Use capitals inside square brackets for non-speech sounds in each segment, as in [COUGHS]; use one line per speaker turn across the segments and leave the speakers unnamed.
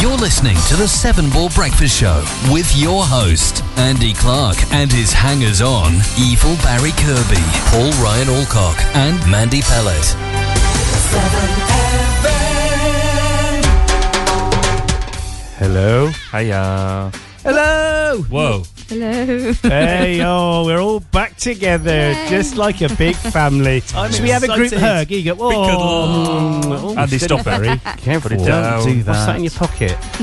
You're listening to the Seven Ball Breakfast Show with your host, Andy Clark, and his hangers on, Evil Barry Kirby, Paul Ryan Alcock, and Mandy Pellet.
Hello. Hiya. Hello. Whoa.
Hello.
Hey, [LAUGHS] oh, we're all back together, just like a big
[LAUGHS]
family. Should we have a group
excited.
hug? Here you go.
Big
Oh. Mm.
Andy, stop, Barry.
Careful.
Put it down.
Don't do that. What's that in your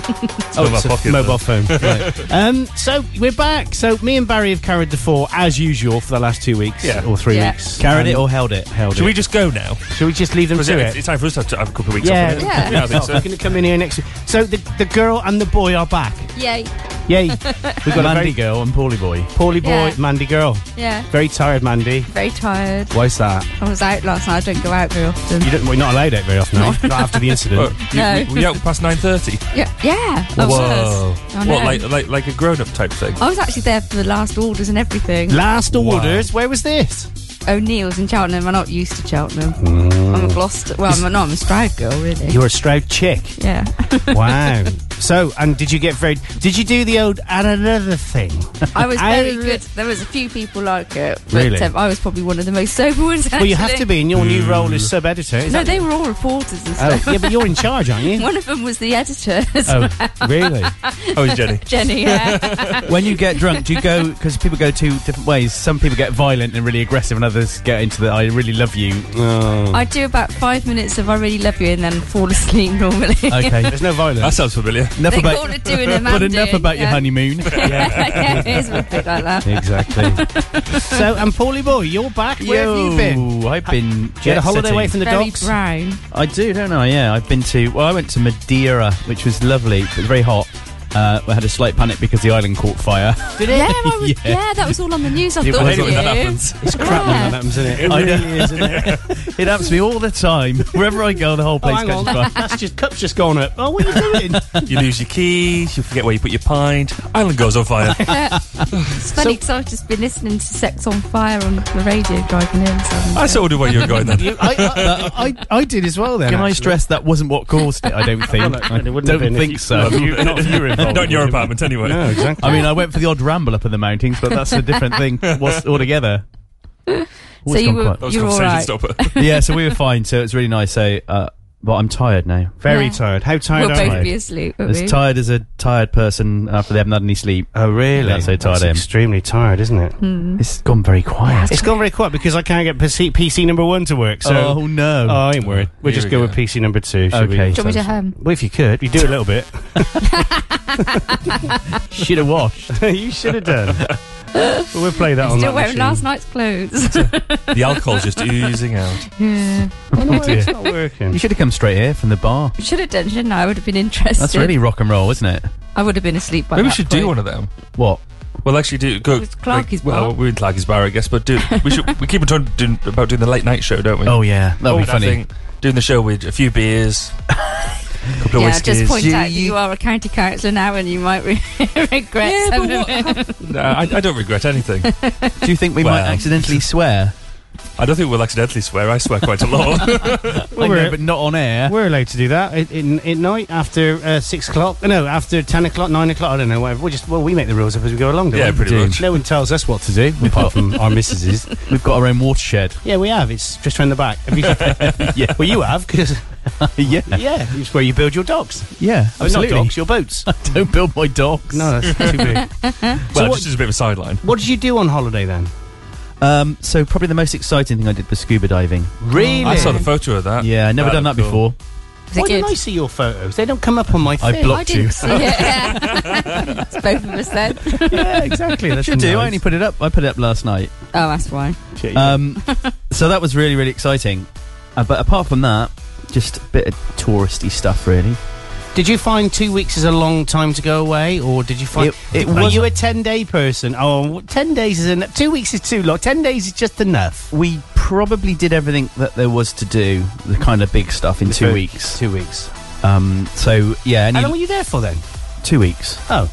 pocket? [LAUGHS]
Oh, [LAUGHS] it's a pocket,
mobile
though.
phone.
[LAUGHS]
Right. um, so we're back. So me and Barry have carried the four as usual for the last two weeks
Yeah.
or three
Yeah.
weeks.
Carried
Um,
it or held it?
held
Should
it.
we just go now?
Should we just leave them
Or is
to
it-
it?
It's time for us to have, to have a couple of weeks
yeah,
off. isn't it?
Yeah.
[LAUGHS]
I think
We're
so.
going to come in here next week. So the, the girl and the boy are back.
Yay. [LAUGHS]
Yay. We've got a
Mandy
very
girl and Paulie boy.
Paulie boy,
Yeah.
Mandy girl.
Yeah.
Very tired, Mandy.
Very tired.
Why's that?
I was out last night. I don't go out very often.
You don't, well, you're not allowed out very often. are you? Not after the
[LAUGHS] Well,
incident.
you-
No. Oh,
we- we out
[LAUGHS]
past 9.30?
Yeah. Yeah. I was. I know.
What, like, like, like a grown-up type thing?
I was actually there for the last orders and everything.
Last orders. Where was this?
O'Neill's in Cheltenham. I'm not used to Cheltenham. I'm a Gloucester. Well, I'm not. I'm a Stroud girl, really.
Mm. You're a Stroud chick.
yeah.
Wow. [LAUGHS] so, and did you get very? Did you do the old and another thing?
[LAUGHS] I was
I-
very good. There was a few people like it, but
Really?
um, I was probably one of the most sober ones. Actually.
Well, you have to be in your new role as sub editor.
No, they were all reporters and stuff.
Oh, yeah, but you're in charge,
[LAUGHS]
aren't you?
One of them was the editor,
Oh, really?
Oh, it's Jenny.
[LAUGHS] Jenny. Yeah.
[LAUGHS] when you get drunk, do you go because people go two different ways? Some people get violent and really aggressive, and others get into the "I really love you."
Oh,
I do about five minutes of I really love you and then fall asleep normally. [LAUGHS]
Okay,
There's no
That
violence.
sounds familiar.
enough
they
about
call it
[LAUGHS]
doing a
but
Mandy,
enough about your
yeah.
honeymoon.
[LAUGHS]
[LAUGHS]
yeah, it is a bit like that.
Exactly. so, and Paulie boy, you're back. [LAUGHS] Where have you been?
I've been.
You had a holiday
jet-setting.
away from the
Very
dogs.
brown.
I do, don't I? Yeah, I've been to. Well, I went to Madeira, which was lovely, but very hot. Uh, I had a slight panic because the island caught fire.
Did
[LAUGHS]
Yeah,
it?
I was,
Yeah.
yeah. that was all on the news. I
It
thought
was
it
on-
was.
that happens.
It's crap when that
[LAUGHS]
happens, isn't it?
I know.
isn't it?
[LAUGHS] It happens to me all the time. Wherever I go, the whole
Oh,
place
hang
catches
on.
fire.
That's just cup's just gone up. Oh, what are you doing?
[LAUGHS] You lose your keys, you forget where you put your pint, island goes on
[LAUGHS]
fire.
It's funny because I've just been listening to Sex on Fire on the radio driving in. So
I sort of knew where you
[LAUGHS]
were going then.
You- I, Uh, I, I, I did as well then.
Can I
actually.
stress that wasn't what caused it? I
[LAUGHS]
don't think. I
it
don't
wouldn't have been if you-
think so.
you- not if you
[LAUGHS]
were involved.
Not in your apartment, anyway.
No, exactly.
I mean, I went for the odd ramble up in the mountains, but that's a different
[LAUGHS]
thing was- altogether.
so
Oh, it's
you
gone
were,
quiet.
That was a
you were all
conversation
right.
[LAUGHS]
stopper.
yeah, so we were fine. So it's really nice. So, uh, but I'm tired now.
Very
Yeah.
tired. How tired
We'll
are
both
you?
be asleep, won't we?
As tired as a tired person after they haven't had any sleep.
Oh, really?
That's how tired
That's
I am.
extremely tired, isn't it?
Hmm.
It's gone very quiet.
It's gone very quiet because I can't get PC, PC number one to work. So
oh no!
Oh, I ain't worried. We'll
Here
just
we
go,
go.
with PC number two. shall
okay.
We?
Do you want me to hum?
Well, if you could, you do a little
[LAUGHS]
bit.
Should have washed. [LAUGHS]
you should have done. Well, we'll play that on
Still
that
wearing
machine.
last night's clothes.
The alcohol's just
[LAUGHS]
oozing out.
yeah.
Oh, no,
dear.
it's not
You
working.
should have come straight here from the bar.
Should have done, shouldn't I? I would have been interested.
That's really rock and roll, isn't it?
I would have been asleep by
Maybe we
that
should
point.
do one of them.
What?
Well, actually, do go.
It's Clarky's
well,
bar.
we're in Clarky's bar, I guess. But do we should we keep on talking doing, about doing the late night show, don't we?
Oh yeah, that'll
Oh,
be
and I
funny.
think Doing the show with a few beers, a couple of
Yeah,
whiskies.
just point out that
you-
you are a county councillor now and you might re- [LAUGHS] regret some of
[LAUGHS]
it.
No, I, I don't regret
[LAUGHS]
anything.
Do you think we might
Well. [LAUGHS]
accidentally swear?
I don't think we'll accidentally swear. I swear quite
[LAUGHS]
a lot. [LAUGHS]
Well,
I know,
we're,
but not on air.
we're allowed to do that at, in, at night after uh, six o'clock. No, after ten o'clock, nine o'clock. I don't know. Whatever. We just well, we make the rules up as we go along. Don't
Yeah,
we?
pretty
Do.
much.
No one tells us what to do apart from our missuses.
[LAUGHS] We've got our own watershed.
Yeah, we have. It's just round the back.
[LAUGHS]
Have you, yeah. Well, you have because
yeah,
yeah, it's where you build your dogs.
yeah,
Oh, not
absolutely.
dogs, your
[LAUGHS]
boats.
Don't build my dogs.
no, that's too
[LAUGHS]
big.
well,
what-
just as a bit of a sideline.
What did you do on holiday then?
Um, so probably the most exciting thing I did was scuba diving.
Really?
I saw the photo of that.
Yeah, I'd never done that
looked cool.
before.
Was it
Why
good?
didn't I see your photos? They don't come up on my
I
thing.
blocked
I didn't see it.
[LAUGHS]
it's both of us then.
yeah,
[LAUGHS]
exactly. That's
Should do. I
nice.
only put it up. I put it up last night.
Oh, that's why.
[LAUGHS] Um, so that was really really exciting. Uh, but apart from that, just a bit of touristy stuff really.
Did you find two weeks is a long time to go away, or did you find
It- it
Were
was-
you a ten day person? Oh, ten days is enough. Two weeks is too long. Ten days is just enough.
We probably did everything that there was to do, the kind of big stuff in two
first
weeks.
Two weeks.
Um, so yeah,
How long
any,
were you there for then?
two weeks.
Oh,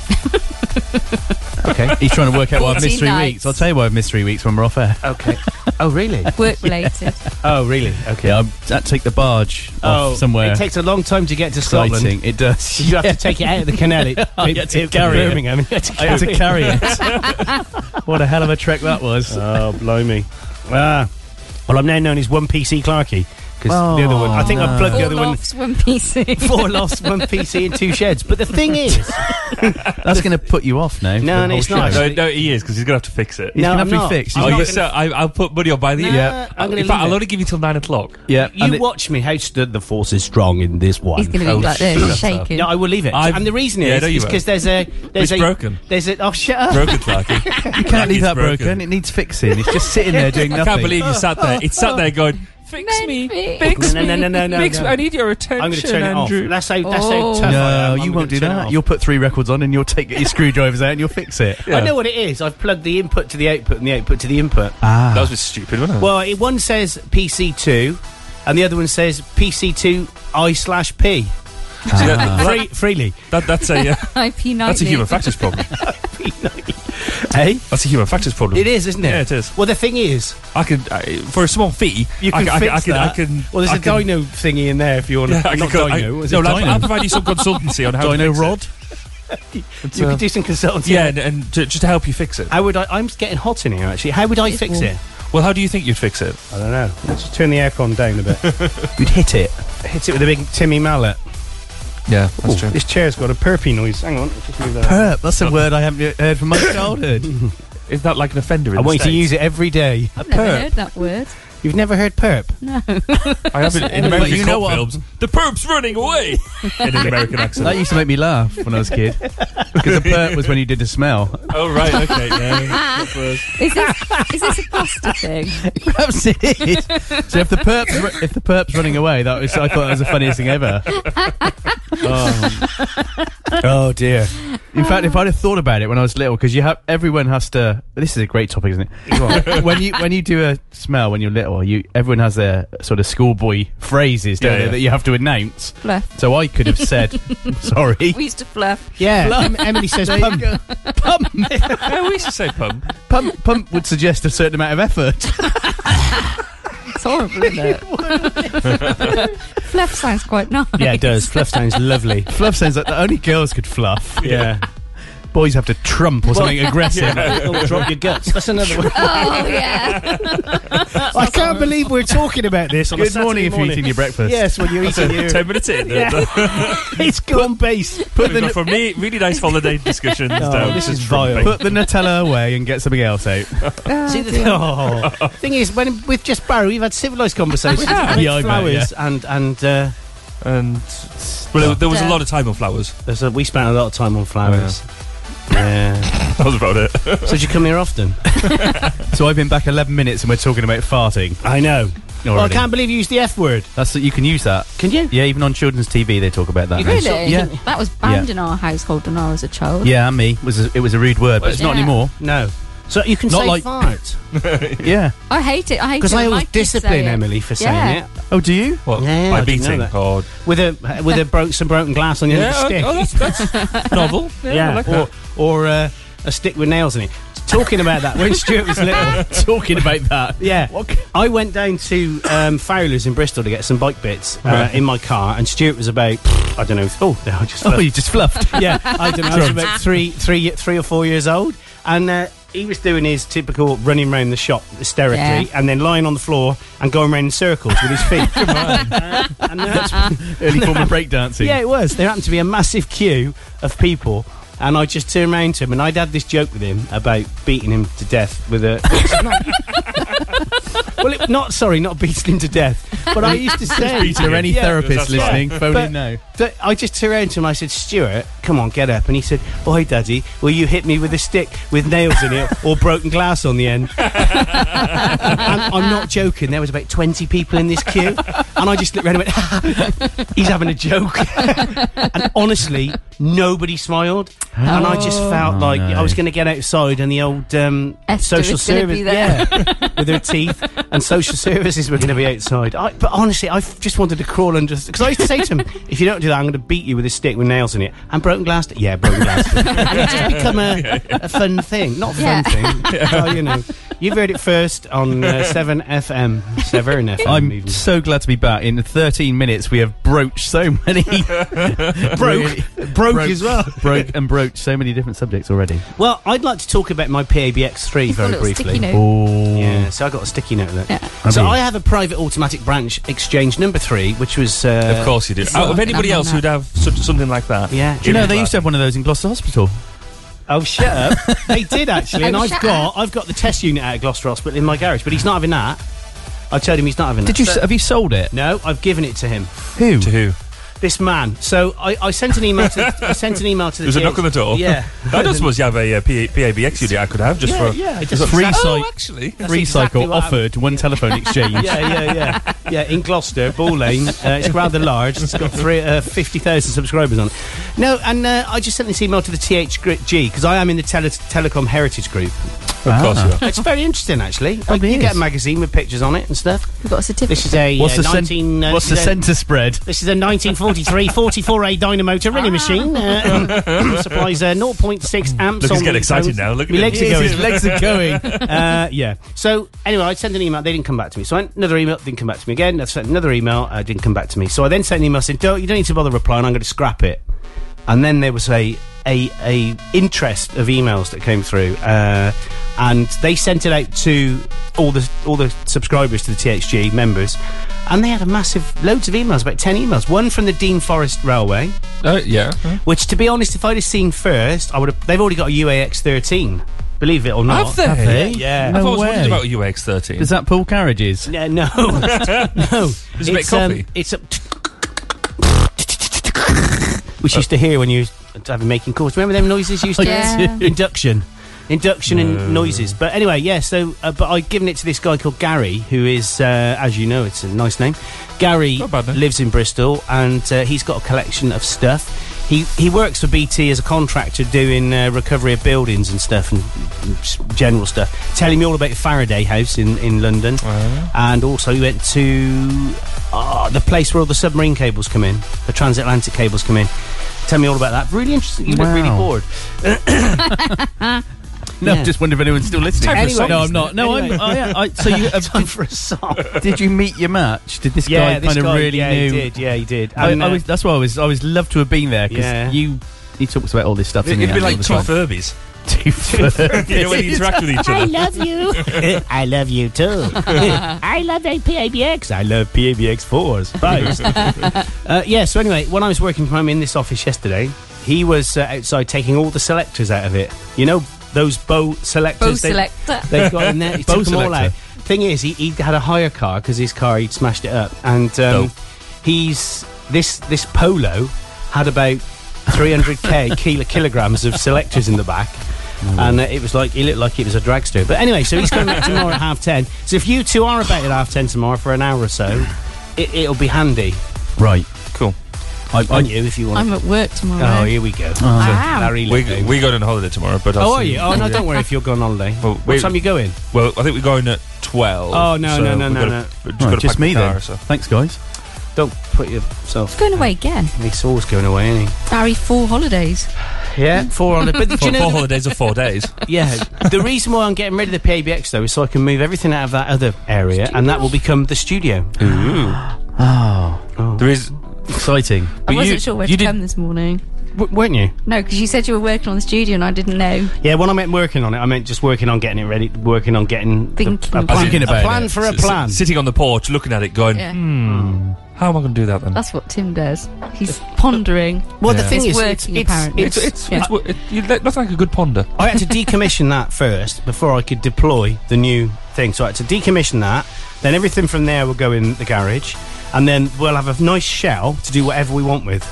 [LAUGHS] Okay, he's trying to work out why I've missed
14
three
nights.
weeks. I'll tell you why I've missed three weeks when we're off air.
okay. Oh,
[LAUGHS]
really?
Work
[LAUGHS]
related.
oh, really? Okay.
Yeah, I take the barge off
Oh,
somewhere.
It takes a long time to get to Scotland.
exciting. It
[LAUGHS]
does.
You
[LAUGHS]
have to take it out of the canal. It,
I
it-
had to
it-
carry it.
Birmingham. You had to
I had
[LAUGHS]
to
carry it.
carry
[LAUGHS]
it. what a hell of a trek that was.
Oh, blimey. Ah. Well, I'm now known as One PC Clarkey. Because the other one, I think I
no.
plugged the
Four
other one.
lofts, one PC.
Four lofts, one PC, and two sheds. But the
[LAUGHS]
thing is,
That's going to put you off now. for
No,
the
no,
whole
it's not.
show.
No, no, he is because he's gonna have to fix it.
It's
No,
gonna
I'm
have to be
not.
fixed.
I'm
oh,
not
yes, sir. I, I'll put money on by the.
Nah,
Yeah.
I'm gonna
in fact,
leave
I'll
it.
only give you till nine o'clock.
Yeah,
You
and it-
watch me. How stood the force is strong in this one.
He's going to
Oh,
be like
shut
this,
up.
shaking.
no, I will leave it.
I've-
and the reason
Yeah, I
is
know you
is
won't.
because there's a there's
It's
a
broken.
There's a oh shut up.
Broken,
[LAUGHS]
Clarky.
you can't leave
It's
that broken.
broken.
It needs fixing. It's just sitting
[LAUGHS]
there doing
I
nothing.
can't believe you sat there. It sat there going. Fix
Mend
me,
me.
fix
No, no, no, no, no,
me, fix
no.
me. I need your attention,
I'm going to turn it off.
Andrew.
That's how that's
Oh.
how tough I am.
um,
No,
I'm
you
gonna
won't do
turn it
that.
off.
You'll put three records on and you'll take your screwdrivers out and you'll fix it.
Yeah.
I know what it is. I've plugged the input to the output and the output to the input.
Ah,
That was a bit stupid, wasn't it?
Well, it, one says PC2, and the other one says PC2 I slash P.
See, that-
Free, freely.
that- that's a uh,
IP nightly.
that's a human
[LAUGHS]
factors problem.
Hey?
That's a human factors problem.
It is, isn't it?
Yeah, it is.
Well, the thing is,
I could I, for a small fee.
you
I
can
I,
fix
I, can,
that.
I can.
well, there's
I
a
can-
dyno thingy in there if you want to.
Yeah, I
not
could- I-
dyno. is
no,
it
I'll,
dyno?
I'll provide you some consultancy on how. to
Dino
fix it. uh,
Rod.
You could do some consulting.
Yeah, and, and to, just to help you fix it.
How would I? I'm getting hot in here actually. How would I fix it?
Well, how do you think you'd fix it?
I don't know. Let's just turn the aircon down a bit.
[LAUGHS] You'd hit it.
Hit it with a big Timmy mallet.
Yeah, that's
Ooh, This chair's got a perpy noise. Hang on, let's just move that.
Perp. That's a word I haven't heard from my childhood.
[LAUGHS] Is that like an offender? In
I
the
want you to
States?
use it every day.
I've never heard that word.
You've never heard perp?
I have it [LAUGHS] in
But
American
you
you
know what-
films. The perp's running away in an American accent.
that used to make me laugh when I was a
[LAUGHS]
kid because a perp was when you did the smell. [LAUGHS]
oh right, okay. Yeah, that's-
[LAUGHS] Is this, is this a pasta thing?
[LAUGHS] Perhaps it is. So if the perp's ru- if the perp's running away, that was I thought that was the funniest thing
[LAUGHS]
ever. Oh.
Oh dear.
In fact, if I'd have thought about it when I was little, because you have everyone has to. This is a great topic, isn't it? [LAUGHS] when you when you do a smell when you're little, you everyone has their sort of schoolboy phrases, don't
Yeah,
they,
yeah.
that you have to announce.
Fluff.
So I could have said,
[LAUGHS]
"Sorry,
We used to fluff.
Yeah. Em- Emily says pump.
[LAUGHS]
pump,
I always say pump.
pump, pump" would suggest a certain amount of effort.
It's horrible, isn't it?
[LAUGHS]
fluff sounds quite nice.
[LAUGHS] Yeah, it does. Fluff sounds lovely.
Fluff sounds like that only girls could fluff.
Yeah.
Boys have to trump or
[LAUGHS]
something aggressive.
Or Oh, drop your guts. That's another one.
Oh, yeah.
I can't believe we're talking about this on a
Good
Saturday
morning, if you're eating your breakfast.
Yes, when you're eating your.
Ten minutes in,
Yeah.
yeah.
[LAUGHS] it's gone base.
Put the,
we've gone from really, really nice holiday discussions
Oh,
down
this
to
is
trumping.
vile.
put the Nutella away and get something else out.
[LAUGHS] See, the
[LAUGHS]
oh. thing is, when with just Barry, we've had civilized
[LAUGHS]
conversations about
Yeah, I bet,
flowers and and uh,
And well, there, there was a
Yeah.
lot of time on flowers. Oh,
there's a, we spent a lot of time on flowers. yeah.
[LAUGHS] That was about it.
[LAUGHS] so do you come here often?
[LAUGHS] So I've been back 11 minutes and we're talking about farting.
I know. Well, I
already.
can't believe you used the F word.
That's you can use that.
Can you?
Yeah, even on children's TV they talk about that. now.
Really?
Yeah.
That was banned
Yeah.
in our household when I was a child.
Yeah, and me It was a, it was a rude word, but it's not
Yeah.
anymore.
No. So you can
Not
say
like- [LAUGHS]
fart
Yeah.
I hate it. I hate it.
because I
when my
always
kids say
discipline
it.
Emily for saying
Yeah.
it
Oh, do you?
What,
Yeah, I
by
didn't know
beating
that.
or
with a with [LAUGHS] a broke some broken glass on the end of the stick.
oh, that's,
[LAUGHS]
that's novel.
oh,
Yeah, I like that.
or or uh, a stick with nails in it. Talking about that when Stuart was
[LAUGHS]
little.
Talking about that.
Yeah, I went down to um, Fowler's in Bristol to get some bike bits uh,
Right.
in my car, and Stuart was about I don't know. Oh, no, I just
Oh, you just [LAUGHS] fluffed.
yeah, [LAUGHS] I don't know. I was about three, three, three or four years old, and uh, he was doing his typical running round the shop hysterically,
Yeah.
and then lying on the floor and going round in circles with his feet. Uh, and that's
Early form of breakdancing.
yeah, it was. There happened to be a massive queue of people, and I just turned around to him, and I'd had this joke with him about beating him to death with a. [LAUGHS] well, it, not sorry, not beating him to death, but I used to say.
Is there any
Yeah,
therapists
that's right.
listening? Phone
But-
in now.
that I just turned around to him. I said, "Stuart, come on, get up." And he said, "Oi, Daddy, will you hit me with a stick with nails in it or broken glass on the end?" [LAUGHS] and I'm not joking. There was about twenty people in this queue, and I just looked around and [LAUGHS] went, "He's having a joke." and honestly, nobody smiled. and I just felt
Oh,
like
no.
I was going to get outside, and the old um,
Esther
social
was gonna
service,
be there.
yeah, with her teeth, and social services were going to be outside. I, but honestly, I f- just wanted to crawl under because I used to say to him, [LAUGHS] "If you don't do that, I'm going to beat you with a stick with nails in it." And broken glass, yeah, broken
[LAUGHS]
glass. and it just become a, a fun thing, not a fun
Yeah. [LAUGHS]
thing. Well, you
[LAUGHS]
know, you've heard it first on
[LAUGHS]
uh, Seven FM, Severn FM.
I'm
even.
so glad to be back. In 13 minutes, we have broached so many. broke.
[LAUGHS] broke as
[LAUGHS]
well.
[LAUGHS] broke and broached so many different subjects already.
Well, I'd like to talk about my PABX3
It's a
very
little
briefly.
sticky note.
Oh.
Yeah, so I got a sticky note there.
Yeah.
So
Have you?
I have a private automatic branch exchange number three, which was uh,
of course you do.
it's
Out
not
of anybody
enough
else
on
who'd have such, something like that.
Yeah.
Do you know, they used to have one of those in Gloucester Hospital.
Oh, shut
[LAUGHS]
up! they did actually,
Oh,
and I've
shut
got I've got the test unit out of Gloucester Hospital in my garage, but he's not having that. I told him he's not having
Did
that.
you? s have you sold it?
No, I've given it to him.
Who?
to who?
This man. So I, I sent an email. To, I sent an email to. The
[LAUGHS] There's a
PH
knock on the door.
Yeah. [LAUGHS]
I don't suppose you have a uh, P- PABX unit I could have just
Yeah,
for.
yeah. I
It's a
just
free
exactly-
site.
Oh, actually.
That's
free
exactly
cycle
what I've-
offered one telephone exchange.
yeah, yeah, yeah, yeah. In Gloucester, Ball Lane. Uh, it's rather large. It's got three, uh, 50,000 subscribers on it. No, and uh, I just sent this email to the THG because I am in the tele- Telecom Heritage Group.
Of course you are. Oh,
It's very interesting, actually. Like,
it
you get
is.
a magazine with pictures on it and stuff.
We've got a certificate.
This is a
What's
uh,
the cen-
19, uh,
What's the
this is a-
centre spread?
This is a 1943 44A Dynamo to
Ah.
ringing machine. Uh, [COUGHS] supplies uh, 0.6 amps.
Look,
on
he's getting
the
excited
phones.
now. Look at
My
him.
legs are
Yes,
going.
his
legs are going.
[LAUGHS] Uh, yeah. So anyway, I sent an email. They didn't come back to me. So I, another email didn't come back to me again. I sent another email. Uh, didn't come back to me. So I then sent an email saying, "Don't you don't need to bother replying. I'm going to scrap it." And then there was a a, a interest of emails that came through, uh, and they sent it out to all the all the subscribers to the THG members, and they had a massive loads of emails, about ten emails. One from the Dean Forest Railway,
Uh, yeah.
which, to be honest, if I'd have seen first, I would have. They've already got a UAX thirteen. Believe it or not,
Have they?
Yeah.
I've
No
always
way.
wondered about a UX13.
Is that pool carriages?
No,
[LAUGHS]
no, no.
Does it make
um,
coffee?
it's a [LAUGHS] which you used to hear when you were having making calls. Remember them noises you used to
Yeah.
hear? induction, induction and noises. But anyway, yeah. So, uh, but I'd given it to this guy called Gary, who is, uh, as you know, it's a nice name. Gary
Not a bad name.
lives in Bristol, and uh, he's got a collection of stuff. He, he works for BT as a contractor doing uh, recovery of buildings and stuff and and s- general stuff. Telling me all about Faraday House in, in London. And also he went to ah, the place where all the submarine cables come in, the transatlantic cables come in. Tell me all about that. Really interesting. You look really
Wow.
bored.
No,
Yeah.
just wonder if anyone's still listening.
Time for a song,
no, I'm
isn't
not.
it?
No,
Anyway.
I'm. I, am- I,
[LAUGHS]
so you have,
Time for a song.
[LAUGHS] did you meet your match? Did this guy
this
kind of really
yeah,
knew?
he did. Yeah, he did.
I,
And,
I
uh,
was, that's why I was. I was loved to have been there because
Yeah.
you. He talks about all this stuff.
It'd
doesn't he,
be like
all the
two
time?
Furbies.
[LAUGHS]
[LAUGHS]
Two fur-
You know, when you interact with each other.
love you.
[LAUGHS] I love you [LAUGHS] too.
I love PABX.
I love PABX fours.
[LAUGHS]
Thanks. uh, yeah. So anyway, when I was working from home in this office yesterday, he was uh, outside taking all the selectors out of it. You know those bow selectors.
Bow
they-
selector.
They got in
[LAUGHS]
there. He
Bow
took them all out.
selector.
Thing is, he, he had a higher car because his car he'd smashed it up, and um,
Dope.
he's this this Polo had about
[LAUGHS]
300k kilo kilograms of selectors in the back. And uh, [LAUGHS] it was like he looked like it was a dragster. But anyway, so he's coming
[LAUGHS]
back tomorrow at half ten. So if you two are about at half ten tomorrow for an hour or so, it, it'll be handy
right.
Cool.
I,
on
I,
you if you want.
I'm at work tomorrow.
oh, here we go.
Wow.
Larry
We,
Lithgow.
we going on holiday tomorrow, but I'll
oh, are
see
you? Oh no, don't worry if you're gone holiday.
Well,
what
we-
time you going?
Well, I think we're going at 12.
Oh, no,
so
no, no,
we've
no,
gotta-
no.
we've Just,
Right,
gotta
just
pack
me
the car,
then.
so.
Thanks, guys.
Don't put yourself.
It's going away again.
It's always going away, isn't he?
Barry, four holidays.
Yeah, four on it. But do you
Four,
know,
four
the-
holidays or four days.
[LAUGHS] yeah, the reason why I'm getting rid of the PABX though is so I can move everything out of that other area, and that will become the studio.
Ooh.
Oh,
There is.
exciting.
I
But
wasn't
you-
sure where
you
to
did-
come this morning.
W- weren't you?
No, because you said you were working on the studio and I didn't know.
Yeah, when I meant working on it, I meant just working on getting it ready, working on getting the-
Thinking
a
about
plan,
Thinking
a
about
plan
it.
for a
s- s-
plan.
sitting on the porch, looking at it, going,
Yeah.
hmm, how am I going to do that then?
That's what Tim does. He's pondering.
Um, Well, the
Yeah.
thing
It's
is,
working,
it's,
apparently.
it's, it's,
Yeah.
It's wo- it- you- nothing like a good ponder.
I had to decommission that first before I could deploy the new thing. So I had to decommission that. Then everything from there will go in the garage, and then we'll have a nice shell to do whatever we want with,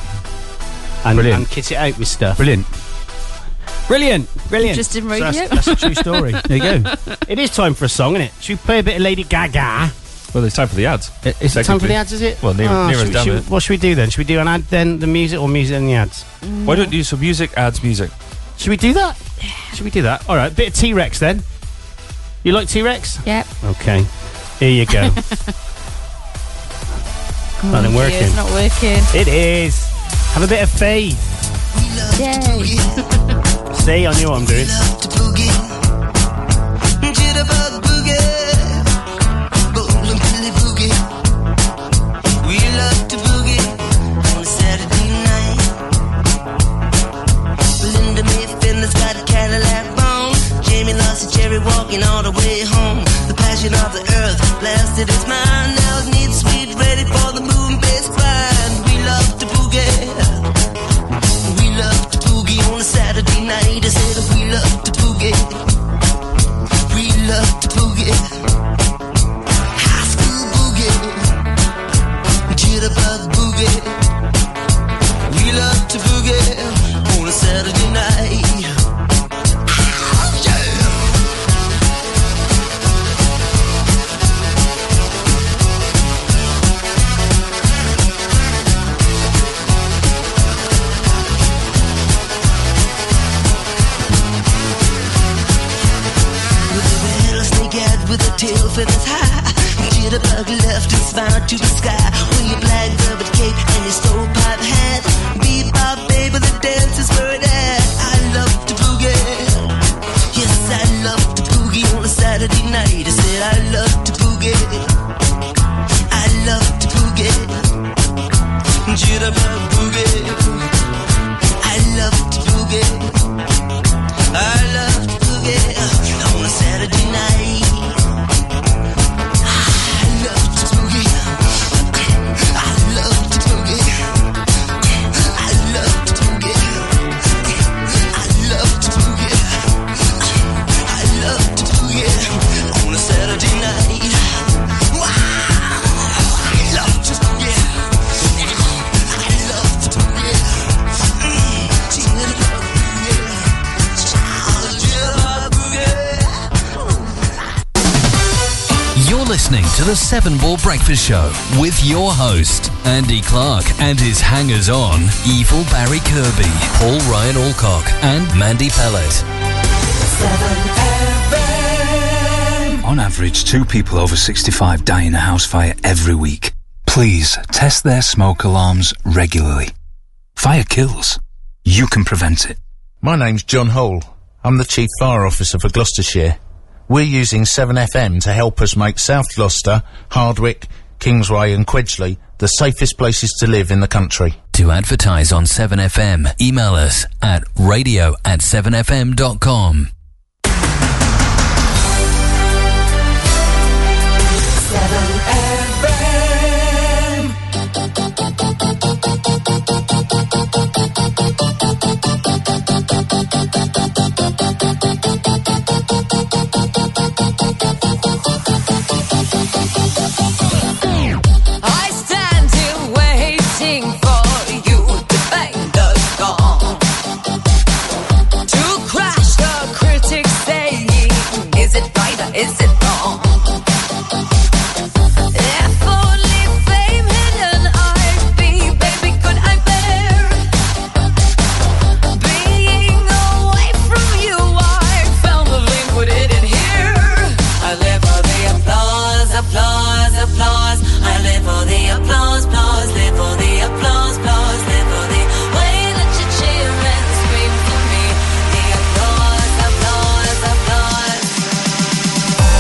and,
Brilliant.
and kit it out with stuff.
Brilliant.
Brilliant, brilliant.
Just in
So
radio.
that's, that's a true story.
There
[LAUGHS]
you go.
[LAUGHS] it is time for a song, isn't it? Should we play a bit of Lady Gaga?
Well, it's time for the ads.
It- it's
Time for the ads, is it? Ah,
Well, near- near
should
us
we-
down
should we-
it.
What should we do then? Should we do an ad then, the music, or music and the ads?
Why don't you do some music, ads, music?
Should we do that? Should we do that? All right, bit of T Rex then. You like T Rex?
Yep.
Okay, here
[LAUGHS]
you go. Not
Oh, dear, It's
working.
not working.
it is. Have a bit of faith.
Yay.
See, I knew what I'm doing.
Walking all the way home, the passion of the earth blasted its mind. Now it needs sweet, ready for the moon bass grind. We love to boogie. We love to boogie on a Saturday night. I said we love to boogie. We love to boogie. High school boogie. Jitterbug boogie. We love to boogie on a Saturday night. Yeah. With a rattlesnake head with a tail feathers high. Jitterbug left and smiled to the sky. With your black velvet cape and your stovepipe hat. Bebop, baby, the dance is where it at. I love to boogie. Yes, I love to boogie on a Saturday night. I said I love to boogie. I love to boogie. Jitterbug boogie. I love to boogie. I love to boogie on a Saturday night. I love to boogie. I love to boogie. I love to boogie. I love to boogie. I love to boogie on a Saturday night. Wow. I love to boogie. I love to boogie. Mm, boogie.
You're listening to the Seven Ball Breakfast Show with your host, Andy Clark, and his hangers on, Evil Barry Kirby, Paul Ryan Alcock, and Mandy Pellet.
On average, two people over 65 die in a house fire every week. Please test their smoke alarms regularly. Fire kills. You can prevent it.
My name's John Hole. I'm the Chief Fire Officer for Gloucestershire. We're using 7FM to help us make South Gloucester, Hardwick, Kingsway and Quedgeley the safest places to live in the country.
To advertise on 7FM, email us at radio at 7fm.com.
I stand here waiting for you to bang the gong. To crash the critics saying, is it right or is it wrong? If only fame hidden I'd be, baby, could I bear? Being away from you, I found the link, put it in here. I live for the applause, applause, applause. I live for the applause, applause, live for the applause, applause, live for the way that you cheer and scream for me. The applause, applause, applause.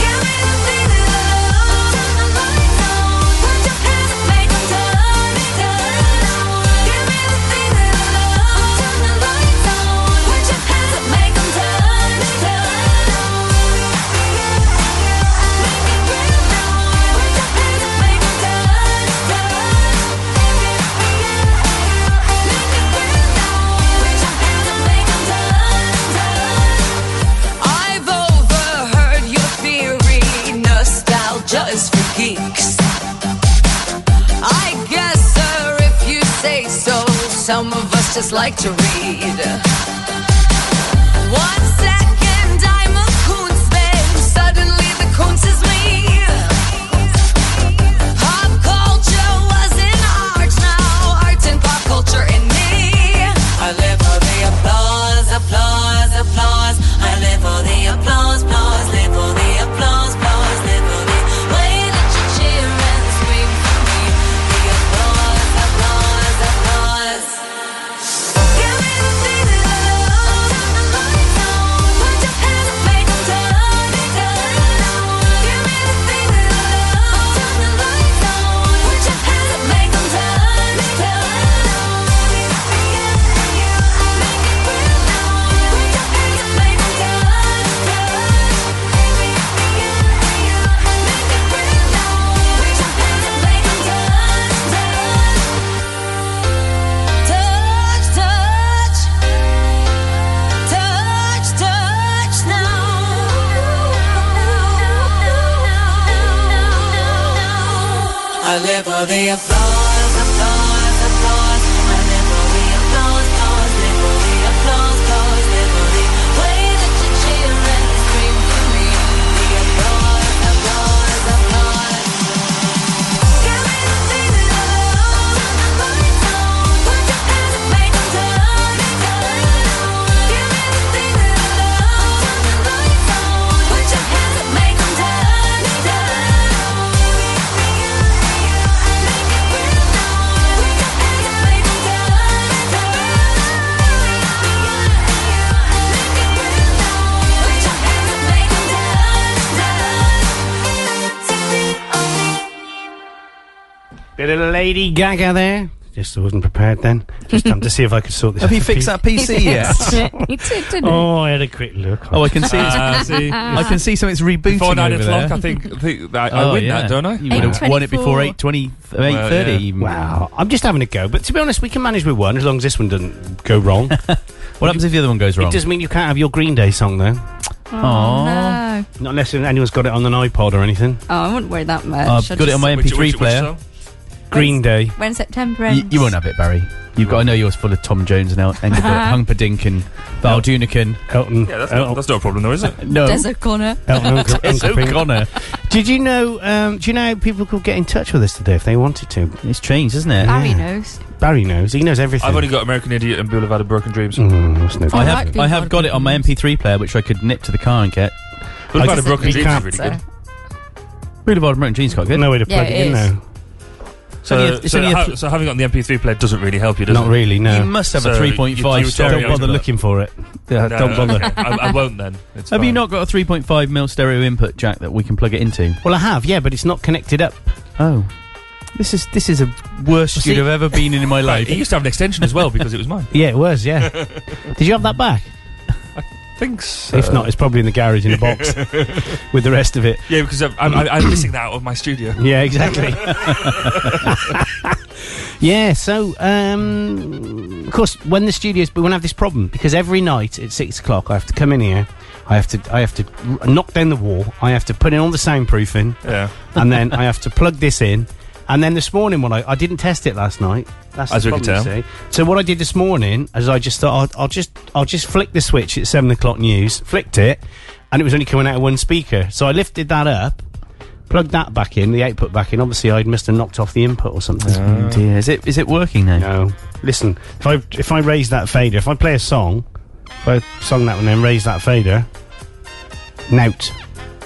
Give me the feeling love, turn the lights on, put your hands up, make 'em turn it down. Give me the feeling love, turn the lights on, put your hands up, make 'em turn it down. Make it real now, put your hands up, make 'em turn it down. Make it real now, put your hands up, make 'em turn it down. I've overheard your theory. Nostalgia is for geeks. I guess, sir, if you say so, some of us just like to read. One second I'm a coon's then suddenly the coons is me. Pop culture was in art, now art's in pop culture in me. I live for the applause, applause. for the applause, applause, applause. I live for the applause, applause. Live for the applause, applause. Live for the way that you cheer and scream for me. The applause, applause, applause.
Bit of Lady Gaga there. Just wasn't prepared then. Just time to see if I could sort this. out. [LAUGHS]
[LAUGHS] he did, didn't
oh, I had a quick look.
Oh, I can see. It's,
Ah, see.
I can see something's rebooting
Before nine
over
o'clock,
there.
I think, I, think I, I
Oh,
win
yeah.
that, don't I?
You would have won it before 8 20, 8.30
yeah.
even.
Wow, I'm just having a go. But to be honest, we can manage with one as long as this one doesn't go wrong.
[LAUGHS] What happens if the other one goes wrong?
It doesn't mean you can't have your Green Day song though.
he? Oh, no.
Not unless anyone's got it on an iPod or anything.
Oh, I wouldn't worry that much.
I've
I
got it
just-
on my
Which-
MP3
which- which
player.
song?
[LAUGHS] Green Day.
When September
You,
ends.
you won't have it, Barry. You've got. I know yours full of Tom Jones
[LAUGHS]
now, Engelbert, Humperdinck, and Valdunican.
Elton.
Yeah, that's, not,
Elton.
that's not a problem, though, is it?
No,
Des O'Connor.
Elton Oh,
[LAUGHS]
Uncle-
it's
Uncle Pink.
O'Connor.
Did you know? Um, do you know how people could get in touch with us today if they wanted to?
It's changed, isn't it?
Barry
Yeah.
knows.
Barry knows. He knows everything.
I've only got American Idiot and Boulevard of Broken Dreams.
Mm, that's no
I
good.
like
have. I
Boulevard
have got it on my MP3 player, which I could nip to the car and get.
Boulevard of
Doesn't
Broken
mean
Dreams is
can't
really
So.
good.
Boulevard of Broken Dreams quite good.
no way to plug
Yeah,
it,
it
in
is.
now.
So
So,
you have- it's
so
only a
ha-
th-
so having it on the MP3 player doesn't really help you, does
Not
it?
really.
you
No.
must have a
So you-
3.5
you-
stereo.
Don't bother looking
for it.
No,
don't
no,
bother.
okay. I, I won't then. It's
Have you
fine.
not got a 3.5 mil stereo input jack that we can plug it into?
Well, I have. Yeah, but it's not connected up.
Oh, this is this is a worst
See-
you'd have ever been in in my
Right,
life.
It used to have an extension as well because it was mine.
Yeah, it was. [LAUGHS]
[LAUGHS]
[LAUGHS]
Yeah. Did you have that back?
Thanks. so.
if not, it's probably in the garage in a box with the rest of it.
[LAUGHS] Yeah, because I'm, I'm, I'm missing that out of my studio.
[LAUGHS] Yeah,
[LAUGHS]
exactly. [LAUGHS] yeah, so um, of course, when the studios, we won't have this problem because every night at six o'clock, I have to come in here. I have to, I have to r- knock down the wall. I have to put in all the soundproofing,
Yeah.
and then I have to plug this in. And then this morning, when I, I didn't test it last night, that's
As
the
we can
problem,
tell.
you see. So what I did this morning is I just thought I'll, I'll just I'll just flick the switch at seven o'clock news. Flicked it, and it was only coming out of one speaker. So I lifted that up, plugged that back in, the output back in. Obviously, I'd missed and knocked off the input or something.
Oh
Mm.
dear, is it is it working now?
No, listen. If I if I raise that fader, if I play a song, if I sung that one and raise that fader, note.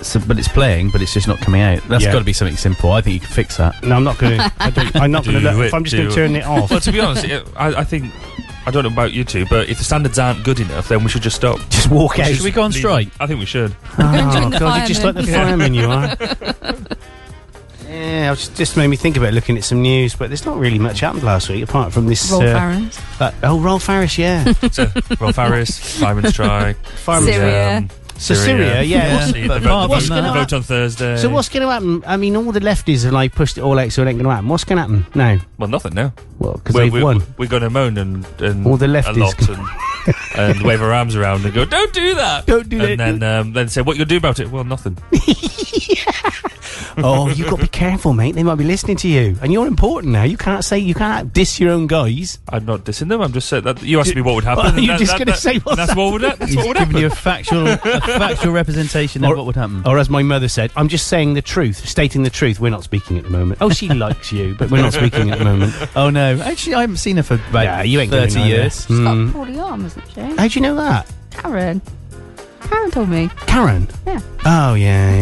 So, but it's playing, but it's just not coming out. That's
Yeah.
got to be something simple. I think you can fix that.
No, I'm not going to.
[LAUGHS]
I'm not going
Do
to.
it,
If I'm just
do
going
it.
to turn it off.
Well, to be honest, it, I, I think I don't know about you two, but if the standards aren't good enough, then we should just stop.
Just walk out.
Should we go on
Leave-
strike?
I think
[LAUGHS]
we should.
Oh,
Join the
God, you're just like the fireman you are.
[LAUGHS]
Yeah, it just, just made me think about looking at some news, but there's not really much happened last week apart from this.
Rolf
uh,
Arons.
that- oh, Rolf
[LAUGHS]
Harris, yeah.
So, Rolf Harris, Simon Strike,
Fireman.
Syria.
So Syria, yeah. what's-
The vote-
apart
the
from
vote- the
that-
vote on Thursday.
So what's going to happen? I mean, all the lefties have like pushed it all out, so it ain't going to happen. What's going to happen now?
Well, nothing now.
Well, because
We're,
they've
we're,
won.
we're going to moan and, and
All the
a
lefties
lot
can-
and, and wave our arms around and go, [LAUGHS] "Don't do that."
Don't do
and
that.
then um, then say, "What you gonna do about it?" Well, nothing.
oh, you've got to be careful, mate. They might be listening to you, and you're important now. You can't say you can't diss your own guys.
I'm not dissing them. I'm just saying that you asked me what would happen.
Well,
and
you're
that-
just
that-
gonna
that-
say what's
that's what would hap- that's
He's
what would
giving
happen.
you a factual,
[LAUGHS]
a factual representation of
Or-
what would happen.
Or as my mother said, I'm just saying the truth, stating the truth. We're not speaking at the moment. Oh, she likes you, but we're not speaking at the moment.
[LAUGHS] Oh no, actually, I haven't seen her for about
Yeah, you ain't going
thirty
nowhere.
years.
She's
Mm.
got poorly arm, isn't she?
How do you know that?
Karen. Karen told me.
Karen.
Yeah.
Oh yeah,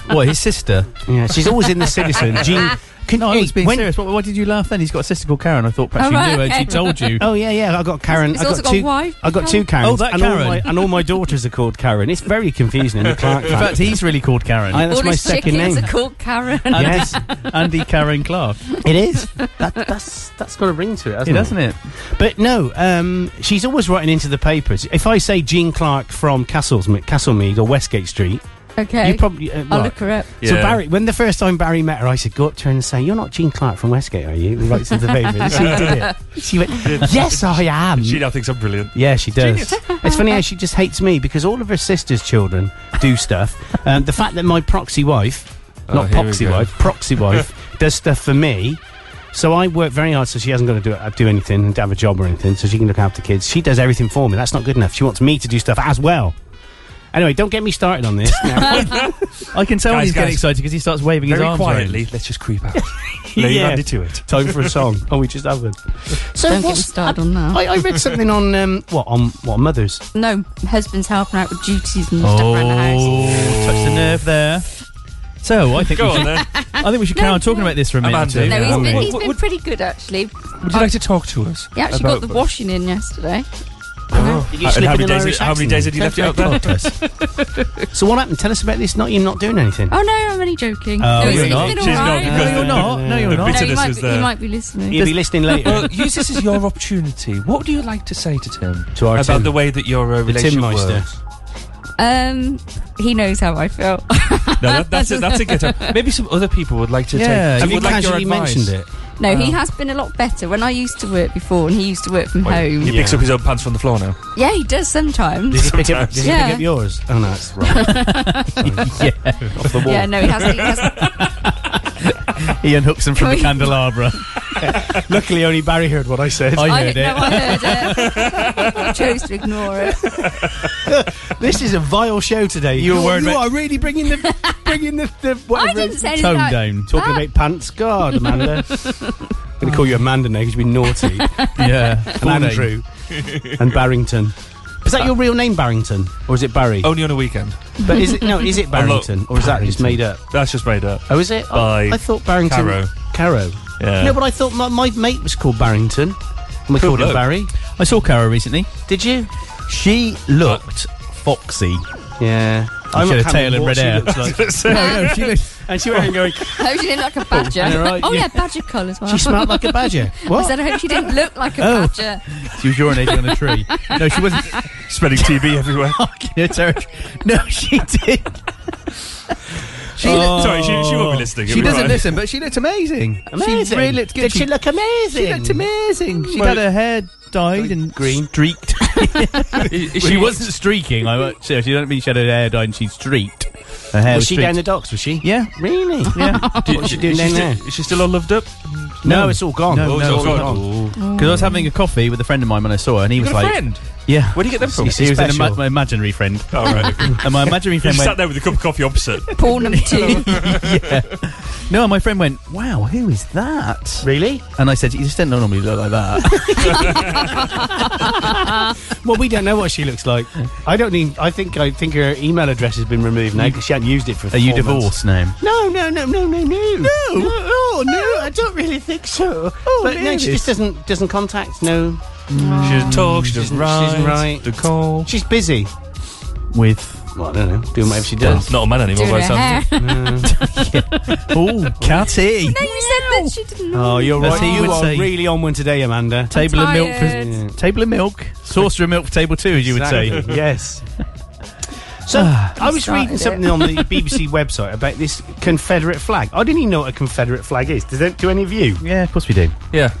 yeah.
[LAUGHS] what his sister?
yeah. She's always in the
[LAUGHS]
citizen. Jean. Can,
No, I
hey,
was being
when-
serious. What, why did you laugh then? He's got a sister called Karen. I thought perhaps
Oh,
you knew her.
right.
and She told you.
[LAUGHS] Oh yeah, yeah. I got Karen.
He's
I
also
got
got
two.
wife,
I got two Karens.
Oh, that
and All
Karen.
my, and all my daughters are called Karen. It's very confusing in the Clark
In fact, he's really called Karen.
I, that's
All
my
his
second
chickens
name.
are called Karen. [LAUGHS]
yes,
Andy Karen Clark.
it is. That, that's that's got a ring to it, hasn't
It doesn't it?
But no, um, she's always writing into the papers. If I say Jean Clark from Castlemead, Castlemead or Westgate Street,
okay.
you probably uh,
I'll
right.
look her up.
So
Yeah.
Barry, when the first time Barry met her, I said, "Go up to her and say you're not Jean Clark from Westgate, are you?" He writes into the paper.
[LAUGHS]
she did it. She went, [LAUGHS] "Yes, I am."
She now thinks I'm brilliant.
yeah, she
[LAUGHS]
does. it's funny how she just hates me because all of her sister's children do stuff. Um, the fact that my proxy wife,
Oh,
not
here we
proxy
go. [LAUGHS]
wife, proxy wife, does stuff for me So I work very hard so she hasn't got to do, uh, do anything and have a job or anything, so she can look after kids. She does everything for me. That's not good enough. She wants me to do stuff as well. Anyway, don't get me started on
[LAUGHS]
this. Now.
I can tell when
Guys,
he's getting
guys.
excited because he starts waving his
Very
arms.
quietly,
let's just creep out.
Leave Andy to it. Time for a song. Oh, we just haven't.
Don't get me
what's-
started on that.
I, I read something on um, what on what mothers.
[LAUGHS] No, husband's helping out with duties
Oh,
Oh,
and stuff around the house.
touch Oh, the nerve there. So I think
Go
we should,
on then.
I think we should carry on talking about this for a
I'm
minute.
Andy.
or two.
No,
He's
Yeah.
been, he's
Would-
been pretty good actually.
Would you like to talk to us?
He actually got the washing in yesterday.
Did
you And slip how in many an days- Irish how many accent? days had you left it out there?
[LAUGHS] so what happened? Tell us about this. Not you not doing
[LAUGHS]
anything.
Oh no, I'm only joking.
Oh,
no,
you're
it's,
not.
It's been
She's
all
not,
right.
because No, you're the- not. No, you're the not.
No, you
bitterness
might,
is
be,
there.
you might be listening.
You'll be listening later.
Well, use this as your opportunity. What would you like to say to Tim
To our
about
Tim.
the way that your uh,
The Tim
relationship
Meister.
works?
Um, he knows how I
[LAUGHS]
feel.
No, that,
[LAUGHS]
that's it. [LAUGHS] That's a good. time. Maybe some other people would like to
Yeah,
take.
have you
would like your
casually
advice.
mentioned it?
No, he
Oh.
has been a lot better. When I used to work before, and he used to work from
Wait,
home.
He picks up his own pants from the floor now.
Yeah, he does sometimes.
Did he pick up, did he
yeah.
pick up yours? Oh no, that's wrong. yeah, [LAUGHS] off the wall.
Yeah, no, he has. He
[LAUGHS]
has
He unhooks
[LAUGHS]
him from
Can
the
we-
candelabra. [LAUGHS]
Luckily, only Barry heard what I said.
I heard
No,
it.
I heard it. I chose to ignore it.
[LAUGHS] This is a vile show today.
You were worried
You
about-
are really bringing the bringing the, the whatever
I didn't say anything
tone
about
down. Talking
Ah.
that.
about pants, God, Amanda. I'm going to call you Amanda now because you've been
[LAUGHS]
naughty.
Yeah.
and Andrew and Barrington. Is that your real name, Barrington, or is it Barry?
Only on a [LAUGHS] weekend.
But is it no? Is it
I love-
Barrington, or is that just made up?
That's just made up.
Oh, is it?
By
I, I thought Barrington.
Caro.
Caro.
Yeah.
No, but I thought my, my mate was called Barrington, and we
Cool
called him
bloke.
Barry.
I saw Cara recently.
Did you?
She looked foxy.
Yeah.
I
not
had a tail and red hair. [LAUGHS] no, no, she looks.
[LAUGHS] and she went and going.
I hope she didn't look like a badger.
am I right?
Oh
Yeah.
yeah, badger colours. Well.
She smelled like
[LAUGHS]
a badger.
I
What?
said I hope she didn't look like a
Oh.
badger.
She was urinating on a [LAUGHS] tree. No, she wasn't.
Spreading TB
[LAUGHS]
everywhere.
Fucking territory. No, she did. She looked-
Sorry, she, she won't be listening.
She
it'll be
doesn't
right.
listen, but she looked amazing. She
Amazing.
really looked good.
Did she look amazing?
She looked amazing. She
Well-
had her hair dyed and
Green.
[LAUGHS] streaked. she
she-
wasn't streaking. I won't- seriously, I don't mean she had her hair dyed and she streaked. Her hair
Was
was
she
streaked.
down the docks? Was she?
yeah,
Really? [LAUGHS]
yeah.
What's she doing
Is she
down there?
sti- is she still all loved up?
No, it's all gone.
No,
Oh,
no,
it's
it's
all
all
gone.
Because I was having a coffee with a friend of mine when I saw her, and he
Oh. You
was
got a
like,
friend?
"Yeah."
Where do you get them from?
He was an
Special.
ima- my
[LAUGHS]
imaginary friend,
Oh, right.
[LAUGHS]
okay.
and my imaginary
You
friend
sat
went.
there with a cup of coffee
[LAUGHS]
opposite.
Porn number two.
[LAUGHS] No, and my friend went, "Wow, who is that?"
Really?
And I said, "You just don't normally look like that."
Well, we don't know what she looks like. I don't need. I think. I think her email address has been removed now because she hadn't used it for.
Are you
four months.
divorced now?
No, no, no, no, no, no, no. Oh no, I don't really think so. Oh, but no,
maybe
she just doesn't doesn't contact. No,
She doesn't talk, she
She's-
doesn't
she's
write.
right.
The call.
she's busy.
With
Well, I don't know, doing whatever she
Well,
does.
not a man anymore
Doing
by
her
the sounds
hair.
of it.
[LAUGHS]
oh, catty.
No, you said that she didn't.
Oh, you're right.
That's what you
You
would
are
say.
really on one today, Amanda.
Table of milk
tired.
for table of milk. Saucer of milk for table two, as you would say.
Exactly, yes. [LAUGHS] Ah. So I was
Started
reading something on
[LAUGHS]
the BBC website about this Confederate flag. I didn't even know what a Confederate flag is. Does that, do any of you?
Yeah, of course we do.
Yeah.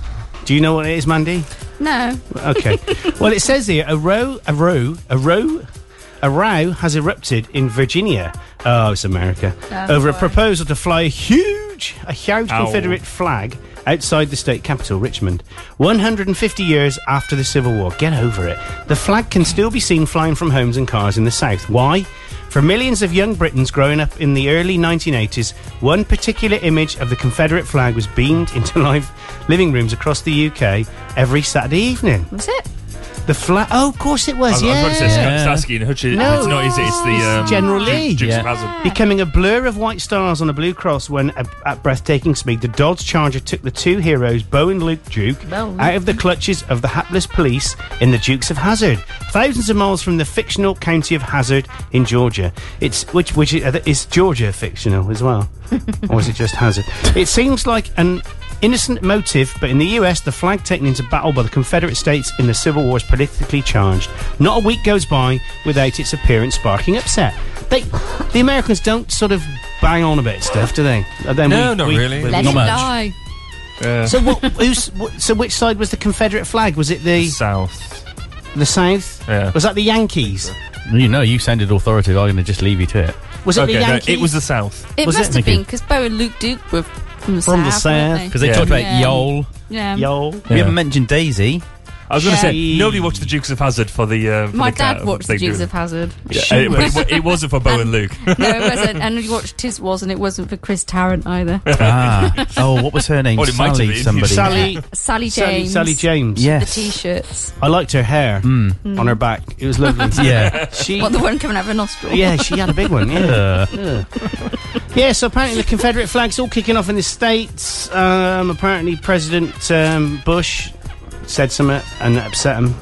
Do you know what it is, Mandy?
No.
Okay. well, it says here a row, a row, a row, a row has erupted in Virginia. Oh, it's America.
That's
over a
why.
proposal to fly a huge, a huge
Ow.
Confederate flag outside the state capital, Richmond. 150 years after the Civil War. Get over it. The flag can still be seen flying from homes and cars in the South. Why? For millions of young Britons growing up in the early 1980s, one particular image of the Confederate flag was beamed [LAUGHS] into live living rooms across the UK every Saturday evening.
Was it?
The flag. Oh, of course it
I
was.
was
yeah.
I was about to say Stat- Starsky and Hutch.
No.
It's not, is it? It's
It's
the. Um,
General Lee.
Dukes of
Yeah.
Hazzard.
Becoming a blur of white stars on a blue cross when, at, at breathtaking speed, the Dodge Charger took the two heroes, Bo and Luke Duke,
Bo.
out of the clutches of the hapless police in the Dukes of Hazard, thousands of miles from the fictional county of Hazard in Georgia. It's which which is, is Georgia fictional as well, or is it just Hazard? It seems like an innocent motive, but in the U.S., the flag taken into battle by the Confederate States in the Civil War is politically charged. Not a week goes by without its appearance sparking upset. They, the Americans, don't sort of bang on about stuff, do they? And Then
No, not really.
Let
Not
it
much.
die.
Yeah.
So what, who's, what, so which side was the Confederate flag? Was it the
South.
the South?
Yeah.
Was that the Yankees?
You know, you sounded authoritative. I'm going to just leave you to it.
Was it
Okay,
the
no,
Yankees?
it was the South.
It
Was
must
it?
have been
Thank
because Bo and Luke Duke were From the south, weren't they?
Because they talked about
Yeah.
Yol.
Yeah.
We
Yeah.
haven't mentioned Daisy.
I was going to say
She-
nobody watched the Dukes of Hazard for the. Uh, for
My
the cat
dad watched the
thing, did
Dukes
they?
of Hazard. Um,
Yeah, it, but it, wa- it wasn't for Bo and Luke.
no,
[LAUGHS]
it wasn't. And he watched Tis Was, and it wasn't for Chris Tarrant either.
[LAUGHS]
ah. Oh, what was her name?
Well, it might have
Sally
been.
somebody.
[LAUGHS]
Sally.
Yeah. Sally
Sally,
James.
Sally James.
Yes.
The T-shirts.
I liked her hair
Mm.
on her back. It was lovely.
Hmm. [LAUGHS] Yeah.
She.
What, the one coming out of her nostril?
Yeah,
[LAUGHS]
she had a big one. Yeah.
Uh,
Yeah. yeah, so apparently the Confederate flag's all kicking off in the States. Um, apparently President um, Bush said something and it upset him.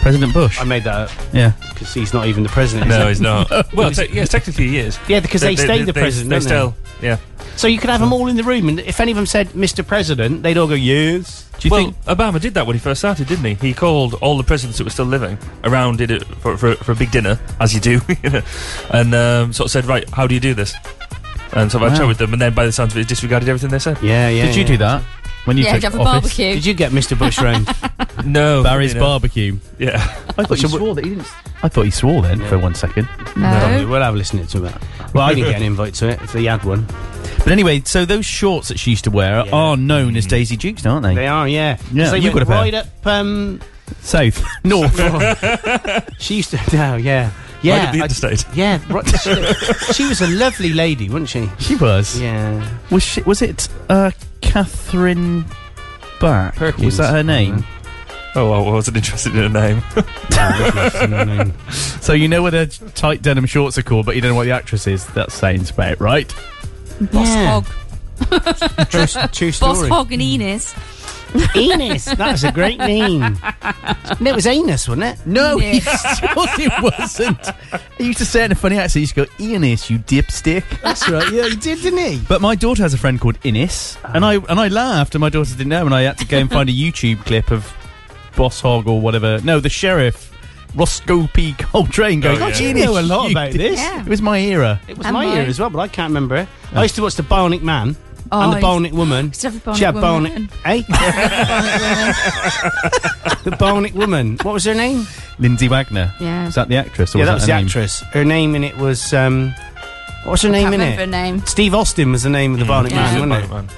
President Bush.
I made that up
yeah.
because he's not even the president. is
No,
he? [LAUGHS]
he's not. well, te- yes, technically he is.
Yeah, because they, stayed the president.
They,
didn't they?
still, yeah.
So you could have them all in the room, and if any of them said "Mr. President," they'd all go "Yes."
Do you well, think Obama did that when he first started, didn't he? He called all the presidents that were still living around, did it for, for, for a big dinner, as you do, [LAUGHS] you know, and um, sort of said, "Right, how do you do this?" And sort of had a chat
Wow.
with them, and then by the sounds of it, disregarded everything they said.
Yeah, yeah.
Did you do that when you
Yeah,
took
you have a
office?
barbecue.
Did you get Mr. Bush round?
[LAUGHS] No,
Barry's
you know.
barbecue.
Oh, Yeah,
[LAUGHS] I thought he swore that he didn't. I thought he swore then for one second.
No.
We'll have a listen to that. Well, I didn't get an invite to it if they had one.
But anyway, so those shorts that she used to wear
Yeah.
are known as Daisy Dukes, aren't they?
They are, yeah. 'Cause
Yeah,
they
you
went
got a pair.
right up. Um,
[LAUGHS]
South, [LAUGHS] north.
[LAUGHS]
[LAUGHS]
she used to. [LAUGHS] No, yeah, yeah.
Right at the
I-
interstate.
yeah, right, she, she was a lovely lady, wasn't she?
she was.
Yeah.
Was she? Was it uh, Catherine Back?
Perkins.
Was that her name?
Oh, well, I wasn't interested in
[LAUGHS]
a name.
[LAUGHS] So you know what their tight denim shorts are called, but you don't know what the actress is. That sounds about right.
Boss
Yeah.
Hog.
True, s-
[LAUGHS]
true
Boss
story.
Hog and Enos.
Enos. That was a great name. And it was [LAUGHS] Enos, wasn't it?
No,
Yeah.
he surely wasn't. He used to say it in a funny accent. He used to go, Ines, you dipstick.
That's right. Yeah, he did, didn't he? Ah.
But my daughter has a friend called Ines, and I and I laughed, and my daughter didn't know, and I had to go and find a YouTube clip of Boss Hog or whatever. No, the sheriff, Roscoe P. Coltrane going,
Oh,
oh,
yeah.
Ines,
You know a lot about
dip-"
this.
Yeah.
It was my era.
It was
And
my year
mine.
as well, but I can't remember it. I used to watch the Bionic Man
Oh,
and the
I-
Bionic Woman.
Used to have a
she had
Bionic Woman.
Bionic, eh? the Bionic Woman. What was her name?
Lindsay Wagner.
Yeah.
Is that the actress? Or
yeah, that was
was
the
her name?
actress. Her name in it was um, what was her
Can't
name in
remember her
it?
name.
Steve Austin was the name of
Mm.
the Bionic
Yeah.
Man, wasn't it?
Man.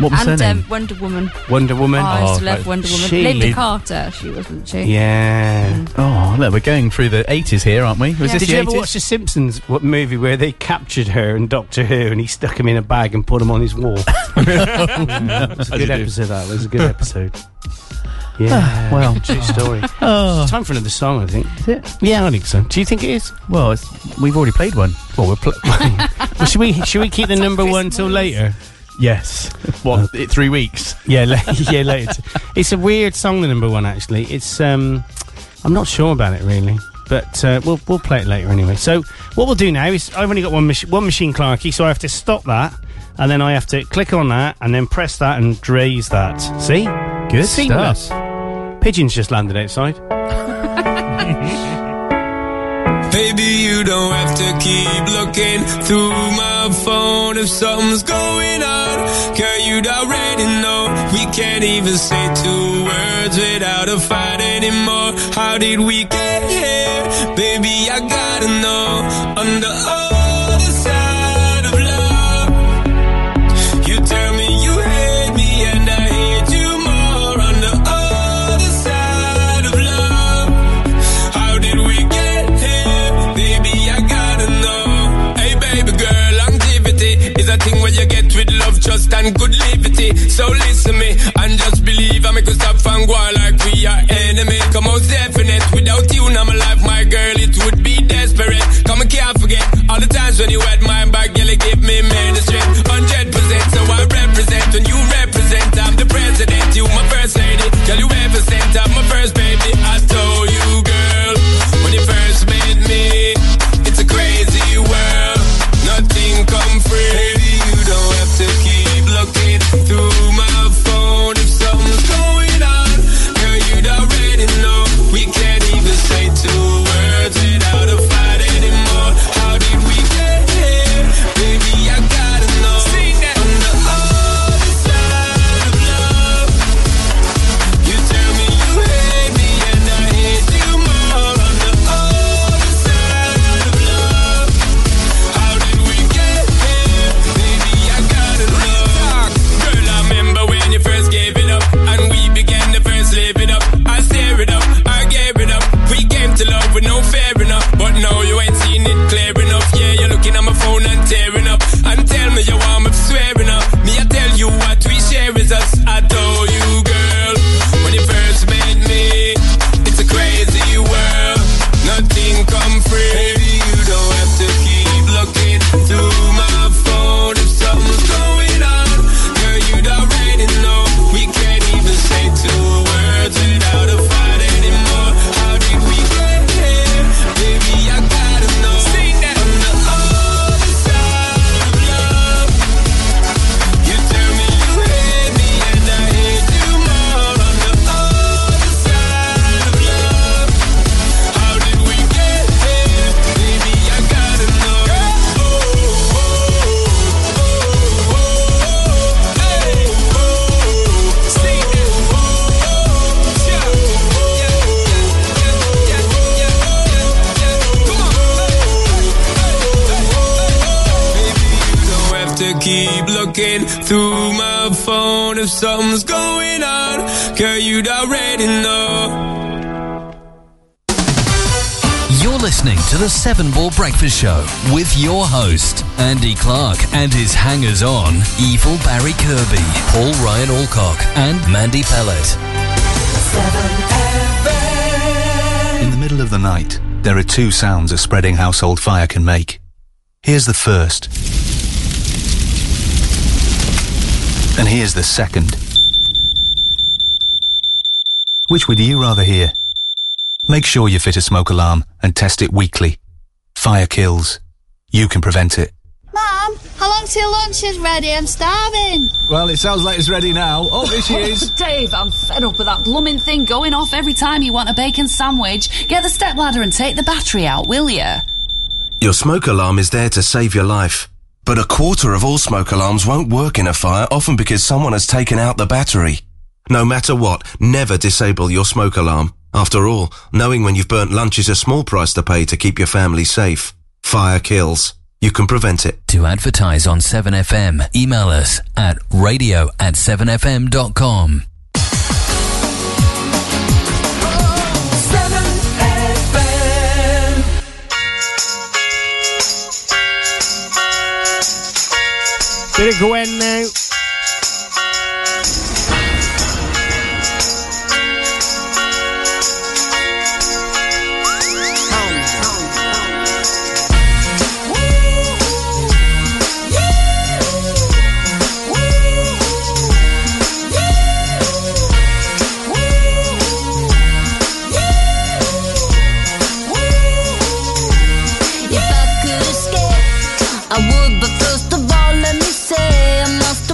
What was
And
her name?
um, Wonder Woman.
Wonder Woman.
Oh, I
Oh,
used to
right.
love Wonder Woman.
She-
Linda Carter, she wasn't she?
Yeah.
oh, look, we're going through the 80s here, aren't we? Was
Yeah.
this
Did
the
you ever
80s?
watch the Simpsons what movie where they captured her and Doctor Who and he stuck him in a bag and put him on his
[LAUGHS]
wall? It's a good
you do.
episode. That was a good
[SIGHS]
episode. Yeah.
Ah, well.
true story. [LAUGHS]
Oh,
Time for another song, I think.
is it?
Yeah, I think so. Do you think it is?
Well, it's, we've already played one.
Well, we're pl- [LAUGHS] well, should we should we keep the number one till later?
Yes. [LAUGHS] What? it- three weeks.
Yeah, [LAUGHS] la- yeah, later. It's a weird song, the number one. Actually, it's um, I'm not sure about it really, but uh, we'll we'll play it later anyway. So what we'll do now is I've only got one mach- one machine, Clarky, so I have to stop that, and then I have to click on that, and then press that and raise that. See?
Good
Seamless.
stuff.
Pigeons just landed outside.
Baby, you don't have to keep looking through my phone if something's going on. Girl, you'd already know we can't even say two words without a fight anymore. How did we get here? Baby, I gotta know. On the other side of love. You tell me you hate me and I hate you more on the other side of love. How did we get here? Baby, I gotta know. Hey baby girl, longevity is a thing where you get with love, trust and good liberty. So listen me and just believe I make you stop and go on like we are enemy. Come most definite, without you in my life, my girl, it would be desperate. Come and can't forget all the looking through my phone if something's going on. Girl, you'd already know.
You're listening to the Seven Ball Breakfast Show with your host, Andy Clark, and his hangers on, Evil Barry Kirby, Paul Ryan Alcock, and Mandy Pellet.
In the middle of the night, there are two sounds a spreading household fire can make. Here's the first. And here's the second. Which would you rather hear? Make sure you fit a smoke alarm and test it weekly. Fire kills. You can prevent it.
Mom, how long till lunch is ready? I'm starving.
Well, it sounds like it's ready now. Oh, there she is.
[LAUGHS] Dave, I'm fed up with that blooming thing going off every time you want a bacon sandwich. Get the stepladder and take the battery out, will you?
Your smoke alarm is there to save your life. But a quarter of all smoke alarms won't work in a fire, often because someone has taken out the battery. No matter what, never disable your smoke alarm. After all, knowing when you've burnt lunch is a small price to pay to keep your family safe. Fire kills. You can prevent it.
To advertise on 7FM, email us at radio at 7fm.com.
Bit of Gwen now.
If I could escape, I would, but first of all, let me say I must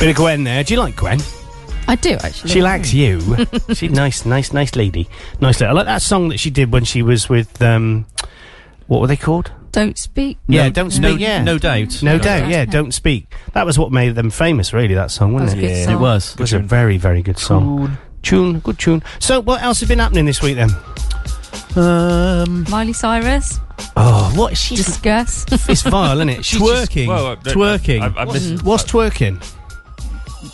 Bit of Gwen there. Do you like Gwen?
I do actually.
She likes you.
[LAUGHS]
She's nice, nice, nice lady. Nice lady. I like that song that she did when she was with um, what were they called?
Don't speak.
yeah, [LAUGHS] don't speak.
no-
yeah,
no doubt.
No,
No
doubt.
doubt.
Yeah, don't speak. That was what made them famous. Really, that song, wasn't
That was a
it?
good Yeah. song.
it was. It was a very, very good song. Tune, good tune. So, what else has been happening this week then? Um.
Miley Cyrus.
Oh, what is she?
Discuss.
It's vile, isn't it? She's
twerking. twerking.
What's twerking?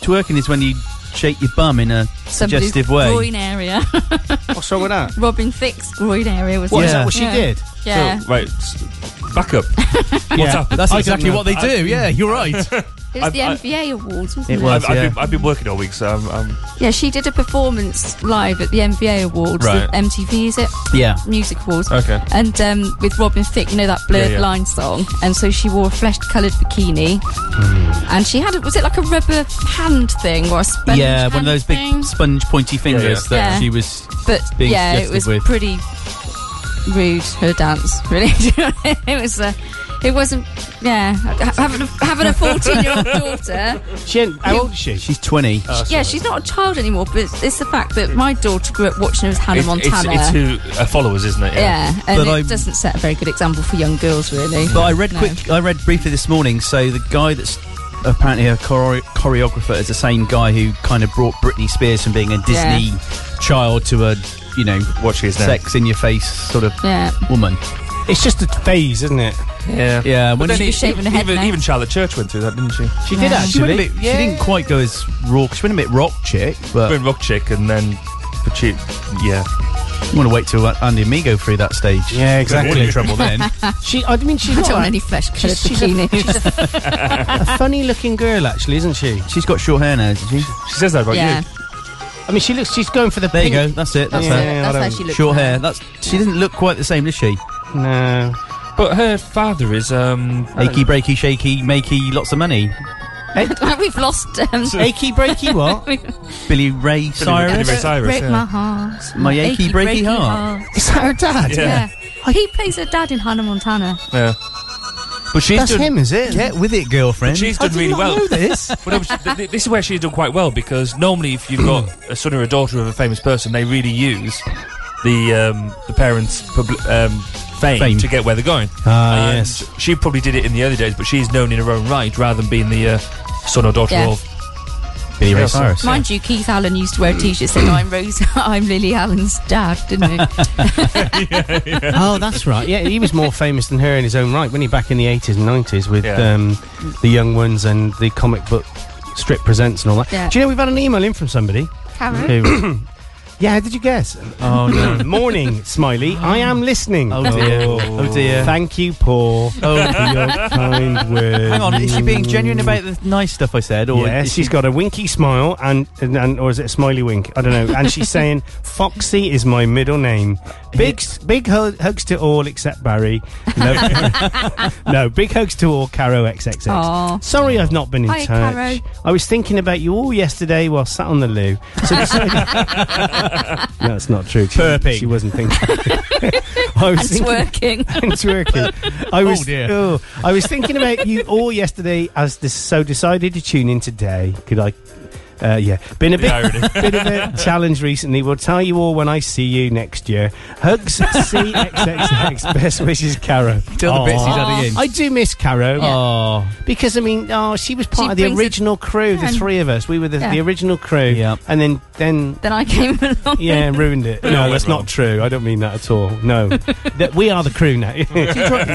Twerking is when you shake your bum in a
Somebody's
suggestive way.
groin area.
Oh,
What's wrong with
[LAUGHS]
that?
Robin Thicke's groin area was.
What, is
there.
that what she
Yeah.
did?
Yeah.
Right, s-
[LAUGHS]
back up. What's happened?
That's
I don't
exactly
know.
what they
I-
do. yeah, you're
[LAUGHS]
right.
It was the
I- I-
MVA Awards, wasn't it?
I've- I've, been, I've been working all week, so I'm. I'm
Yeah, she did a performance live at the MVA Awards,
Right.
the MTV, is it?
Yeah.
Music Awards.
Okay.
And um, with Robin Thicke, you know that Blurred
Yeah, yeah.
Line song. And so she wore a flesh-coloured bikini, and she had a, was it like a rubber hand thing or a sponge?
yeah, one of
hand
those big
thing?
sponge pointy fingers
yeah.
that
Yeah.
she was
But
being
yeah, it
suggestive
was
with.
pretty rude. Her dance, really. [LAUGHS] Do you know what I mean? it was. Uh, it wasn't. Yeah, ha- having a, having a
[LAUGHS]
fourteen-year-old daughter.
She ain't, how old is she?
She's 20.
uh,
yeah, she's not a child anymore, but it's, it's the fact that my daughter grew up watching her as Hannah
it's, it's,
Montana.
it's who uh, followers, isn't it?
yeah. and
But
it
I-
doesn't set a very good example for young girls, really.
But I read
No.
quick. I read briefly this morning. So the guy that's apparently her chore- choreographer is the same guy who kind of brought Britney Spears from being a Disney child to a you know
what she is now.
sex in your face sort of
Yeah.
woman.
It's just a phase, isn't it?
Yeah.
Yeah.
But
When
then
she,
e-
shaving her head
even,
now.
even Charlotte Church went through that, didn't she?
She did
she went a
actually.
bit- she didn't quite go as raw. She went a bit rock chick,
But,
but
rock chick, and then but she, yeah.
I want to wait till uh, Andy and me go through that stage.
Yeah, exactly.
We're in
[LAUGHS]
trouble then.
She, I mean, she's
I
not
don't want
like-
any flesh coloured
she's- she's a-
bikini.
[LAUGHS] a funny looking girl, actually, isn't she?
She's got short hair now, isn't she?
She says that about
yeah.
I mean, she looks. She's going for the.
There you
pink.
go. That's it. That's
Yeah,
her.
yeah, I
That's how
don't-
she looks.
Short
now.
hair. That's. [LAUGHS] She doesn't look quite the same, does she?
No.
But her father is um.
Achy, breaky, shaky, makey, lots of money.
[LAUGHS] We've lost. Um,
[LAUGHS] Achy
[LAUGHS]
breaky what?
Billy Ray Cyrus.
Cyrus,
break
yeah.
my heart.
My achy, breaky
heart.
heart.
Is that her dad?
Yeah. He plays her dad in Hannah Montana.
yeah. But she's
That's
done,
him, is [LAUGHS] it?
Get with it, girlfriend.
She's
I did
done really
not
[LAUGHS] well.
know this.
But obviously, th- th- this is where she's done quite well because normally, if you've got a son or a daughter of a famous person, they really use the um, the parents' publi- um, fame,
Fame.
to get where they're going.
Ah,
And
yes.
She probably did it in the early days, but she's known in her own right rather than being the uh, son or daughter
Yeah.
of.
Billy
Yeah,
Ray
so-
Cyrus.
Mind you, Keith Allen used to wear a t-shirt saying, "I'm Rose, [LAUGHS] I'm Lily Allen's dad," didn't he?
[LAUGHS] Oh, that's right. Yeah, he was more famous than her in his own right, wasn't he? Back in the eighties and nineties with
Yeah.
um, the young ones and the comic book strip presents and all that.
Yeah.
Do you know we've had an email in from somebody?
Karen. [CLEARS THROAT]
Who? [LAUGHS] yeah, how did you guess?
Oh no.
[COUGHS] Morning, Smiley. I am listening.
Oh dear. Oh dear.
Thank you, Paul,
[LAUGHS]
for
Oh.
your kind words.
Hang on, is she being genuine about the nice stuff I said, or
Yeah,
is
she's
she-
got a winky smile and, and, and or is it a smiley wink? I don't know. And she's saying, "Foxy is my middle name." Big s- big hu- hugs to all except Barry. No, [LAUGHS] no big hugs to all. Caro XXX.
Aw.
Sorry, I've not been in
Hi,
touch.
Caro.
I was thinking about you all yesterday while sat on the loo. So decided- no, that's not true. She,
Burping.
She wasn't
[LAUGHS]
thinking. I was
And twerking.
[LAUGHS] and twerking. I was,
dear.
oh, I was thinking about you all yesterday, as this, so decided to tune in today. Could I? Uh, yeah, [LAUGHS] been a bit, bit of a challenge recently. We'll tell you all when I see you next year. Hugs,
[LAUGHS]
CXXX, best wishes, Caro.
Tell the bits he's
Aw.
adding in.
I do miss Caro
Oh,
because I mean, oh, she was part
She
of the
brings the-
original crew,
Yeah,
the
and-
three of us. We were the,
Yeah.
the original crew,
Yeah.
and then then
Then I came along. [LAUGHS]
yeah, ruined it.
all
No,
went
that's
wrong.
not true. I don't mean that at all. No, that we are the crew now. [LAUGHS]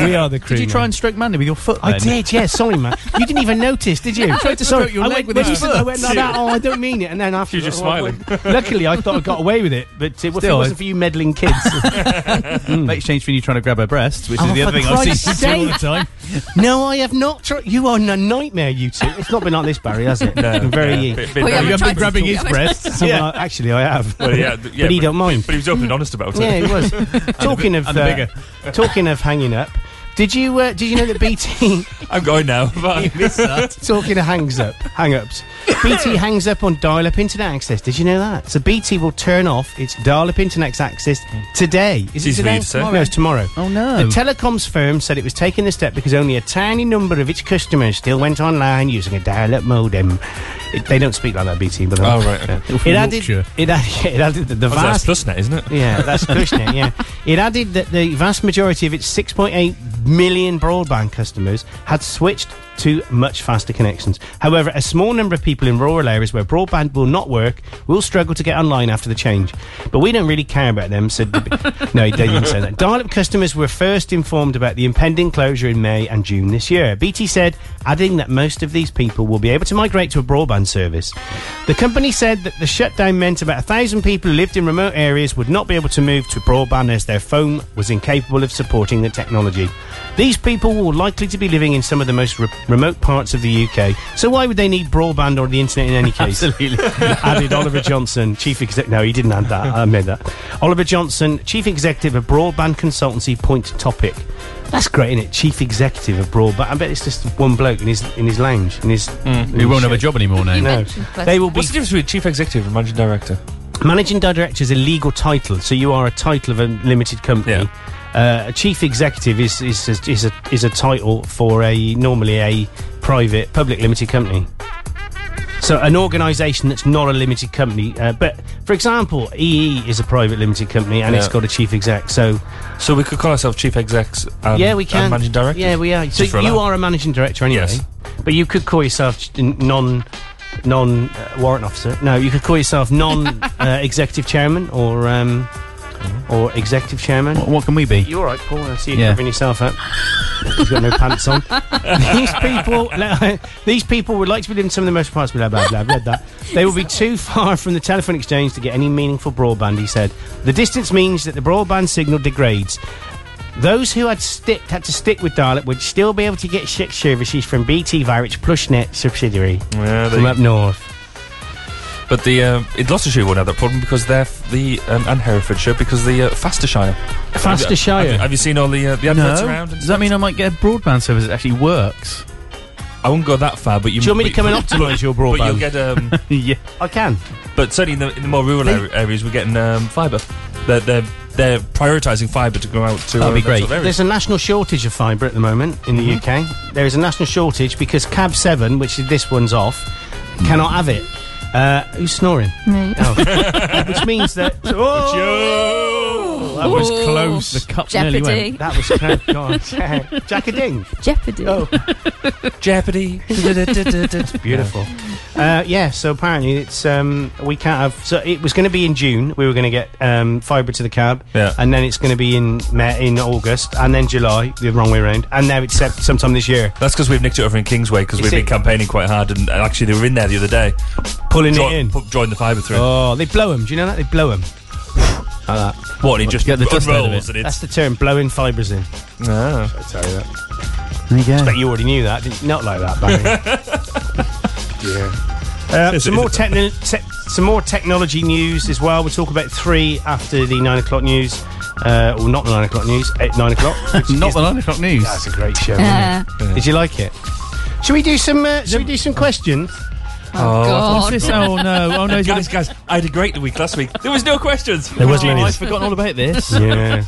we are the crew.
did you try
now.
and stroke Mandy with your foot?
I
then?
did, yeah. Sorry, man. You didn't [LAUGHS] even notice, did you?
tried to
sorry,
stroke your
I
leg
went,
with
when
my
you said- I went like that. Oh, I don't mean it. And then after,
She was
[LAUGHS]
just
Luckily,
[LAUGHS]
I thought I got away with it, but uh, if it
Still,
wasn't
I-
for you
[LAUGHS]
meddling kids,
Make exchange for you trying to grab her breasts, which
Mm. Oh,
is the
for
other thing I've seen
Christ's
you do
[LAUGHS]
all the time.
no, I have not. tried. you are a nightmare, you two. It's not been like this, Barry, has it?
No,
very.
yeah, bit- bit
Oh, yeah,
very-
but-
You've
tried to
been grabbing
talk
his
about it.
[LAUGHS]
breasts.
Someone
[LAUGHS]
like, actually, I have.
Well, [LAUGHS] yeah, th- yeah,
but he don't mind.
But he was open and honest about it.
Yeah,
[LAUGHS]
it was. talking of
and a
uh,
bigger.
talking of hanging up. Did you uh, did you know that BT
[LAUGHS] I'm going
[LAUGHS]
now. Bye.
Talking of hangs up, hang ups.
[COUGHS]
BT hangs up on dial up internet access. Did you know that? So BT will turn off its dial up internet access today. Is
Seems
it
for you
today?
to say.
No, it's tomorrow.
Oh no.
The telecoms firm said it was taking the step because only a tiny number of its customers still went online using a dial up modem. It, they don't speak like that, BT. But
Oh, right, okay.
Yeah. It added. It added. [LAUGHS] It added the, the
Oh, that's
vast.
PlusNet, isn't it?
Yeah, that's PushNet. yeah, it added that the vast majority of its 6.8 million broadband customers had switched to much faster connections. However, a small number of people in rural areas where broadband will not work will struggle to get online after the change. But we don't really care about them, said. the- [LAUGHS] no, they didn't say that. Dial-up customers were first informed about the impending closure in May and June this year. BT said, adding that most of these people will be able to migrate to a broadband service. The company said that the shutdown meant about a thousand people who lived in remote areas would not be able to move to broadband as their phone was incapable of supporting the technology. These people were likely to be living in some of the most re- remote parts of the UK, so why would they need broadband or the internet in any case? Absolutely. [LAUGHS] Added Oliver Johnson, chief executive. No, he didn't add that. I made that. Oliver Johnson, chief executive of broadband consultancy Point Topic. That's great, isn't it? Chief executive of broadband. I bet it's just one bloke in his in his lounge in his.
Hmm.
in
He
his
won't have a
shed.
job anymore now.
No, they will be.
What's the difference between chief executive and managing director?
Managing director is a legal title, so you are a title of a limited company. Uh, a chief executive is is is, is a is a title for a normally a private public limited company. So an organisation that's not a limited company, uh, but for example, EE is a private limited company and it's
Yeah.
got a chief exec. So
So we could call ourselves chief execs. And,
yeah, we can
And managing director.
Yeah, we are. So
Just for a
you
laugh.
are a managing director anyway,
Yes.
but you could call yourself ch- n- non non uh, warrant officer. No, you could call yourself
[LAUGHS]
non uh, executive chairman or um, or executive chairman. What,
can we be?
You're all right, Paul. I see you
Yeah.
covering yourself up. You've got no pants on. [LAUGHS] these people, these people would like to be living in some of the most parts. Blah blah blah. I've read that. They will be too far from the telephone exchange to get any meaningful broadband. He said the distance means that the broadband signal degrades. Those who had stick had to stick with dial-up would still be able to get shit services from BT via its PlushNet subsidiary
Yeah,
from
they-
up north.
But the um, in Gloucestershire won't have that problem because they're f- the um, and Herefordshire because the uh, Fastershire.
Fastershire?
Have you, have you seen all the uh, the adverts
No.
around?
Does that mean I might get a broadband service that actually works?
I wouldn't go that far, but you.
Do you want me to
but-
come and
[LAUGHS] but-
optimise your
But you'll
broadband?
get um.
[LAUGHS] yeah,
I can.
But certainly in the, in the more rural ar- areas, we're getting um, fibre. They're they're, they're prioritising fibre to go out to. Mm-hmm. uh, that sort of area.
There's a national shortage of fibre at the moment in the UK. There is a national shortage because Cab 7, which is this one's off,
Mm.
cannot have it. Uh, who's snoring?
Me.
[LAUGHS]
Oh. [LAUGHS] which means that. Oh, that was
Ooh.
close. The
cup
nearly went. Jeopardy.
That was close. God. [LAUGHS] Jackading.
Jeopardy.
Oh.
Jeopardy.
it's [LAUGHS] beautiful. Uh, yeah, so apparently it's um, we can't have. So it was going to be in June. We were going to get um, fibre to the cab,
Yeah.
and then it's going to be in Ma in August, and then July, the wrong way around, and now it's sep- sometime this year.
That's because we've nicked it over in Kingsway because
Is
we've been
it?
campaigning quite hard, and, and actually they were in there the other day,
pulling
it in, drawing the fibre through.
Oh, they blow them. Do you know that they blow them? like that.
What? He just Oh,
Get
[LAUGHS]
the dust out of
unrolls
it. Ah.
and it's
That's the term, blowing fibres in.
No.
I tell you that. Expect you already knew that. Didn't you? Not like that, Barry. [LAUGHS] yeah. Uh,
Is
some
it-
more
is
techni- te- some more technology news as well. We'll talk about three after the nine o'clock news. Uh, well, not the nine o'clock news. At nine o'clock.
[LAUGHS] Not the nine o'clock news.
That's a great show.
Yeah.
Isn't
[LAUGHS]
it? Oh, Did you like it? Should we do some? Uh, should we do some questions?
Oh, I thought-
What's this? [LAUGHS] Oh, no. Oh,
[LAUGHS]
no, he's
guys, guys! I had a great week last week. There was no questions.
There wasn't any.
I've forgotten all about [LAUGHS] this.
yeah.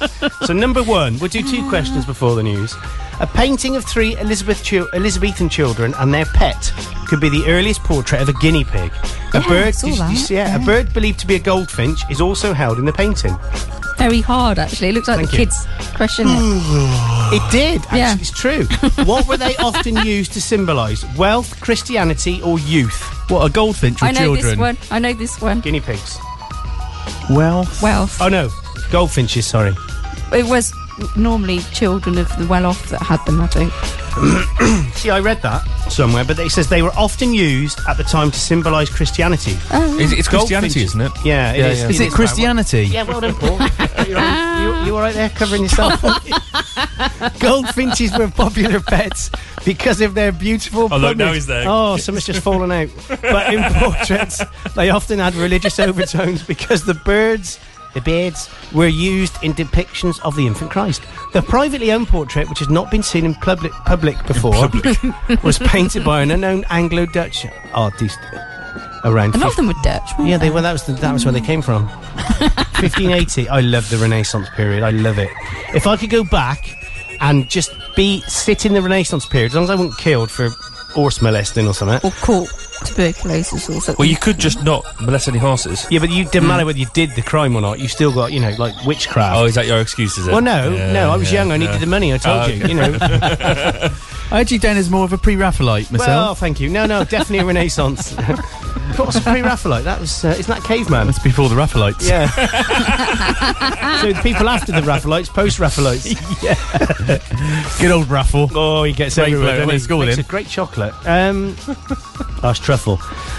So number one, we'll do two questions before the news. A painting of three Elizabeth chil- Elizabethan children and their pet could be the earliest portrait of a guinea pig. A
Yeah, I
bird,
saw
did you-
that,
you see- yeah, a bird believed to be a goldfinch is also held in
[LAUGHS]
the painting.
Very hard, actually. It looks like
Thank
the
you.
kids crushing it.
It did. Actually,
Yeah.
it's true. What were they often used to symbolise? Wealth, Christianity, or youth?
What a goldfinch
I know this one. I know this one.
Guinea pigs.
Wealth.
Wealth.
Oh no, goldfinches. Sorry.
It was normally children of the well-off that had them. I think.
[CLEARS THROAT] See, I read that somewhere, but it says they were often used at the time to symbolise Christianity.
It's, it's Christianity, isn't it?
Yeah, it Oh, is.
Is it Christianity?
Yeah, well done, Paul.
[LAUGHS]
You're all- you, you all right there, covering yourself? [LAUGHS] Goldfinches were popular pets because of their beautiful.
Oh, look, now
plumage.
he's there.
Oh, someone's just fallen out. But
[LAUGHS]
in portraits, they often had religious overtones because the birds. The beards were used in depictions of the infant Christ. The privately owned portrait, which has not been seen in public public before, was painted by an unknown Anglo-Dutch artist around.
And
50
all of them were Dutch. weren't
yeah, they well, that was the, that was where they came from. 1580. I love the Renaissance period. I love it. If I could go back and just be sit in the Renaissance period, as long as I wasn't killed for horse molesting or something,
Or caught, tuberculosis or something.
Well, you could just not molest any horses. Mm.
Yeah, but you didn't matter whether you did the crime or not. You still got, you know, like witchcraft.
Oh, is that your excuse? Is it?
Well, no,
Yeah,
no. I was
yeah,
young. I needed
yeah.
the money. I told
Oh,
you.
okay.
You know.
[LAUGHS]
[LAUGHS] I actually down as more of a pre-Raphaelite myself.
Well, thank you. No, no, definitely a
[LAUGHS]
Renaissance. of course, pre-Raphaelite. That was uh, isn't that caveman?
That's before the Raphaelites.
[LAUGHS]
Yeah. [LAUGHS] so the people after the Raphaelites,
[LAUGHS]
post-Raphaelites. yeah.
Good old Raffle.
Oh, he gets
Great
everywhere. doesn't
bloke. Went
he?
to school with
Makes
him.
a great chocolate. Um, [LAUGHS] arse truffle.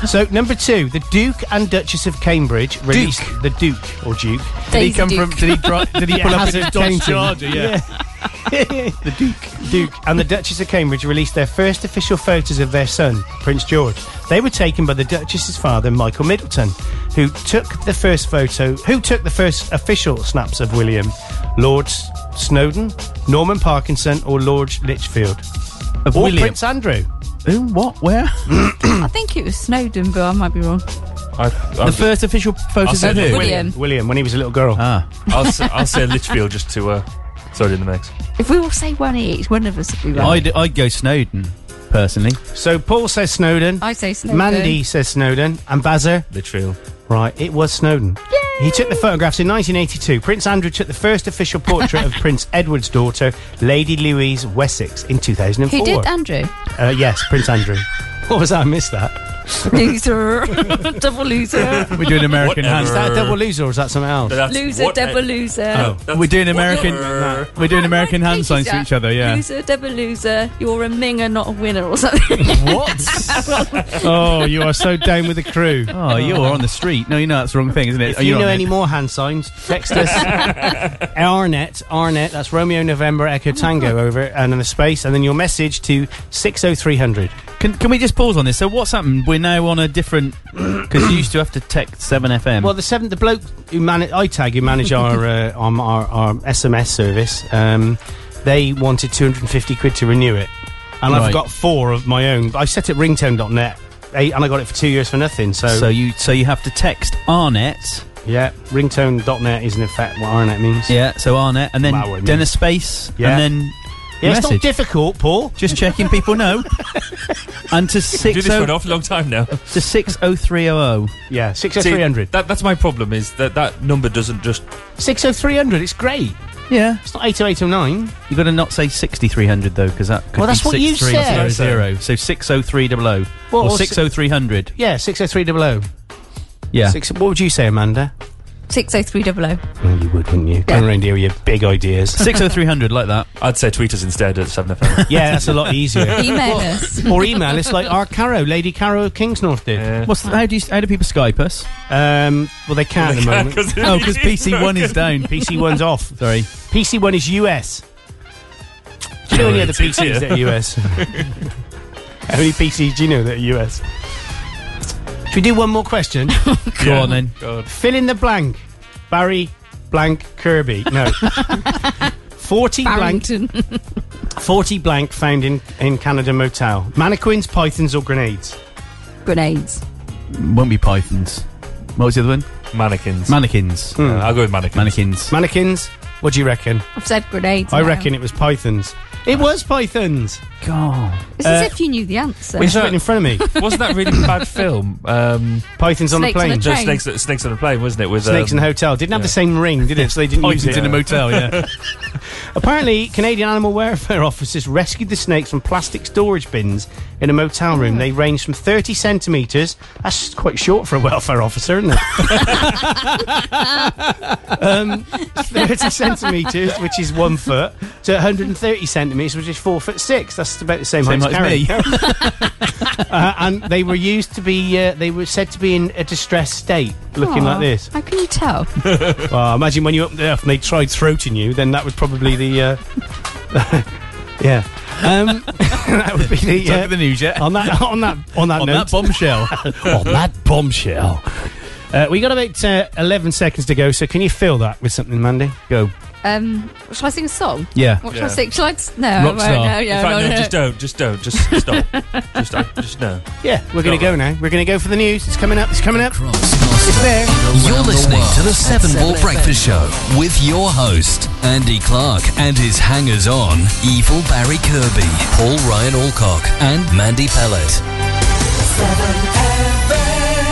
So number two, the Duke and Duchess of Cambridge released the Duke or Duke.
Did he Daisy come Duke. from- did he dri- did
[LAUGHS]
he
Yeah,
pull up in
Hazard
his Dodge
Kensington.
Charger? Yeah.
the Duke. Duke and the Duchess of Cambridge released their first official photos of their son, Prince George. They were taken by the Duchess's father, Michael Middleton, who took the first photo, who took the first official snaps of William, Lord S- Snowden, Norman Parkinson, or Lord Lichfield.
Of
or
William.
Prince Andrew.
Who? What? Where?
I think it was Snowden, but I might be wrong.
the first official photos of who?
William.
William, when he was a little girl.
Ah.
I'll, s- I'll say Litchfield just to uh, throw it in the mix.
If we all say one each, one of us would be right.
I'd, I'd go Snowden personally.
So Paul says Snowden.
I say Snowden.
Mandy says Snowden. And Bazza.
Litchfield.
Right, it was Snowden. He took the photographs in 1982. Prince Andrew took the first official portrait
[LAUGHS]
of Prince Edward's daughter, Lady Louise Wessex, in 2004.
Who did Andrew?
Uh, yes, Prince Andrew. [LAUGHS] What was that? I missed
[LAUGHS]
that. [LAUGHS]
loser. [LAUGHS] double loser.
We're
[LAUGHS]
doing American
Whatever.
hands.
Is that a double loser or is that something else?
loser, double
Oh.
loser.
we're doing American.
Whatever.
We're doing American hand Oh, signs to
Jack.
each other. Yeah.
Loser, double loser. You're a minger, not a winner, or something. [LAUGHS] what?
oh, you are so down with the crew.
[LAUGHS] Oh, you're on the street. No, you know that's the wrong thing, isn't it?
If
Oh,
you
you're
know
on
any
it.
more hand signs, text
[LAUGHS]
us. Arnett, Arnett, that's Romeo November Echo Tango over and in the space, and then your message to 60300.
Can, can we just pause on this? So what's happened? We're now on a different [COUGHS] because you used to have to text seven FM.
Well, the seven, the bloke who manage iTag, who manage our,
[LAUGHS]
uh, um, our our SMS service, um, they wanted 250 quid to renew it, and
Right.
I've got uh, four of my own. I set it ringtone.net, eight, and I got it for two years for nothing. So,
so you so you have to text Arnett.
yeah, ringtone.net is in effect what Arnet means.
Yeah. So Arnett, and then
Wow, what it
Dennis
means.
Space,
Yeah.
and then
Yeah, it's not
message.
difficult, Paul.
Just checking
[LAUGHS]
people know. and to
Do
six oh-
this
oh-
for an awful long time now.
to six oh three oh oh.
Yeah, six oh
See,
three hundred.
That, that's my problem is that that number doesn't just.
Six oh three hundred. It's great.
Yeah.
It's not eight oh eight oh nine.
You got to not say sixty three hundred though, because that could
Well,
be
that's what you
six three
said.
zero zero. So six oh three double oh
Well,
or
or si-
six oh three hundred.
Yeah, six oh three double oh.
Yeah.
Six, what would you say, Amanda?
60300.
Well, you would, wouldn't you? Come around here with your big ideas.
[LAUGHS] Six oh three hundred like that.
I'd say tweet us instead at 7FM.
[LAUGHS] Yeah, that's a lot easier.
[LAUGHS] Email
Or-
us.
Or email us like our Caro, Lady Caro of Kingsnorth did.
What's the, how do you, how do people Skype us?
Um, well, they can't
They
at the
can't
moment.
'cause [LAUGHS] they're Oh, 'cause in PC one is down.
PC1's off.
Sorry.
PC1 is US. Do you know any other PCs that are US? [LAUGHS]
[LAUGHS]
How many PCs E do you know that are US? Should we do one more question?
[LAUGHS] Go on then.
Fill in the blank. Barry blank Kirby.
[LAUGHS]
No. 40 blank [LAUGHS]
Barrington.
40 blank found in, in Canada motel. Mannequins, pythons, or grenades?
Grenades.
Won't be pythons. What was the other one?
Mannequins. Hmm.
Mannequins.
Yeah, I'll go with mannequins.
Mannequins.
Mannequins? What do you reckon?
I've said grenades.
I
now.
reckon it was pythons. It was pythons.
God.
It's as
uh,
if you knew the answer.
It's written in front of me.
[LAUGHS] Wasn't that really bad film? Um,
Pythons on the
Snakes on
plane.
a train.
snakes, snakes on a plane, wasn't it? With
Snakes in
um,
a hotel. Didn't have the same ring, did
[LAUGHS]
it? So they didn't use
Pythons
it.
in a motel, yeah.
Apparently, Canadian animal welfare [LAUGHS] officers rescued the snakes from plastic storage bins in a motel room. They ranged from 30 centimetres. That's quite short for a welfare officer, isn't it? [LAUGHS] um, 30 centimetres, which is one foot, to 130 centimetres, which is four foot six. That's about the same,
Same
height
height as
Karen. [LAUGHS] uh, and they were used to be, uh, they were said to be in a distressed state, looking
Aw,
like this.
How can you tell?
[LAUGHS] Well, imagine when you opened it up and they tried throating you, then that was probably the. Uh, [LAUGHS] yeah. Um, [LAUGHS] that would be the.
Time
Uh,
for the news yet.
on that, on that, on that
On
note,
that bombshell.
[LAUGHS] on that bombshell, uh, we got about uh, eleven seconds to go. So can you fill that with something, Mandy?
Go.
Um, shall I sing a song?
Yeah.
What
Yeah.
shall I sing? Shall I? s- No, I won't.
Rockstar.
No,
in
yeah,
fact,
no,
no,
no.
just don't, just don't, just stop, just, I, just no.
Yeah, we're going to go now. We're going to go for the news. It's coming up. It's coming up. It's there.
You're listening to the Seven Ball Breakfast Show with your host, Andy Clark, and his hangers on, Evil Barry Kirby, Paul Ryan Alcock, and Mandy Pellet.
Seven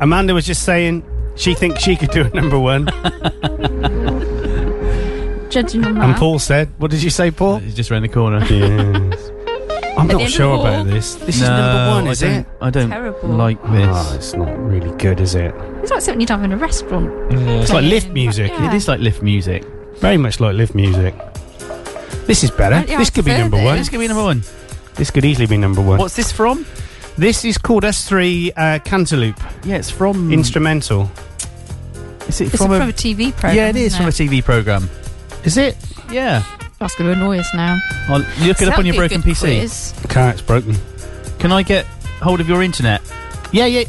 Amanda was just saying she thinks she could do a number one.
Judging on
And
that.
Paul said, "What did you say, Paul?" He's just round the corner. I'm
At the
not
end
sure
of the
about
wall.
this. This is
No,
number one,
I
is
don't-
it?
I don't
Terrible.
like this.
Oh, it's not really good, is it?
It's like something you'd have in a restaurant.
It's like lift music.
Yeah. It is
like lift music. Very much like lift music. This is better.
Yeah,
this
I've
could be
heard
number
this.
one.
This could be
number one. This could easily be number one.
What's this from?
This is called S3 uh, Cantaloupe. Yeah, it's from instrumental. Is it
It's from a- from a TV programme,
Yeah, it is
isn't
from
it?
a TV program.
Is it?
Yeah.
That's going to annoy us now.
I'll look
So
it up on
that'd
your
be a
broken
good
PC.
quiz.
Okay, it's broken.
Can I get hold of your internet?
Yeah, yeah.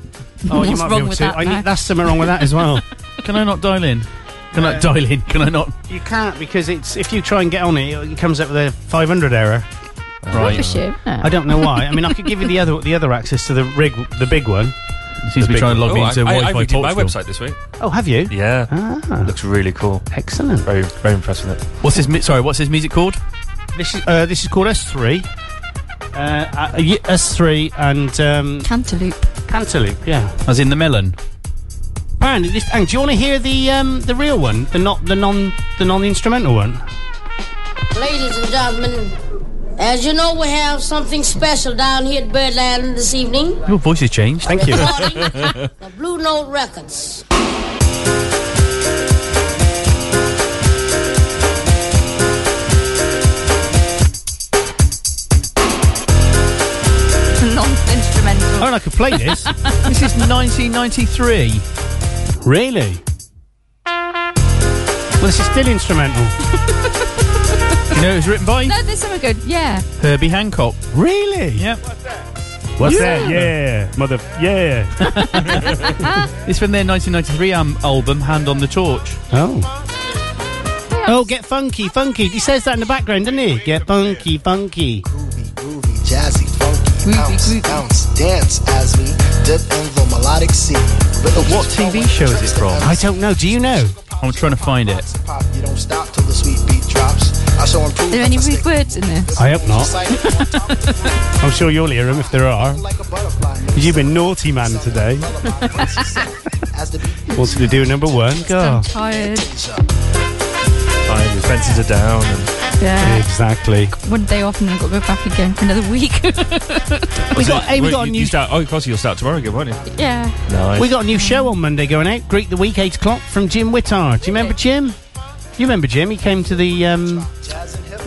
Uh, oh, you
What's
might
wrong
be able
with
to.
that
I
now?
need, that's something wrong with that as well.
Can I not dial in? Can I
Uh,
not dial in? Can I not?
You can't because it's if you try and get on it, it comes up with a 500 error.
Right. Rubbish, isn't it?
I don't know why. I mean, I could give you the other the other access to the rig, the big one.
Seems to be trying to log
Oh,
into
I- I- I
Wi-Fi
redid my
Portugal.
website this week.
[LAUGHS] Oh, have you? Ah.
Yeah. Looks really cool.
Excellent.
Very, very impressed with it.
What's his? Mi- sorry, what's his music called?
This is uh, this is called S3. Uh, uh, y- S3 and um,
Cantaloupe.
Cantaloupe, yeah.
As in the melon.
Apparently, this. And do you want to hear the um, the real one, the not the non the non instrumental one?
Ladies and gentlemen, as you know, we have something special down here at Birdland this evening.
Your voice has changed.
Thank you.
The Blue Note Records.
[LAUGHS] Non-instrumental.
Oh, and I could play this.
this is 1993.
Really? Well, this is still instrumental.
you know, it was written by
No, there's something good. Yeah.
Herbie Hancock.
Really?
Yep.
What's that? Yeah, mother. Yeah.
[LAUGHS] it's from their 1993 um, album, Hand on the Torch.
Oh. Oh, get funky, funky. He says that in the background, doesn't he? Get funky,
[LAUGHS]
funky.
jazzy, funky, bounce, bounce, dance as we dip in the melodic sea. But
What TV show is it from?
I don't know. Do you know?
I'm trying to find it.
pop, you don't stop till the sweet beat drops. I shall
Are
improve.
there any rude words in this?
I hope not. I'm sure you'll hear them if there are. You've been naughty man today. Wanted to do number one. Go.
Tired.
Fine, the fences are down. And
Yeah.
Exactly.
[LAUGHS] One day off and then got to go back again for another week. [LAUGHS]
Oh, so
got- hey, we
you-
got a
you,
new-
you start, Oh, of course, you'll start tomorrow again, won't you? [LAUGHS]
yeah.
Nice.
We got a new show on Monday going out. Greet the Week, 8 o'clock, from Jim Wittard. Do you remember Jim? You remember Jim? He came to the. Um,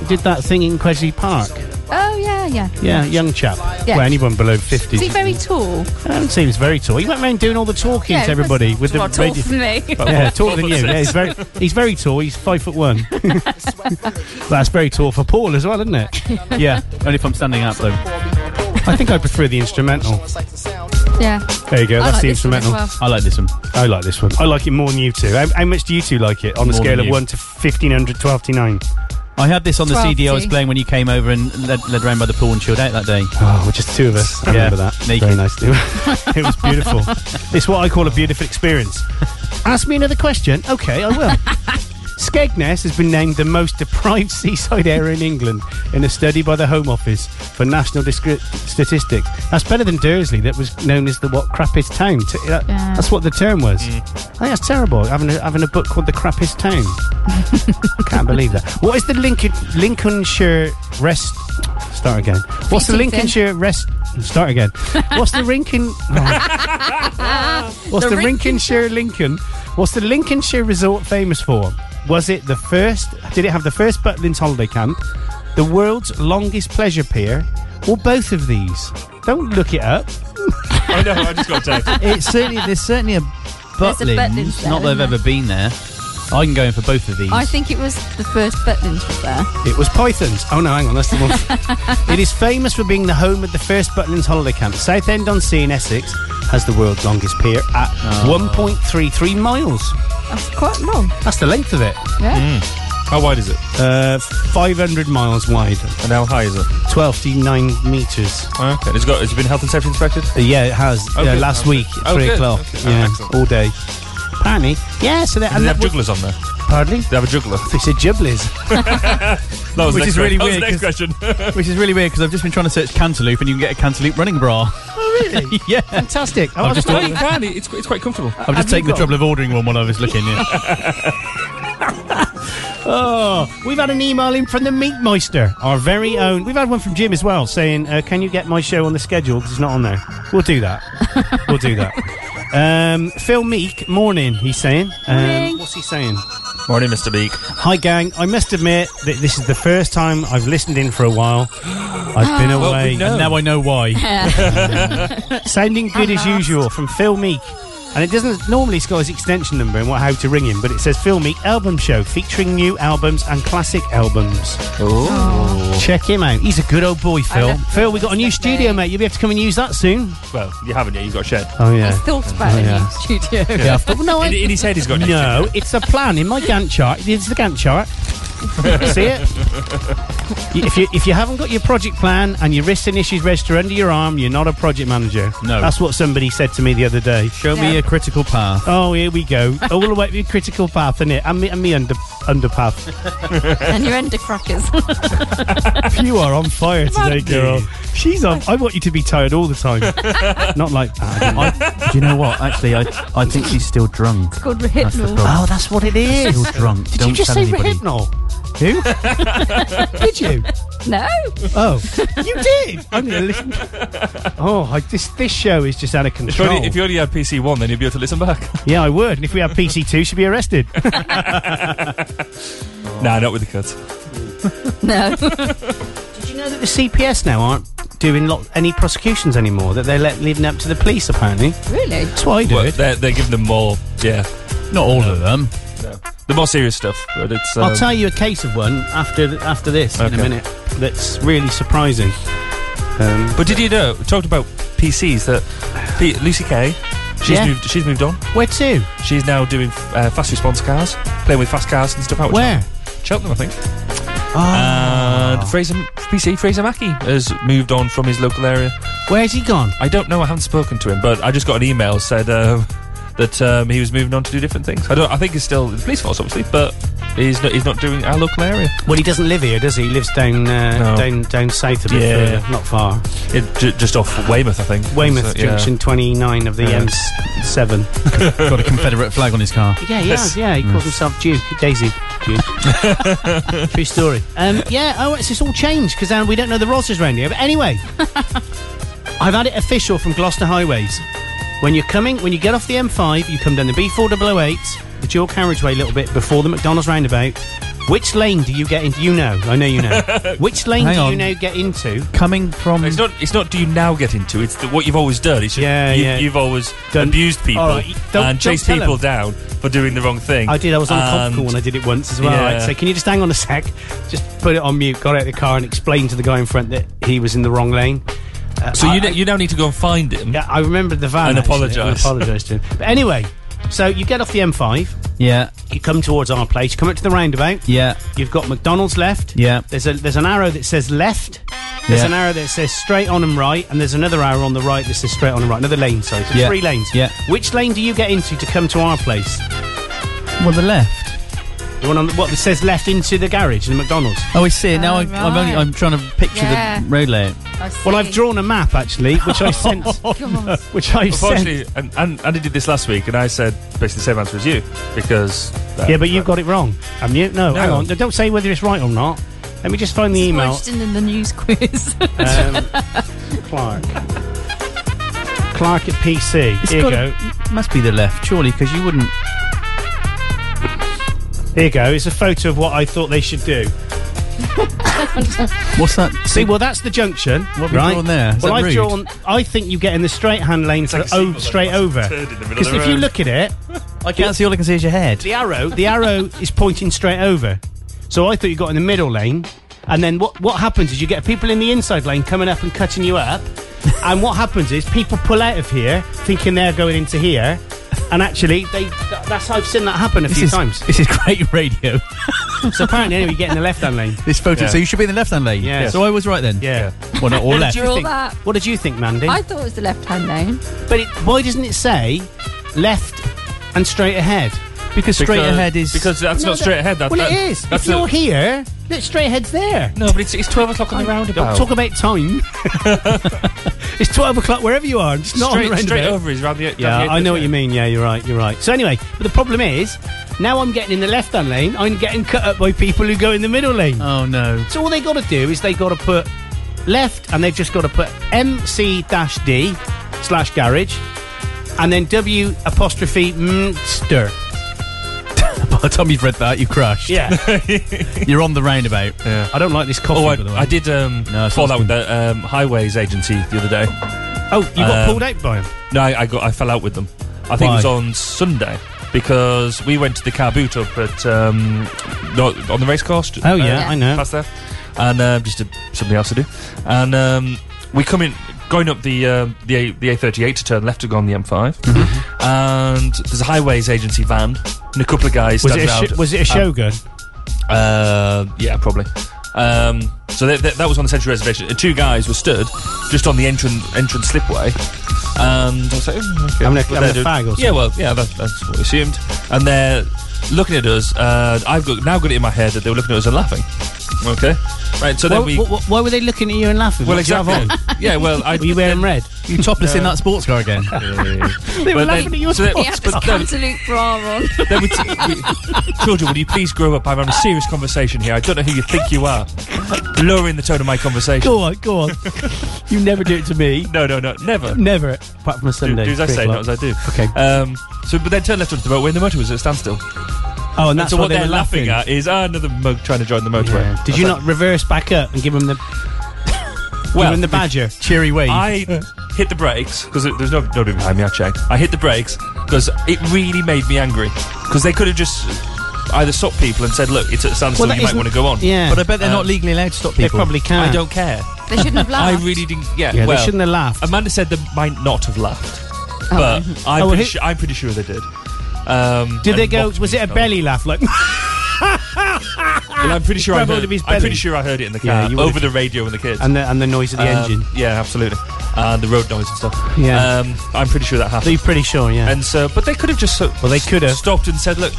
did that thing in Quesley Park.
Oh, yeah, yeah.
Yeah, young chap.
Yeah.
Well, anyone below
Is he
50.
very tall?
Um, seems very tall. He went around doing all the talking
Yeah,
to everybody with the
Well, tall
radio-
for me.
[LAUGHS] yeah, taller than you. Yeah,
[LAUGHS]
he's very he's very tall. He's five foot one. That's very tall for Paul as well, isn't
[LAUGHS]
it? [LAUGHS] Yeah,
only if I'm standing up though.
I think I prefer the instrumental.
Yeah.
There you go.
I like
That's the
this one as
instrumental.
well.
I like this one.
I like this one. I like it more than you two. How, how much do you two like it on a
More
scale
than
of
you.
one to 1500, 1299?
I had this on the CD I was
12D.
playing when you came over and led, led around by the pool and chilled out that day.
Oh, we're just two of us. I
Yeah,
remember that.
naked.
Very nice.
[LAUGHS]
it was
[LAUGHS]
beautiful. it's what I call a beautiful experience. Ask me another question. Okay, I will. Skegness has been named the most deprived [LAUGHS] seaside area in England in a study by the Home Office for National Discri- Statistics. That's better than Dursley, that was known as the what crappiest town. T- that-
Yeah.
That's what the term was. I think that's terrible. Having a, having a book called the crappiest town. I can't believe that. What is the Lincoln Lincolnshire rest? Start again. What's the
Fitting
Lincolnshire rest? Start again. What's the
[LAUGHS]
Lincoln? What's the, Lincolnshire Lincoln? What's the Lincolnshire resort famous for? Was it the first? Did it have the first Butlins holiday camp, the world's longest pleasure pier, or both of these? Don't look it up.
I know, I just
[LAUGHS]
got to
It's certainly there's certainly a
There's a
Butlins.
Butlins there,
not that I've
isn't
ever been there. I can go in for both of these.
I think it was the first Butlins was there.
It was Pythons. Oh no, hang on, that's the one. it is famous for being the home of the first Butlins holiday camp. Southend on Sea in Essex has the world's longest pier at 1.33 miles.
That's quite long.
That's the length of it.
Yeah.
Hmm. How wide is it?
Uh, 500 miles wide.
And how high is it?
129 metres.
Oh, okay. It's got. Has it been health and safety inspected?
Uh, yeah, it has.
Oh,
yeah,
good.
last
Oh,
week,
good.
at
Oh,
3
good.
o'clock.
Okay. Oh,
Yeah,
excellent.
all day. Apparently. Yeah, so that.
And they
that
have
was-
jugglers on there.
Hardly.
They have a juggler.
They said jubblers.
That was
which
next
is really
question.
weird.
That was
'cause- [LAUGHS] which is really weird because I've just been trying to search cantaloupe and you can get a cantaloupe running bra. [LAUGHS]
Oh,
[LAUGHS]
really? Oh,
yeah.
Fantastic.
I've just-
No, you can. It's, it's quite comfortable.
I've just taken the trouble of ordering one while I was looking. Yeah.
Oh, we've had an email in from the Meat Meister, our very own. We've had one from Jim as well saying, uh, "Can you get my show on the schedule? Because it's not on there." We'll do that. we'll do that. Um, Phil Meek, morning. He's saying, um, "What's he [LAUGHS] saying?"
Morning, Mr. Beak.
Hi, gang. I must admit that this is the first time I've listened in for a while. I've been away,
Well, we know. And now I know
why. Sounding good as usual from Phil Meek. And it doesn't normally it's got his extension number and what, how to ring him, but it says Phil Meek album show featuring new albums and classic albums. Oh, check him out. He's a good old boy, Phil.
love
Phil, we got a new studio, mate. You'll be able to come and use that soon.
Well, you haven't yet. You've got a shed.
Oh yeah.
thought about
Oh,
it
yeah.
[LAUGHS] in your studio.
Yeah, I thought- well, no, I-
In, in his head, he's got
No, it's a plan in my Gantt chart. It's the Gantt chart. You [LAUGHS] See it? Y- if you if you haven't got your project plan and your risks and issues register under your arm, you're not a project manager.
No.
that's what somebody said to me the other day.
Show me a critical path.
Oh, here we go. All the way to your critical path, isn't it? And me, and me under underpath.
[LAUGHS] and your endercrackers.
[LAUGHS] you are on fire today,
Mandy.
girl. [LAUGHS] She's on. I want you to be tired all the
[LAUGHS]
time. not like that.
I, do you know what? Actually, I I think she's still drunk.
It's called
That's the
rehypnol.
problem.
Oh, that's what it is.
Still drunk.
Did
Don't
you just
tell
say
anybody.
rehypnol? Who? Did you?
No. [LAUGHS]
Oh, you did. I'm gonna listen. Oh, I, this this show is just out of
[LAUGHS] If
control.
you, only, if you only had PC one, then you'd be able to listen back.
yeah, I would. And if we had PC two, she'd be arrested.
[LAUGHS] Nah, not with the cuts.
[LAUGHS]
No.
Did you know that the CPS now aren't doing lot, any prosecutions anymore? That they're let, leaving up to the police apparently.
Really?
That's what I do.
Well, they're, they're giving them more. Yeah.
Not all of them.
No. The more serious stuff. But it's. Um,
I'll tell you a case of one after th- after this in
Okay.
a minute. That's really surprising. Um,
But did you know? We talked about PCs. That P- Lucy Kay, she's
Yeah.
moved. She's moved on.
Where to?
She's now doing uh, fast response cars, playing with fast cars and stuff out.
Where? Ah.
Cheltenham, I think. And Fraser PC Fraser Mackey has moved on from his local area.
Where's he gone?
I don't know. I haven't spoken to him, but I just got an email said uh, that um, he was moving on to do different things. I don't. I think he's still in the police force, obviously, but he's not. He's not doing our local area.
Well, he doesn't live here, does he? He lives down uh,
No.
down down south a bit,
Yeah.
further, not far.
It, ju- just off Weymouth, I think.
Weymouth
So, yeah.
Junction 29 [LAUGHS] of the
Yeah.
M7.
Um, [LAUGHS] Got a Confederate flag on his car.
Yeah, he has. Yeah, he
Mm.
calls himself Duke Daisy
[LAUGHS]
[LAUGHS]
Duke. True story. Um, yeah. Oh, it's just all changed because um, we don't know the rosters around here. But anyway,
[LAUGHS]
I've had it official from Gloucester Highways. When you're coming, when you get off the M5, you come down the B4008, the dual carriageway a little bit before the McDonald's roundabout. Which lane do you get into? You know, I know you
[LAUGHS]
know. Which lane
Hang
do
on.
you now get into?
Coming from.
It's not. It's not. Do you now get into? It's the, what you've always done. It's yeah, you,
yeah.
You've always abused people
All right, don't-
and
don't
chased
tell
people
'em.
down for doing the wrong thing.
I did. I was
And-
uncomfortable when I did it once as well.
Um, Yeah.
Right, so can you just hang on a sec? Just put it on mute. Got out of the car and explained to the guy in front that he was in the wrong lane. Uh,
So
I-
you, ne- you now need to go and find him. Yeah,
I remember the van.
and
actually,
apologise.
and apologise to him. But anyway, so you get off the M5.
Yeah.
You come towards our place. You come up to the roundabout.
Yeah.
You've got McDonald's left.
Yeah.
There's a there's an arrow that says left. There's
Yeah.
an arrow that says straight on and right, and there's another arrow on the right that says straight on and right. Another lane, sorry. So
Yeah.
three lanes.
Yeah.
Which lane do you get into to come to our place?
Well, the left.
The one on the, what that says left into the garage in the McDonald's.
Oh, I see. Now
Oh,
I, I'm only.
right.
I'm trying to picture
Yeah.
the road layout. Oh,
Well, I've drawn a map actually, which
[LAUGHS]
I sent. which I sent.
Unfortunately, and, and and I did this last week, and I said basically the same answer as you because uh,
Yeah, but you've got it wrong, haven't you? No, hang
No.
on. Don't say whether it's right or not. Let me just find the email.
Squashed in the news quiz. [LAUGHS]
Um, Clark. Clark at PC. Here you go.
must be the left, surely, because you
[LAUGHS]
wouldn't.
Here you go. It's a photo of what I thought they should do.
What's that?
See, well, that's the junction.
What have you
right?
drawn there? Is
well,
that
I've
rude?
drawn. I think you get in the straight hand lane for
like a
o-
seatbelt
straight over.
turd in the middle of
Because
the
if you
road.
look at it,
I can't see. All I can see is your head.
The arrow, the
[LAUGHS]
arrow is pointing straight over. So I thought you got in the middle lane, and then what what happens is you get people in the inside lane coming up and cutting you
[LAUGHS]
up, and what happens is people pull out of here thinking they're going into here, and actually [LAUGHS] they th- that's how I've seen that happen a
This
few
is-
times.
This is great radio.
So apparently anyway, you get in [LAUGHS] the left hand lane.
This photo. So you should be in the left-hand lane.
Yeah.
So I was right then.
Yeah.
Well, [LAUGHS] not all
What
left.
did you
Draw
think?
that.
What did you think, Mandy?
I thought it was the left hand lane.
But it, why doesn't it say left and straight ahead?
Because straight ahead is-
because that's
No,
not
that-
straight ahead. That,
well,
that,
it is.
That's
if you're
a-
here, that straight ahead's there.
No, but it's, it's twelve o'clock on the roundabout.
Don't talk about time. [LAUGHS] it's twelve o'clock wherever you are. It's not on the
straight, straight
roundabout.
over is round the. round
Yeah,
the
I know what you mean. Yeah, you're right. You're right. So anyway, but the problem is, now I'm getting in the left-hand lane. I'm getting cut up by people who go in the middle lane.
Oh no!
So all they got to do is they got to put left, and they've just got to put MC dash D slash garage, and then W apostrophe
[LAUGHS]
mster.
By [LAUGHS] the time you've read that, you crashed.
Yeah.
[LAUGHS] You're on the roundabout.
Yeah.
I don't like this coffee.
Oh, I,
by the way.
I did um, fall out with the um, highways agency the other day. Um,
Oh, you got pulled out by 'em?
No, I, I got I fell out with them. I think it was
Why?
on Sunday because we went to the car boot up at um, no, on the race course.
Oh, yeah, I know.
Past there, and um, just uh, something else to do. And um, we come in going up the um the A, the A38 to turn left to go on the M5,
Mm-hmm.
and there's a highways agency van and a couple of guys.
Was it a
standing
sh-
around.
was it a
Um,
shogun?
uh, yeah, probably. Um, so that, that, that was on the central reservation. And two guys were stood just on the entrance entrance slipway. And I was like, "Hmm, okay."
Having a-
But
having a
they're-
fag or
Yeah,
something.
well, yeah, that, that's what we assumed. And they're looking at us. Uh, I've got now got it in my head that they were looking at us and laughing. Okay, right. So
why,
then we.
why- why were they looking at you and laughing?
Well,
What did you have on?
exactly. [LAUGHS] yeah, well, I,
were you wearing red?
You topless in that sports car
[LAUGHS]
again.
They were
laughing
at your so
He had this absolute bra on.
Then we t- we- children, will you please grow up? I'm having a serious conversation here. I don't know who you think you are. Lowering the tone of my conversation.
Go on, go on. you never do it to me.
No, no, no, never.
Never, apart from a Sunday.
Do, do as I
three
say,
o'clock.
not as I do.
Okay.
Um, so, but then turn left onto the motorway, and the motorway was at a standstill.
[LAUGHS] Oh, and that's
so
why
what
they
are
were
laughing,
laughing.
at is ah, another mug trying to join the motorway.
Did you not reverse back up and give them the
Well,
well, the badger cheery wave?
I [LAUGHS] hit the brakes because there's no, nobody behind me. I checked. I hit the brakes because it really made me angry because they could have just either stopped people and said, "Look, it's at a standstill.
that
you might
isn't-
want to go on."
Yeah.
But I bet they're
Um,
not legally allowed to stop
they
people.
probably can't. I don't care.
They
[LAUGHS]
shouldn't
[LAUGHS]
have laughed.
I really didn't.
Yeah,
Yeah,
they
well,
shouldn't have laughed.
Amanda said they might not have laughed, but I'm,
Oh, well,
pretty
who-
su- I'm pretty sure they did. Um,
Did they
and
go?
mocked
Was
me
it a
and all.
belly laugh?
[LAUGHS]
Like
Well, I'm pretty sure I
Grab hold
heard.
of his
I'm
belly.
pretty sure I heard it in the
Yeah,
car
you would've-
over the radio and the kids
and the and the noise of the
Um, [LAUGHS]
engine?
Yeah, absolutely, and the road noise and stuff.
Yeah.
um, I'm pretty sure that
Are you
happened.
pretty sure? Yeah.
and so, but they could have just so,
Well, they could have.
stopped and said, "Look,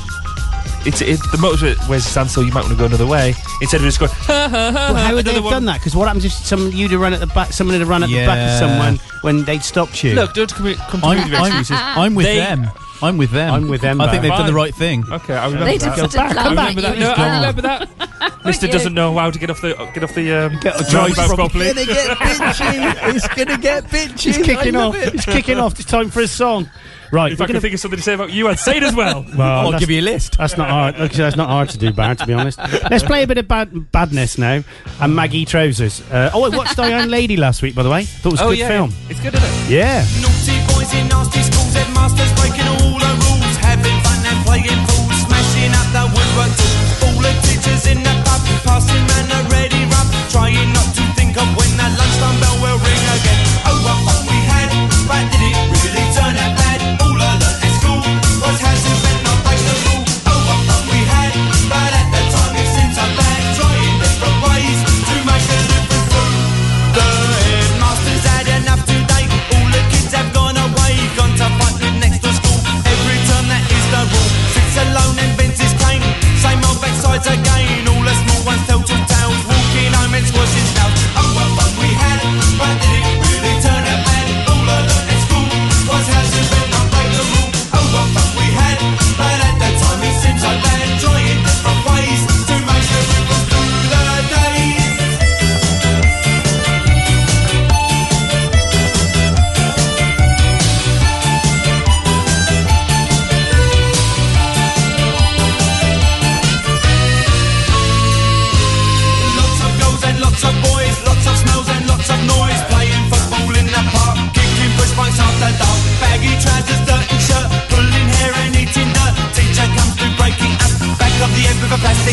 it's it, the motorway's standstill. You might want to go another way." Instead of just going,
well, how would they
another
have
one.
done that? Because what happens if some you'd have run at the back, someone would have run at the back
Yeah.
of someone when they'd stopped you?
"Look, don't come, come to me
I'm,
with
I'm,
excuses."
I'm with
They-
them. I'm with them.
I'm with them,
I think
though.
they've done the
Fine.
right thing.
Okay, I remember
They
that.
just Go back,
I
come back,
remember that.
you
No, I
go.
remember that. [LAUGHS] Mister
you?
doesn't know how to get off the get off the um, drive properly.
[LAUGHS] bitchy. It's gonna get bitchy.
It's kicking off. It's kicking off. It's time for a song. Right.
If
we're
I can
gonna-
think of something to say about you, I'd say it as [LAUGHS] well.
Well, that's-
you a list.
That's not hard. Look, that's not hard to do, Barry. To be honest, let's play a bit of bad, badness now. And Maggie Trousers. Uh, oh, I watched Iron Lady last week, by the way. Thought it was a
oh
good
yeah,
film.
it's good, isn't it?
Yeah.
Naughty boys in nasty schools, headmasters breaking all the rules, having fun and playing fools, smashing up the woodwork tools. All the teachers in the pub, passing man a ready rub, trying not to think of when the lunchtime bell will ring again. Oh, what fun we had, but did it really turn out bad? All I learned at school was how to bend not break the rule. Oh, what fun we had, but at the time it seemed so bad, trying desperate ways to make a difference. The headmaster's had enough today. All the kids have gone away, gone to fight with next door school. Every turn that is the rule. Sits alone and bends his cane. Same old backsides again. All the small ones tell two tales. Walking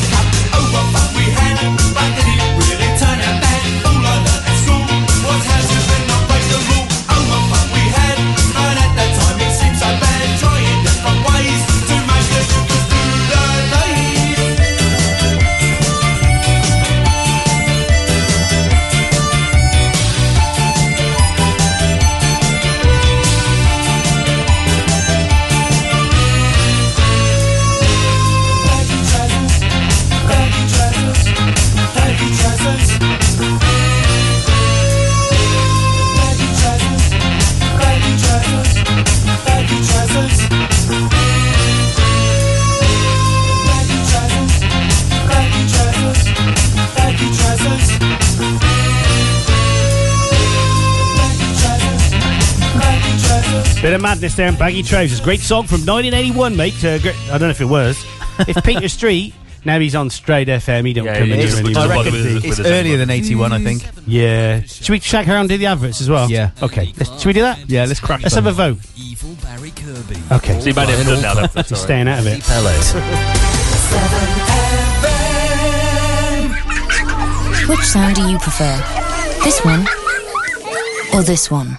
Oh, Oh,
Bit of madness there in baggy trousers. Great song from 1981, mate. Uh, gr- I don't know if it was. If Peter Street. Now he's on Straight FM. He don't come in
it's-
here
it's-
anymore.
I reckon it's- it's earlier than 81, I think.
Yeah. Should we shag her and do the adverts as well? Yeah. Okay. Let's- should we do that? Yeah. Let's crack. Let's have
them.
a vote.
Evil Barry Kirby.
Okay.
See, man, it's done now, that's- that's all right.
Staying out of it.
Which sound do you prefer? This one or this one?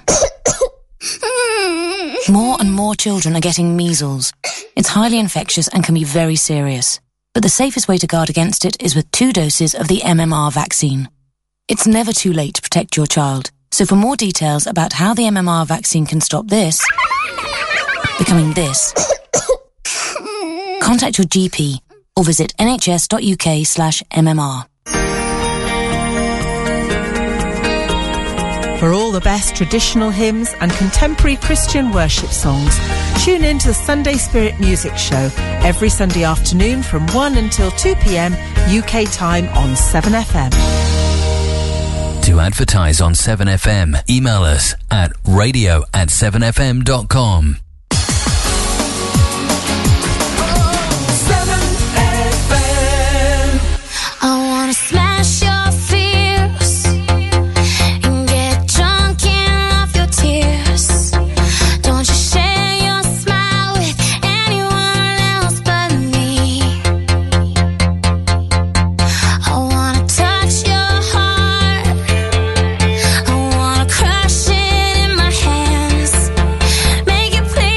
More and more children are getting measles. It's highly infectious and can be very serious. But the safest way to guard against it is with two doses of the MMR vaccine. It's never too late to protect your child. So for more details about how the MMR vaccine can stop this becoming this, contact your GP or visit nhs.uk slash MMR.
For all the best traditional hymns and contemporary Christian worship songs, tune in to the Sunday Spirit Music Show every Sunday afternoon from 1 until 2 pm UK time on 7FM.
To advertise on 7FM, email us at radio at 7fm.com.
7FM.
I wanna smash your fears and get drunk and love your tears. Don't you share your smile with anyone else but me. I wanna touch your heart. I wanna crush it in my hands. Make it play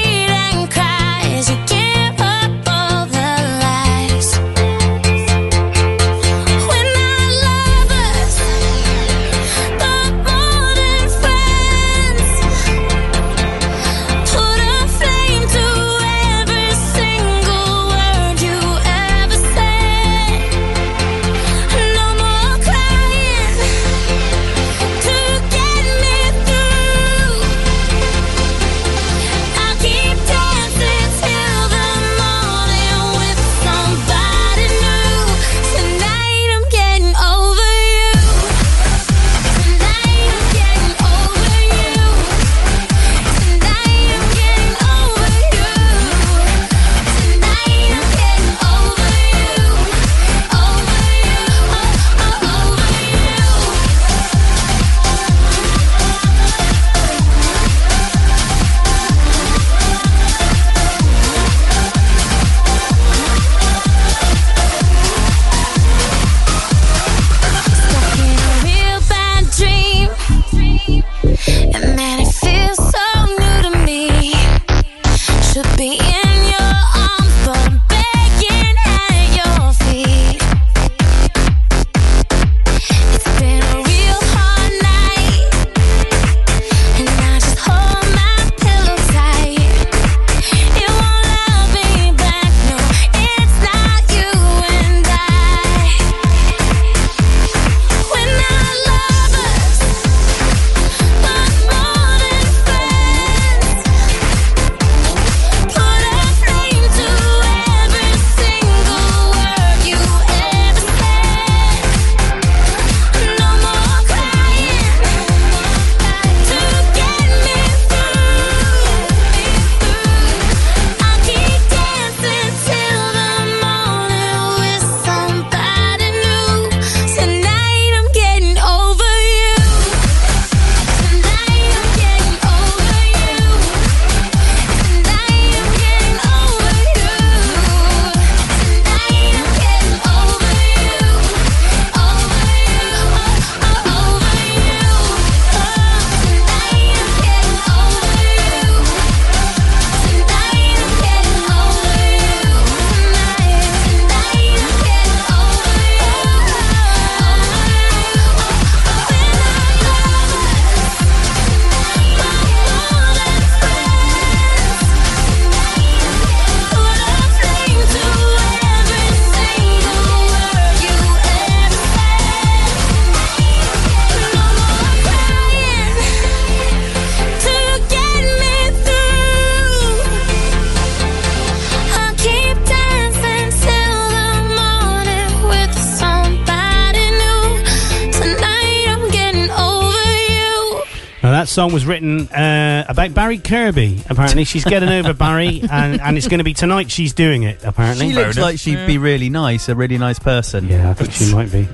That song was written uh, about Barry Kirby. Apparently, she's [LAUGHS] getting over Barry, and, and it's going to be tonight. She's doing it. Apparently,
She looks like she'd be really nice, a really nice person.
Yeah, I think she might be.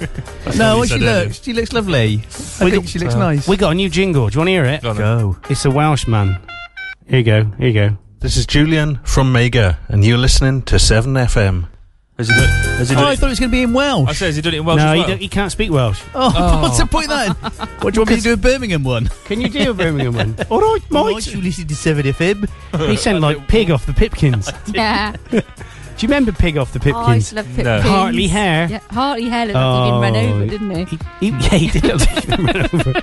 [LAUGHS] no, she looks. She looks lovely. I think she looks nice.
We got a new jingle. Do you want to hear it?
Go.
It's a Welsh man. Here you go. Here you go.
This is Julian from Mega, and you're listening to 7FM.
Has he done, has he
Oh, I thought it was going to be in Welsh.
I said, has he done it in
No,
Welsh as
he,
well?
don't- he can't speak Welsh.
Oh,
[LAUGHS]
[LAUGHS]
Oh.
what's the point then? What do you want me to do a Birmingham one?
Can you do a Birmingham
[LAUGHS]
one? All right, mate.
you listen to 7FM?
He sounded like Pig off the
[LAUGHS]
Pipkins.
Yeah.
[LAUGHS] Do you remember Pig off the
Oh, I used
Pipkins?
to love Pipkins.
Hartley Hare.
Yeah, Hartley Hare looked like he'd been run
Oh,
over, didn't he?
He- yeah,
[LAUGHS]
he did. [LAUGHS] look like he'd been run over.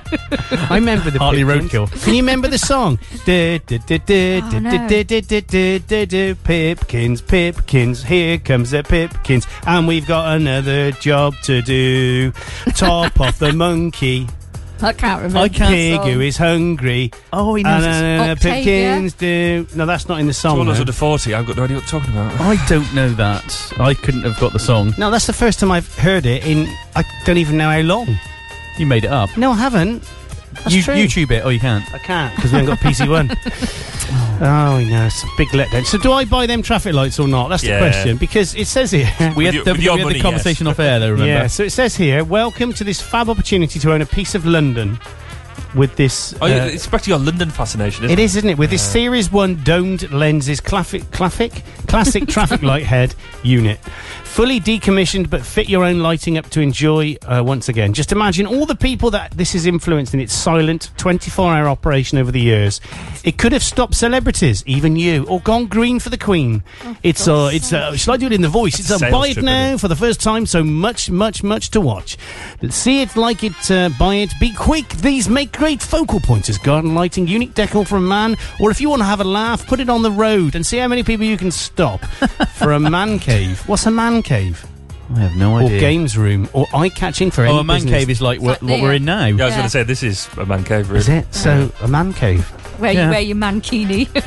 I remember the
Hartley
Pipkins.
Roadkill.
Can you remember the
[LAUGHS]
song? Du- du- du- du-
Oh,
du-
no.
du- du- du- du- du- du- Pipkins, Pipkins, here comes the Pipkins, and we've got another job to do. Top off the monkey.
I can't remember.
I can't.
the
Pig
song.
who is hungry.
Oh, he
knows.
Octavia.
Pipkins do. No, that's not in the song.
Toddlers
though.
under 40, I've got no idea what you're talking about.
I don't know that. I couldn't have got the song.
No, that's the first time I've heard it in. I don't even know how long.
You made it up.
No, I haven't. That's
you
true.
YouTube it, or you can't.
I can't because we haven't got PC One. [LAUGHS] Oh, no, it's a big letdown. So, do I buy them traffic lights or not? That's
Yeah.
the question because it says here.
We had, the, we had the conversation off air, though. Remember?
Yeah, so it says here, welcome to this fab opportunity to own a piece of London with this.
Oh, yeah,
uh,
it's back to your London fascination, isn't
it
it?
is, isn't it? With this
Yeah.
Series 1 domed lenses classic, classic,
[LAUGHS]
classic traffic light head unit. Fully decommissioned, but fit your own lighting up to enjoy uh, once again. Just imagine all the people that this has influenced in its silent 24 hour operation over the years. It could have stopped celebrities, even you, or gone green for the Queen. it's, uh, it's, uh, shall I do it in the voice? It's
That's
a
a sales
buy it
trip,
now for the first time, so much, much, much to watch. See it, like it, uh, buy it, be quick. These make great focal points as garden lighting, unique decor for a man, or if you want to have a laugh, put it on the road and see how many people you can
[LAUGHS]
stop for a man cave. What's a man cave?
I have no
Or
idea.
games room, or eye catching for
Oh,
any
a man
business.
cave is like what,
It's like
what we're
the-
in now.
Yeah, I was
Yeah.
going to say, this is a man cave, really.
Is it? So, a man cave.
Where
Yeah.
you wear your mankini. [LAUGHS]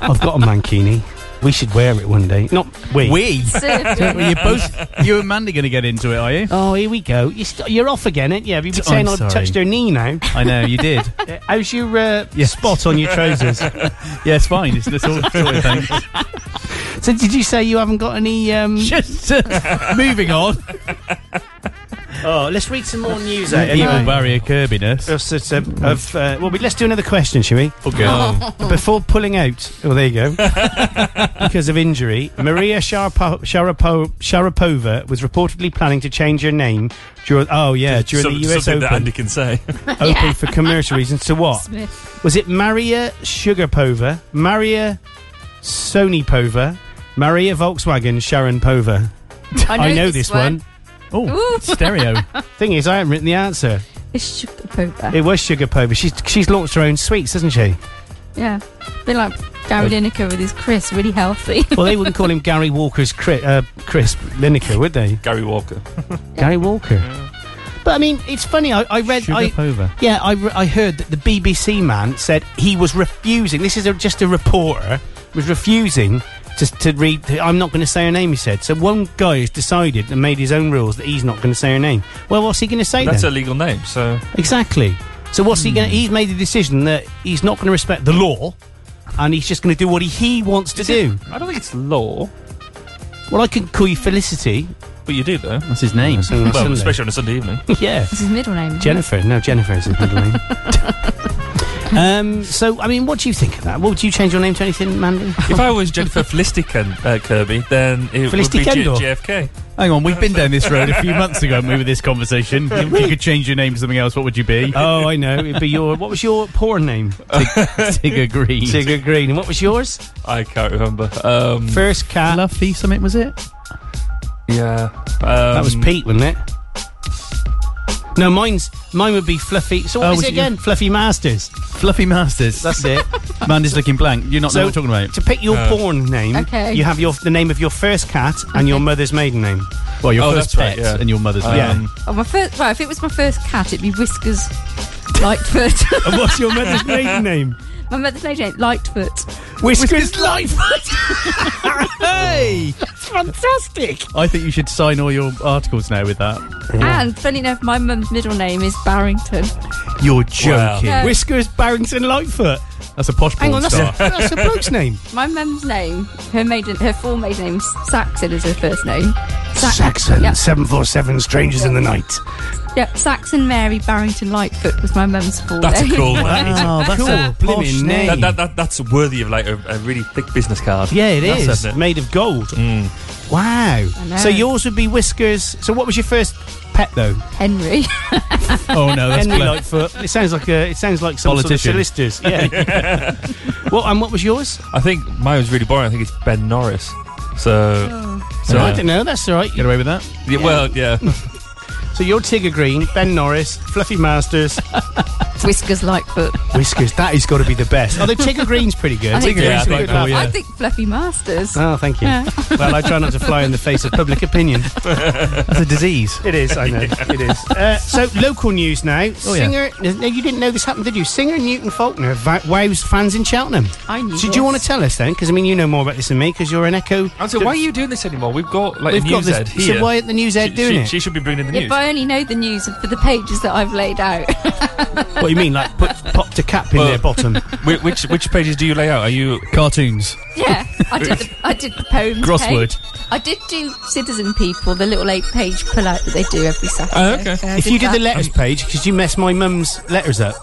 I've got a mankini. We should wear it one day. Not we.
We.
Seriously.
Well, you both, you and Mandy, going to get into it, are you?
Oh, here we go. You st- you're off again, ain't you? Have you been
I'm
saying I've
sorry.
touched her knee now?
I know you did.
[LAUGHS] Uh, How's your uh,
Yes.
spot on your trousers?
[LAUGHS] yeah, it's fine. It's this all sort of thing.
so did you say you haven't got any? Um...
[LAUGHS] Just
[LAUGHS]
uh, moving on.
Oh, let's read some more news. out
Evil
anyway.
barrier Kirbiness.
Of, sort of, of, uh, well, we- let's do another question, shall we?
Okay. Oh.
Before pulling out, oh, there you
[LAUGHS]
go, because of injury, Maria Sharapo- Sharapo- Sharapova was reportedly planning to change her name during. Oh yeah, during
Some-
the US
something
Open,
that Andy can say.
[LAUGHS]
Open for commercial reasons. To what?
Smith.
Was it Maria Sugarpova, Maria Sonypova, Maria Volkswagen Sharon Pova?
I know,
[LAUGHS] I know this one.
Oh, stereo.
Thing is, I haven't written the answer.
[LAUGHS] It's sugar poker.
It was Sugar Pova. She's she's launched her own sweets, hasn't she?
yeah. Bit like Gary Lineker with his Chris, really healthy.
[LAUGHS] Well,
[LAUGHS]
they wouldn't call him Gary Walker's cri- uh, crisp Lineker, would they?
Gary Walker.
[LAUGHS] Gary Walker. But I mean, it's funny. I, I read. I,
Sugarpova.
yeah, I, re- I heard that the BBC man said he was refusing. This is a, just a reporter was refusing to, to read. the- I'm not going to say her name. He said. So one guy has decided and made his own rules that he's not going to say her name. Well, what's he going to say
That's
then?
a legal name, so. Hmm.
Exactly. So what's he going? to... He's made the decision that he's not going to respect the law, and he's just going to do what he, he wants to do.
I don't think it's law,
Well, I can call you Felicity.
but you do, though.
That's his name.
That's on a
Well,
Sunday.
especially on a Sunday evening.
[LAUGHS] yeah.
It's his middle name. isn't
Jennifer. No, Jennifer is his middle name. um, so, I mean, what do you think of that? What would you change your name to anything, Mandy?
if I was Jennifer Felicican uh, Kirby, then it would be G-
Felicicendor.
JFK.
Hang on, we've been down this
[LAUGHS]
road a few months ago, haven't we, with this conversation? If you could change your name to something else, what would you be?
oh, I know. It'd be
[LAUGHS]
your. What was your porn name?
Tigger Green.
Tigger Green. And what was yours?
I can't remember. Um,
First cat.
Fluffy something, was it?
yeah. Um,
that was Pete, wasn't it? No, mine's mine would be Fluffy. So what
Oh,
was
was
it
it your-
again? Fluffy Masters.
Fluffy Masters.
That's
[LAUGHS]
it.
Mandy's looking blank. You're not
So-
know what we're talking about.
to pick your
Uh,
porn name,
Okay.
you have your the name of your first cat and your mother's maiden name.
Well, your
Oh,
first
that's right,
pet
yeah.
and your mother's
Um,
pet.
yeah.
it? Oh, my first, well, if it was my first cat, it'd be Whiskers. Lightfoot.
And what's your
[LAUGHS]
mother's maiden name?
My mother's maiden name, Lightfoot.
Whiskers,
Lightfoot.
hey,
it's fantastic.
I think you should sign all your articles now with that.
And funny enough, my mum's middle name is Barrington.
You're joking.
No.
Whiskers Barrington Lightfoot.
That's a posh
Hang
porn
on, [LAUGHS]
star.
that's-
[LAUGHS]
that's a bloke's name. My mum's name, her maiden, her full maiden name, Saxon is her first name. Sax-
Saxon,
Yep.
747 Strangers in the Night.
Yep, Saxon Mary Barrington Lightfoot was my mum's full
That's a
name.
[LAUGHS]
cool name.
Oh,
[LAUGHS]
blimmin' name.
That, that, that, that's worthy of like a, a really thick business card.
Yeah, it
That's
is
isn't it?
Made of gold. Wow.
I know.
So yours would be Whiskers. So what was your first pet though?
Henry.
[LAUGHS] Oh no,
that's
Henry
clever.
Lightfoot. It sounds like a, it sounds like some
Politician.
sort of solicitors.
[LAUGHS]
Yeah. well, and what was yours?
I think mine was really boring. I think it's Ben Norris. So, so
Oh. I don't know. That's all right.
Get away with that.
Yeah, well, yeah.
[LAUGHS] So you're Tigger Green, Ben Norris, Fluffy Masters,
Whiskers Lightfoot.
Whiskers. That has got to be the best. Although Tigger Green's pretty good.
I think,
Tigger Green's a good laugh.
I think Fluffy Masters.
Oh, thank you.
Yeah.
well, I try not to fly in the face of public opinion. That's
a disease.
It is, I know. It is. Uh, so, local news now.
Oh, yeah.
Singer, uh, no, you didn't know this happened, did you? Singer Newton Faulkner va- wows fans in Cheltenham.
I knew
So,
this.
do you want to tell us then? Because, I mean, you know more about this than me because you're an echo.
And so why are you doing this anymore? We've got like
We've
a
got
news
this-
head
so
here.
why isn't the news head
She-
doing
she,
it?
She should be bringing in the news.
If I only know the news for the pages that I've laid out. [LAUGHS]
What do you mean? Like, put, popped a cap in
Well,
their bottom?
[LAUGHS] Whi- which which pages do you lay out? Are you
cartoons?
yeah, I did. The, I did the poems.
Crossword.
Page. I did do Citizen People, the little eight-page pull-out that they do every Saturday.
Oh,
Yeah, I
if you did the
that.
letters page, because you messed my mum's letters up.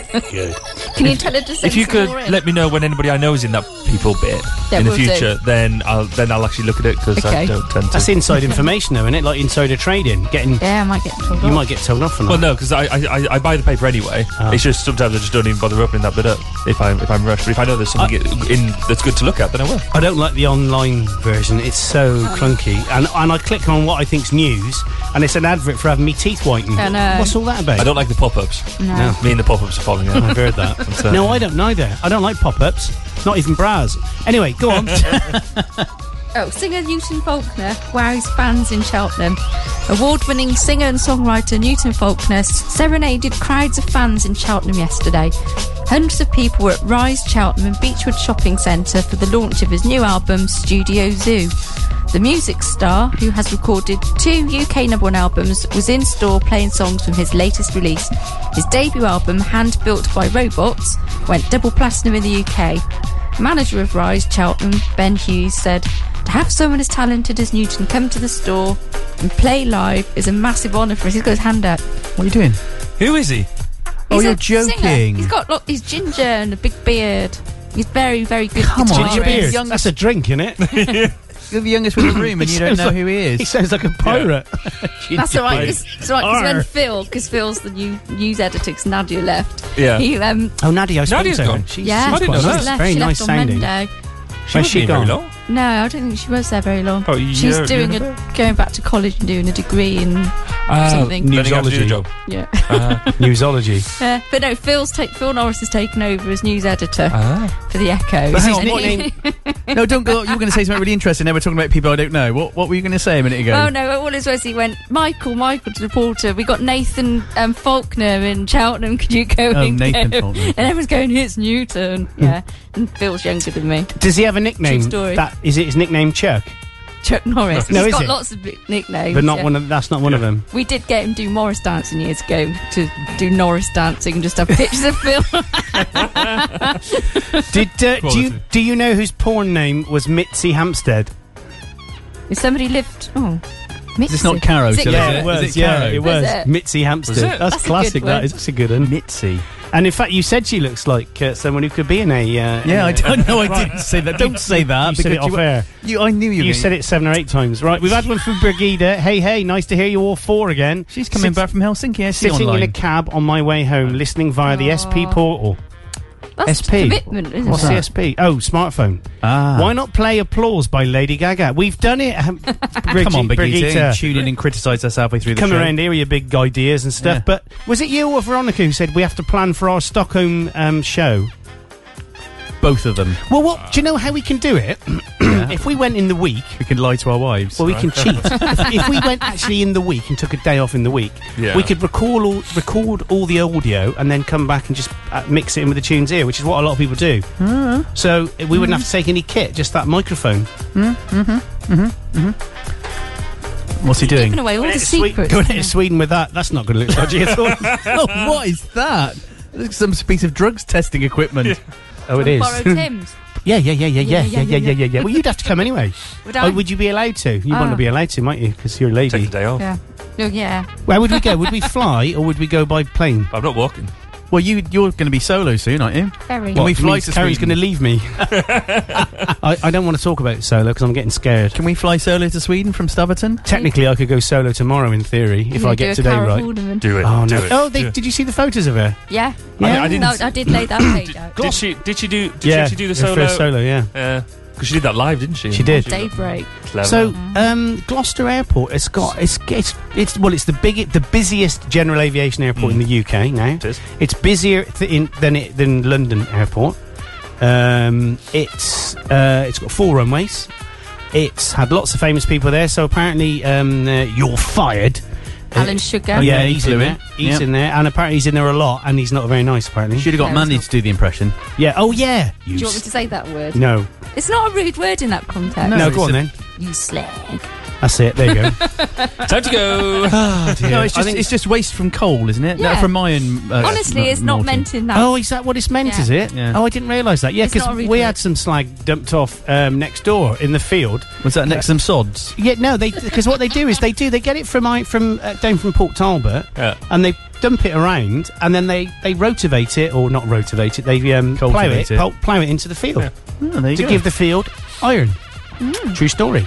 can you tell her to send
If you
some
could
more in?
let me know when anybody I know is in that people bit
Yeah,
in the
will do.
future, then I'll then I'll actually look at it because I
Okay.
don't tend to.
That's
[LAUGHS]
inside information, though, isn't it? Like insider trading. Getting
yeah, I might get told
you
off.
might get told off for Ah. that.
Well, no, because I, I I- I buy the paper anyway. It's just sometimes I just don't even bother opening that bit up if I'm if I'm rushed. But if I know there's something
Oh.
i- in that's good to look at, then I will.
I don't like the online version. It's so clunky, and and I click on what I think's news, and it's an advert for having me teeth whitened.
I know.
What's all that about?
[LAUGHS]
I don't like the pop-ups.
No.
Me and the pop-ups are falling out.
I've heard that. uh,
And so-
No, I don't neither. I don't like pop-ups. Not even bras. Anyway, go [LAUGHS] on.
Oh, singer Newton Faulkner wows fans in Cheltenham. Award winning singer and songwriter Newton Faulkner serenaded crowds of fans in Cheltenham yesterday. Hundreds of people were at Rise Cheltenham and Beechwood Shopping Centre for the launch of his new album, Studio Zoo. The music star, who has recorded two UK number one albums, was in store playing songs from his latest release. His debut album, Hand Built by Robots, went double platinum in the UK. Manager of Rise Cheltenham, Ben Hughes, said, To have someone as talented as Newton come to the store and play live is a massive honour for us. He's got his hand up.
What are you doing?
Who is he?
Oh,
He's
you're
a singer.
joking.
He's got look, he's ginger and a big beard. He's very, very good.
Come on.
guitarist.
Ginger beard.
Young-
That's a drink, isn't [LAUGHS] it?
You're the youngest in the room, and
He
you don't
sounds
know
like-
who he is.
he sounds like a pirate. [LAUGHS]
That's all right. It's, it's all right. 'cause
Arr.
when Phil, because Phil's the new news editor, 'cause Nadia left.
Yeah.
He, um,
Oh, Nadia, I spoke
Nadia's
to her.
gone.
She's,
yeah.
she's
She
quite nice.
left.
Very
she left
nice
on
sounding.
Monday.
She
Where's
wasn't
she
here very
gone?
long.
No, I don't think she was there very long.
About a year-
She's
year
doing
and
a, going back to college and doing a degree in
Ah,
something.
Learning how to do the
newsology.
job.
Yeah. [LAUGHS]
Uh, Newsology.
Uh, but no, Phil's take, Phil Norris has taken over as news editor for the Echo.
But hang on,
And
what
he-
[LAUGHS]
name- no, don't go. You were going to say something really interesting. Now we're talking about people I don't know. What What were you going to say a minute ago?
Oh no! All his words, he went, Michael, Michael, to the porter. We got Nathan um, Faulkner in Cheltenham. Could you go
Oh,
and get
Nathan
him?"
Faulkner.
[LAUGHS] And everyone's going, it's Newton. Yeah, and Phil's younger than me.
Does he have a nickname?
True story.
That is it. His nickname Chuck,
Chuck Norris.
No,
He's
is
got
it?
lots of bi- nicknames,
but not
yeah.
one of. That's not one of
[LAUGHS]
them.
We did get him do Morris dancing years ago to do Norris dancing and just have pictures of Phil.
Did uh, do you
Quality.
do you know whose porn name was Mitzi Hampstead?
[LAUGHS] if somebody lived, oh,
Is this not Caro?
Is it
Still,
yeah,
is
it was.
Is it
yeah,
Caro?
it was.
Was it?
Mitzi Hampstead.
Was it?
That's,
That's a good
classic. That
one.
is. That's a good one.
Mitzi.
And in fact, you said she looks like uh, someone who could be in a. Uh,
Yeah,
I [LAUGHS]
I don't know. I didn't say that. Don't say that.
You said it
because
off
you,
air.
You, I knew you.
You
were-
said it seven or eight times, right? We've had one from Brigida. Hey, hey, nice to hear you all four again.
She's coming
Sit-
back from Helsinki. I see
Sitting
online.
in a cab on my way home, listening via the SP portal.
That's
SP.
commitment, isn't
What's
it?
the SP? Oh, smartphone.
Ah.
Why not play Applause by Lady Gaga? We've done it. Um, Brigi-
[LAUGHS] Come on, Brigitte.
Brigida.
Tune in and criticise us halfway through the
Come
show.
around here with your big ideas and stuff.
Yeah.
But was it you or Veronica who said we have to plan for our Stockholm um, show?
Both of them.
Well, what do you know how we can do it? [CLEARS THROAT] went, if we went in the week,
we can lie to our wives.
Well, we can
[LAUGHS]
cheat. if, if we went actually in the week and took a day off in the week,
Yeah.
we could recall all, record all the audio and then come back and just uh, mix it in with the tunes here, which is what a lot of people do.
Mm.
So uh, we wouldn't have to take any kit, just that microphone.
Mm, mm-hmm, mm-hmm, mm-hmm.
What's he
doing? away all
Going
the
into Sweden-
secrets.
Going into
[LAUGHS]
Sweden with that, that's not going to look dodgy at all.
oh, what is that? It's some piece of drugs testing equipment.
Oh, it is. [LAUGHS] Yeah, yeah, yeah, yeah, yeah, yeah, yeah, yeah, yeah, yeah. Well, you'd have to come anyway.
Would
oh,
I?
would you be allowed to? You
Ah.
wouldn't be allowed to, might you? Because you're a lady. Take the day off.
Yeah. No, yeah.
Where would we go? Would we fly or would we go by plane?
I'm not walking.
Well, you you're going to be solo soon, aren't you?
Very.
Can we
What, you
fly
mean
to
Carrie's going
Sweden?
to leave
[LAUGHS]
me. I, I don't want to talk about it solo because I'm getting scared.
Can we fly solo to Sweden from Staverton?
Technically, I could go solo tomorrow in theory if
You
I
do a
get today
Carol
right.
Haldeman. Do it,
Oh,
do
no.
it,
oh, they,
do it.
did you see the photos of her?
Yeah.
Yeah. I didn't-
No, I did
[COUGHS]
lay that page out.
Did she? Did she do? Did
Yeah,
she do the
her
solo?
first solo, yeah.
because she did that live, didn't she?
She did.
Daybreak.
Clever.
So, um, Gloucester Airport has got it's it's, it's well, it's the big the busiest general aviation airport
Mm.
in the UK now. It is. It's busier th- in, than it, than London Airport. Um, it's uh, it's got four runways. It's had lots of famous people there. So apparently, um, uh, you're fired.
Alan Sugar.
Oh, yeah,
Yeah,
he's
he
in
flew
there.
in.
He's
Yeah.
in there, and apparently he's in there a lot, and he's not very nice. Apparently,
Should have got
No,
Mandy to do the impression.
Yeah. Oh yeah.
Do you want me to say that word?
No.
It's not a rude word in that context.
No, No, go it's on a- then.
You slag.
That's it. There you
[LAUGHS]
go.
Time to go.
Ah, dear.
No,
no,
it's I just-
it's just
think-
it's just waste from coal, isn't it?
Yeah.
No, from my own. Uh,
Honestly, it's not
naughty.
meant in that.
Oh, is that what it's meant?
Yeah.
Is it?
Yeah.
Oh, I didn't realise that. Yeah,
It's
because
not a
we
redo.
had some slag dumped off um, next door in the field.
Was that next to some sods?
Yeah, no, they because what they do is they do they get it from I from uh, down from Port Talbot,
Yeah.
and they dump it around, and then they they rotivate it or not rotivate it, they um, plow it,
Cultivate it.
plow, plow it into the field
Oh, there you
to
go.
give the field iron.
Hmm,
True story.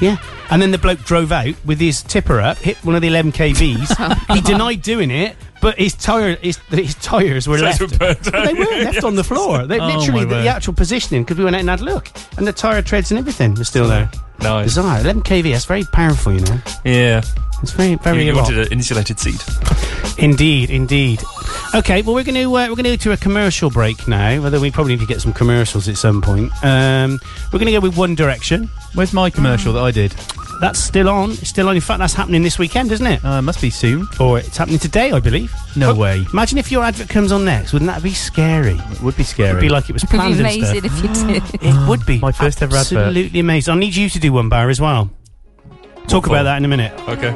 Yeah. And then the bloke drove out with his tipper up, hit one of the 11 KVs. he denied doing it, but his tire, his, his tires were
So
left.
it's burnt
But they were
[LAUGHS]
left on the floor. They
Oh,
literally
my
the,
word.
the actual positioning because we went out and had a look, and the tire treads and everything were still there.
Nice.
Bizarre. 11 KV. That's very powerful, you know.
Yeah.
It's very very.
you, you
a lot.
wanted an insulated seat.
Indeed, indeed. Okay, well we're going to uh, we're going to go to a commercial break now. Although we probably need to get some commercials at some point. Um, we're going to go with One Direction.
Where's my commercial that I did?
That's still on. It's still on. In fact, that's happening this weekend, isn't it?
Uh, must be soon.
Or it's happening today, I believe. Oh,
No way.
Imagine if your advert comes on next. Wouldn't that be scary?
It would be scary.
It'd be like it was
It'd be
planned and stuff.
amazing if you
hmm.
did.
It would be
My first ever advert.
Absolutely amazing. I need you to do one bar as well. Talk about that in a minute.
Okay.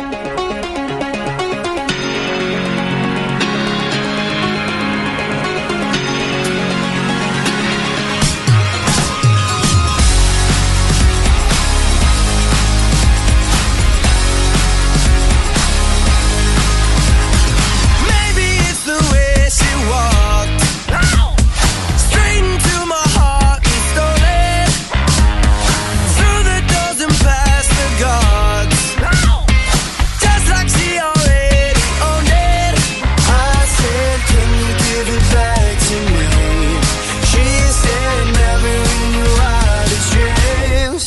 Maybe it's the way she walked. Straight into my heart and stole it. Through the doors and past the guards. Just like she already owned it. I said, Can you give it back to me? She said, Never in your wildest dreams.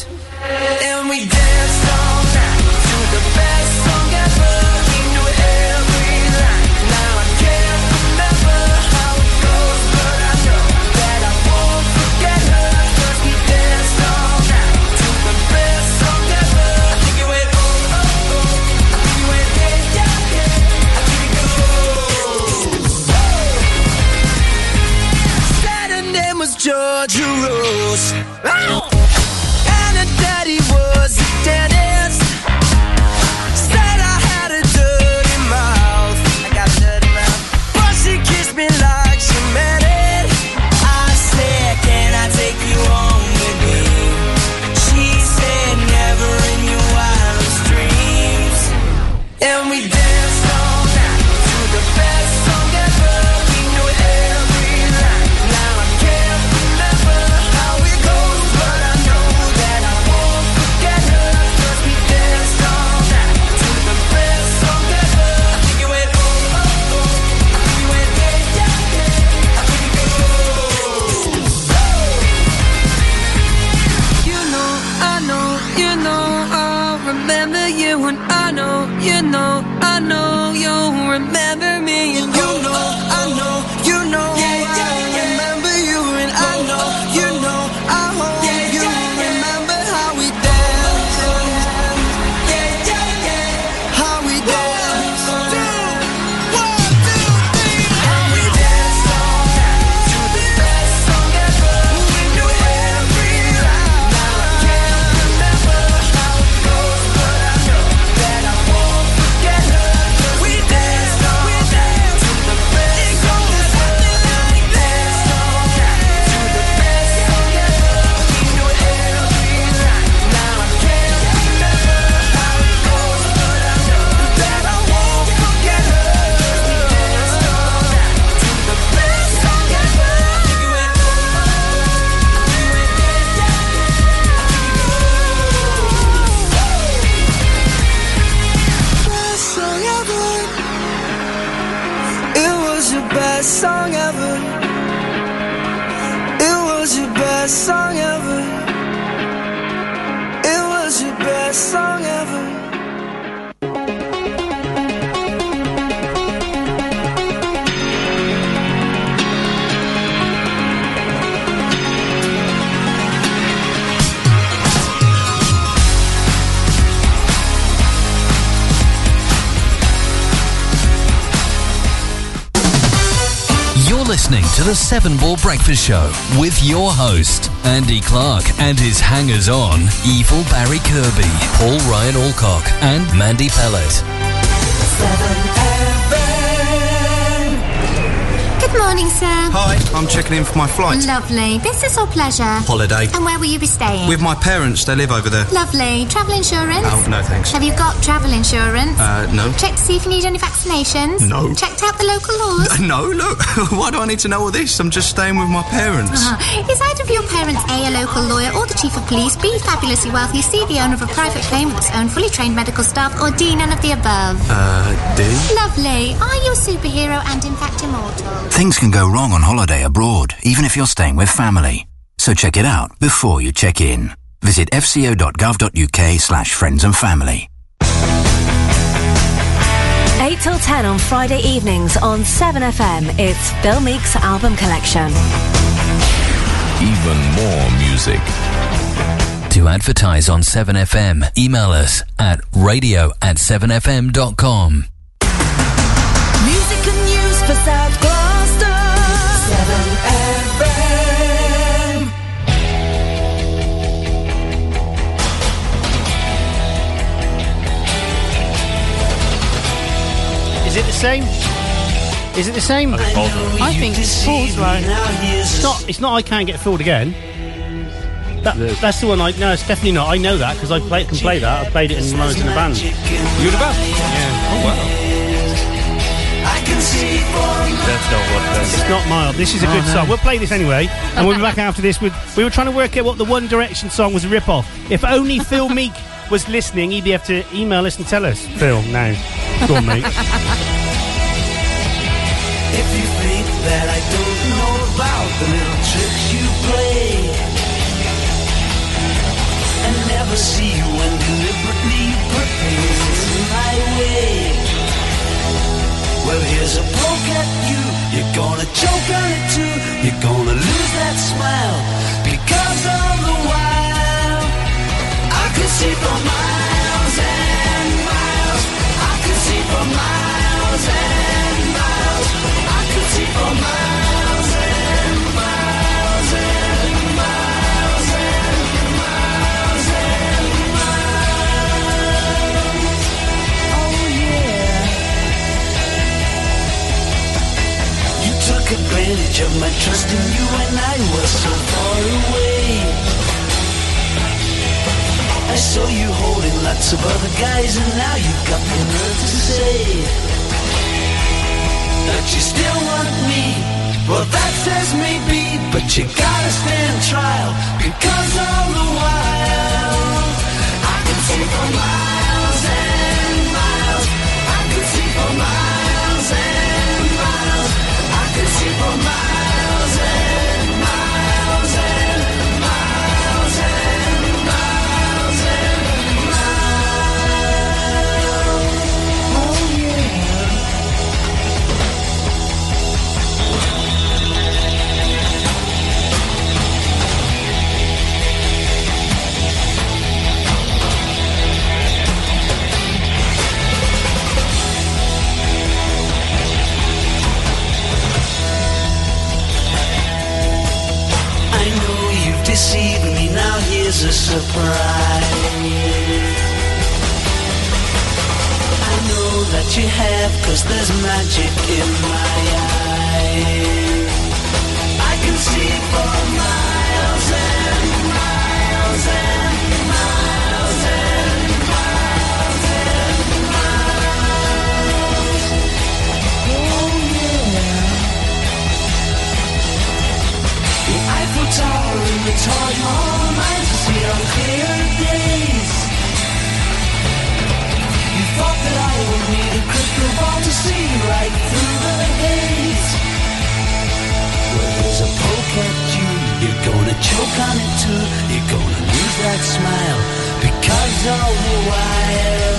And we danced all night to the best song ever. He knew every line. Now I can't remember how it goes, but I know that I won't forget her. 'Cause we danced all night to the best song ever. I think it went oh oh oh. I think it went yeah yeah yeah. I think it goes oh. Said her name was Georgia Rose. And her daddy was a dentist. Said I had a dirty mouth. I got a dirty mouth. But she kissed me like she meant it. I said, Can I take you home with me? She said, Never in your wildest dreams. And we danced all night to the best song ever. We knew every line. Now I can't remember how it goes, but I know that I won't forget her. 'Cause we danced all night to the best song ever. I think it went oh oh oh. I think it went yeah yeah yeah. I think it goes oh you know, I know, you know, I'll remember you. And I know, you know, I know you'll remember me. And you know, I know, you know, I'll remember you. And I know, you know, I hope you remember
your best song ever. It was your best song ever. It was your best song ever.
You're listening to the Seven Ball Breakfast Show with your host, Andy Clark, and his hangers on, Evil Barry Kirby, Paul Ryan Alcock, and Mandy Pellet.
Good morning, sir.
Hi, I'm checking in for my flight.
Lovely. Business or pleasure?
Holiday.
And where will you be staying?
With my parents, they live over there.
Lovely. Travel insurance?
Oh, no thanks.
Have you got travel insurance?
Uh, no. [LAUGHS]
Check to see if you need any vaccinations?
No.
Checked out the local laws?
No, look, [LAUGHS] why do I need to know all this? I'm just staying with my parents.
Ah, [LAUGHS] Is either of your parents A, a local lawyer or the chief of police, B, fabulously wealthy, C, the owner of a private claim with its own fully trained medical staff, or D, none of the above?
Uh, D?
Lovely. Are you a superhero and, in fact, immortal?
Things can go wrong on holiday abroad, even if you're staying with family. So check it out before you check in. Visit fco.gov.uk slash friends and family.
8 till 10 on Friday evenings on 7FM. It's Bill Meek's album collection.
Even more music. To advertise on 7FM, email us at radio at 7fm.com.
Music and news for South Gloucester. 7FM.
Is it the same? Is it the same? I
Paul's right.
think it's Paul's right. It's not. It's not. I can't get fooled again. That, that's the one. I no. It's definitely not. I know that because I play, can play that. I played it in when I was in the band.
You're the band. Yeah. Oh wow. That's not what.
It's not mild. This is a
Oh,
good
no.
song. We'll play this anyway, and we'll be back after this. With we were trying to work out what the One Direction song was a rip-off. If only [LAUGHS] Phil Meek was listening, he'd be able to email us and tell us. Phil, no, go on, mate.
If you think that I don't know about the little tricks you play And never see you when deliberately you put things in my way Well here's a poke at you, you're gonna choke on it too You're gonna lose that smile because of the while I could see for miles and miles I could see for miles and miles I could see for miles and miles and miles and miles and miles Oh yeah You took advantage of my trust in you and I was so far away I saw you holding lots of other guys, and now you've got the nerve to say that you still want me. Well, that says maybe, but you gotta stand trial because all the while I can see for miles and miles. I can see for miles and miles. I can see for miles and miles and miles and miles and miles. Oh yeah. I know you've deceived me, now here's a surprise. I know that you have, cause there's magic in my eyes. I can see for miles and miles and miles and miles and miles. Oh yeah. The Eiffel Tower and the Taj Mahal might see on clear days. You thought that I would need a crystal ball to see right through the haze.
choke on it too. You're gonna lose that smile because all the while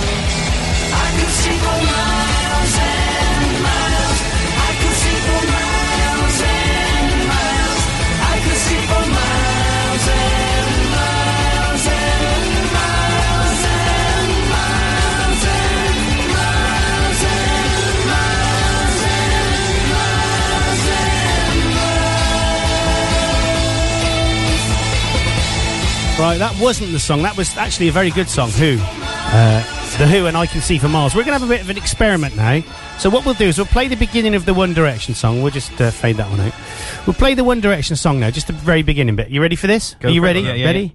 I could see for miles and miles. I could see for miles and miles. I could see for miles and miles and miles and miles and miles and miles and miles and
Right, that wasn't the song. That was actually a very good song. Who? Uh, the Who and I Can See for Miles. We're going to have a bit of an experiment now. So, what we'll do is we'll play the beginning of the One Direction song. We'll just uh, fade that one out. We'll play the One Direction song now, just the very beginning bit. You ready for this?
Go
Are you
for it.
ready?
Yeah, yeah,
ready?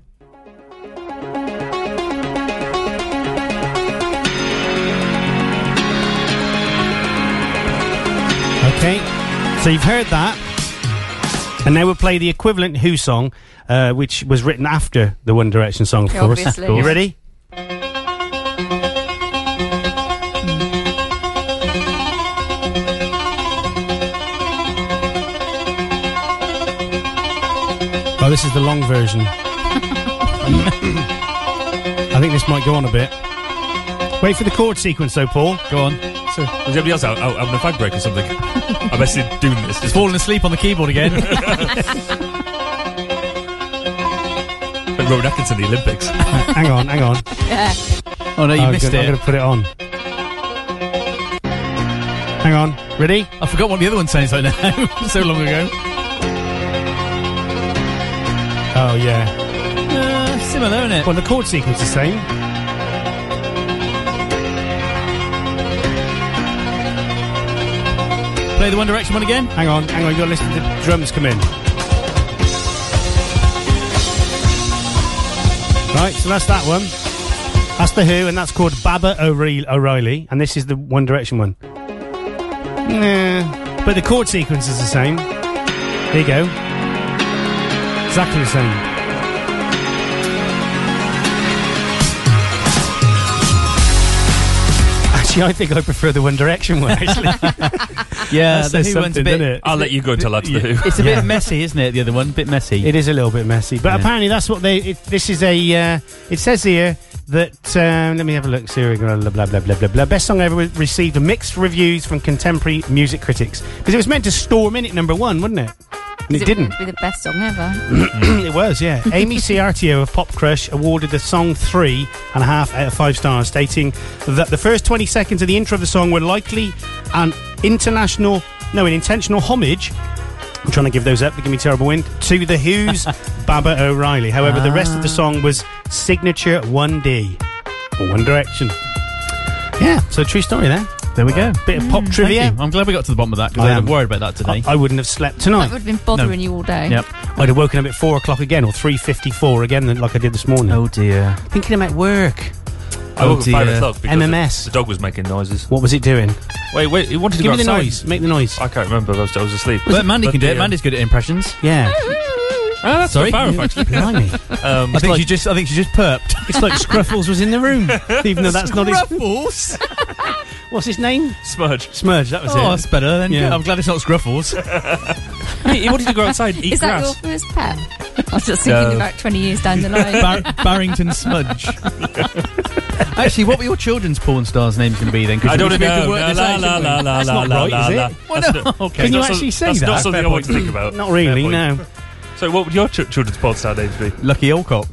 Okay, so you've heard that. And now we'll play the equivalent Who song, uh, which was written after the One Direction song, of
Yeah,
course.
obviously.
You ready?
[LAUGHS]
Oh, this is the long version. [LAUGHS] I think this might go on a bit. Wait for the chord sequence, though, Paul. Go on. So,
Is anybody else out, out having a fag break or something? I bet they're doing this. Just
falling asleep on the keyboard
[LAUGHS]
again.
like Rowan Atkinson in the Olympics.
[LAUGHS] hang on, hang on.
[LAUGHS] Yeah.
Oh, no, you missed
I'm
it.
going to put it on. Hang on. Ready?
I forgot what the other one sounds like [LAUGHS] now. so
[LAUGHS]
long ago.
Oh, yeah. similar, isn't it? Well, the chord sequence is the same.
Play the One Direction one again.
Hang on, hang on. You've got to listen to the drums come in. Right, so that's that one. That's the Who, and that's called Baba O'Reilly, O'Reilly and this is the One Direction one. Nah. But the chord sequence is the same. There you go. Exactly the same. Actually, I think I prefer the One Direction one. Actually,
Yeah,
[LAUGHS] That
the
says
Who one's a
something,
bit-
doesn't it?
I'll let you go until that's the Who.
It's a
Yeah.
bit messy, isn't it? The other one, bit messy.
It is a little bit messy, but
Yeah.
apparently that's what they. It, this is a. Uh, it says here that um, let me have a look. Siri, blah blah blah blah blah blah. Best song ever was- received mixed reviews from contemporary music critics because it was meant to storm in at number one, wasn't it? And it, didn't.
Be the best song ever.
[CLEARS THROAT] it was,
[LAUGHS]
yeah. Amy Ciartio of Pop Crush awarded the song three and a half out of five stars, stating that the first 20 seconds of the intro of the song were likely an international, no, an intentional homage. I'm trying to give those up, they give me terrible wind. To the
[LAUGHS]
Who's Baba O'Reilly. However, the rest of
Ah.
the song was signature 1D or One Direction. Yeah, so true story there.
There we go.
Bit of pop
Mm.
trivia.
Thank you. I'm glad we got to the bottom of that because
I
I,
am.
was worried about that today.
I, I wouldn't have slept [COUGHS] tonight.
That would have been bothering you all day.
Yep. I'd have woken up at four o'clock again, or three fifty-four again, than- like I did this morning. Oh
dear. Oh,
Thinking about work.
I woke up at five o'clock because
MMS.
The, the dog was making noises.
What was it doing?
Wait, wait, he wanted to
Give
go
me the
outside.
noise. Make the noise.
I can't remember. I was, I was asleep.
But Mandy can do it.
the, uh,
Mandy's good at impressions. Oh,
Yeah.
Ah, that's
Sorry?
Sorry? far
[LAUGHS]
off,
[LAUGHS]
actually.
Blimey.
Um,
I think she just. I think she just perped.
It's like Scruffles was in the
[LAUGHS]
room, even though that's not his.
Scruffles.
[LAUGHS] What's his name?
Smudge.
Smudge. That was it.
Oh, that's better. Then
Yeah.
I'm glad it's not
[LAUGHS]
Scruffles.
he, he wanted to go outside and eat
Is that
grass.
your first pet? I was just thinking
No.
about 20 years down the line.
Bar-
[LAUGHS]
Barrington Smudge. Actually, what were your children's porn stars' names going to be then? 'Cause
I
we
don't
was meant to
know.
work
La
this
la
out,
la
didn't we?
la la
That's
la
not right,
la
is it?
la.
Well,
That's
no. Okay.
not- that's
Can you
not some-
actually say
that's
that?
not something
Fair
I want to
point.
think about.
Not
Fair
really,
point.
no.
So, what would your ch- children's porn star names be?
Lucky [LAUGHS]
[LAUGHS]
Olcock.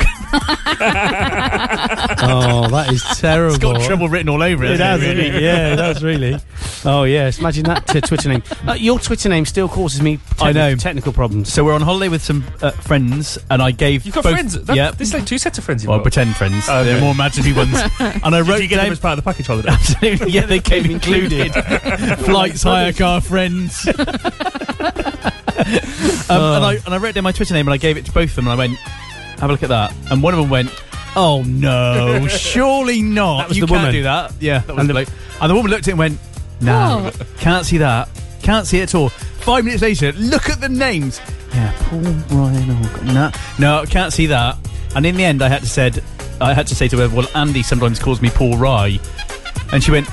oh, that is
[LAUGHS]
terrible.
It's got trouble written all over it.
It
hasn't
has,
really?
hasn't it? Yeah, it has really. Oh yes, imagine that t- Twitter
[LAUGHS]
name. Uh, your Twitter name still causes me. Techni-
I know.
technical problems.
So we're on holiday with some uh, friends, and I gave
You've got
both-
friends. That,
yep.
This is like two sets of friends. You've
Well,
got.
pretend friends.
Oh,
They're
okay.
more imaginary
[LAUGHS]
ones. And I
Did
wrote
you get
down-
them as part of the package holiday.
Absolutely. Yeah, they
[LAUGHS]
came included. Flights, hire car,
[LAUGHS]
friends. um, and, I, and I wrote down my Twitter name and I gave it to both of them and I went, have a look at that. And one of them went, oh
[LAUGHS]
no, surely not.
That was
you
the
can't
woman.
do that. Yeah, that was
And
the
the-
bloke. And the woman looked at it and went, no,
Oh.
can't see that. Can't see it at all. Five minutes later, look at the names. Yeah, Paul Ryan. Oh, God, no, no, can't see that. And in the end, I had to said, I had to say to her, "Well, Andy sometimes calls me Paul Rye," and she went,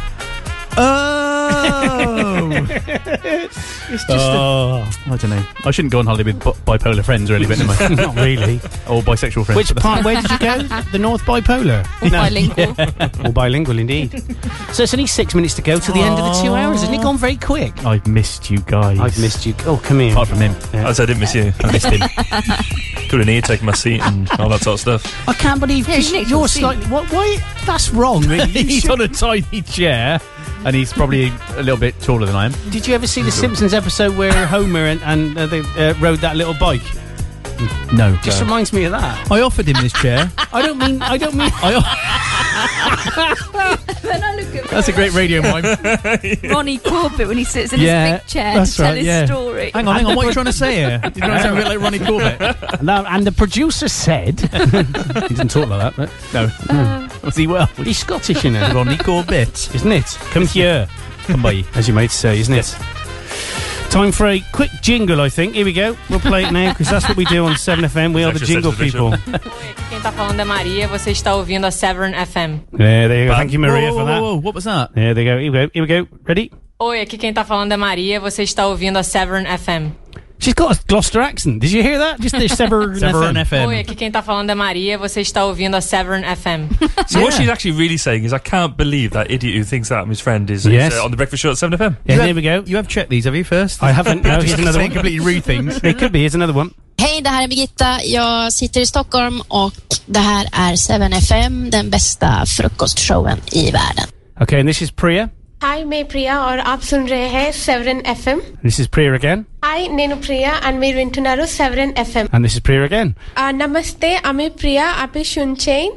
"Uh." No.
it's just Ah.
oh. I I don't know. I shouldn't go on holiday with bi- bipolar friends, really, but
[LAUGHS]
anyway.
Not really.
Or bisexual friends.
Which part? Where did you go? [LAUGHS] The North Bipolar.
Or bilingual.
[LAUGHS] or bilingual, indeed. So it's only six minutes to go to the end of the two hours. Isn't it gone very quick?
[LAUGHS]
[LAUGHS]
I've missed you guys.
I've missed you. Oh, come here. Apart
from him.
I said I didn't miss you. I
[LAUGHS]
missed him. Put in here, taking my seat and all that sort of stuff.
I can't believe you, you're slightly. What? Why? That's wrong.
[LAUGHS]
Really. You
he's
should-
on a tiny chair, and he's probably a little bit taller than I am.
Did you ever see the Simpsons episode where Homer and, and uh, they uh, rode that little bike?
No.
Just reminds me of that.
I offered him this
[LAUGHS]
chair.
I don't mean. I don't mean.
then I look at
That's
[LAUGHS]
a great radio mime.
Ronnie Corbett when he sits in his big chair to tell his story.
Hang on, hang on. What are you trying to
[LAUGHS]
say
[LAUGHS]
here? You're trying to sound a bit like Ronnie Corbett.
No, and the producer said he didn't talk like that, but
no,
[LAUGHS]
was he well?
He's Scottish, you know.
Ronnie Corbett,
isn't it? Come here,
come by,
[LAUGHS] as you might say, isn't it? Time for a quick jingle, I think. Here we go. We'll play it now because that's what we do on 7FM. We are the
That's your
jingle people.
sensitive
[LAUGHS]
Quem tá falando é Maria, você está ouvindo a Severn FM.
Yeah, there you go. Thank you, Maria,
Whoa, whoa,
for that.
whoa, whoa, What was that?
There they go. Here we go. Here we go. Ready?
Oi, aqui quem tá falando é Maria, você está ouvindo a Severn FM.
She's got a Gloucester accent. Did you hear
[LAUGHS]
that? Just the Severn,
Severn
Oi,
FM.
aqui quem tá falando é Maria, você está ouvindo a Severn FM.
So what she's actually really saying is, I can't believe that idiot who thinks that I'm his friend is, is,
Yes.
uh, on the breakfast show at seven FM.
Yeah, there
we go.
You have checked these, have you? First,
I [LAUGHS]
[LAUGHS]
haven't. No,
Just
here's another
saying
one.
Completely rude
[LAUGHS]
things.
It could be. Here's another one.
Hej, det här är Birgitta. Jag sitter i Stockholm och det här är 7FM, den bästa frukostshowen i världen.
Okay, and this is Priya.
हाय मैं प्रिया और आप सुन रहे हैं Severn FM
This is Priya again.
Hi నేను Priya and మీరు వింటున్నారు Severn FM
And this is Priya again.
నమస్తే ఆమె ప్రియా ఆపే షున్చైన్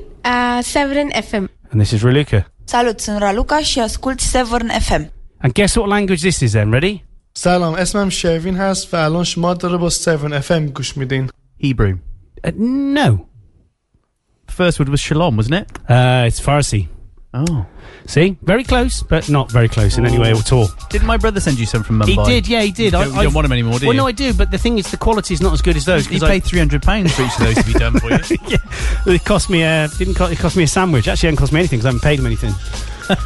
Severn FM
And this is Raluca.
Salut, sunt Raluca și ascult Severn FM.
And guess what language this is then? Ready?
سلام اسمم شروین هست و الان شما داره با 7 FM گوش میدین
Hebrew.
Uh, no.
First word was shalom, wasn't it?
Uh, it's Farsi.
Oh.
See? Very close, but not very close in any way at all.
Didn't my brother send you some from Mumbai?
He did, yeah, he
You
did.
don't, you don't want them anymore, do
well,
you?
no, I do, but the thing is, the quality's not as good as those.
You
because I,
paid three hundred pounds for each of those to be done for
[LAUGHS]
you.
it cost me a didn't co- it cost me a sandwich. Actually, it didn't cost me anything because I haven't paid him
[LAUGHS]
anything.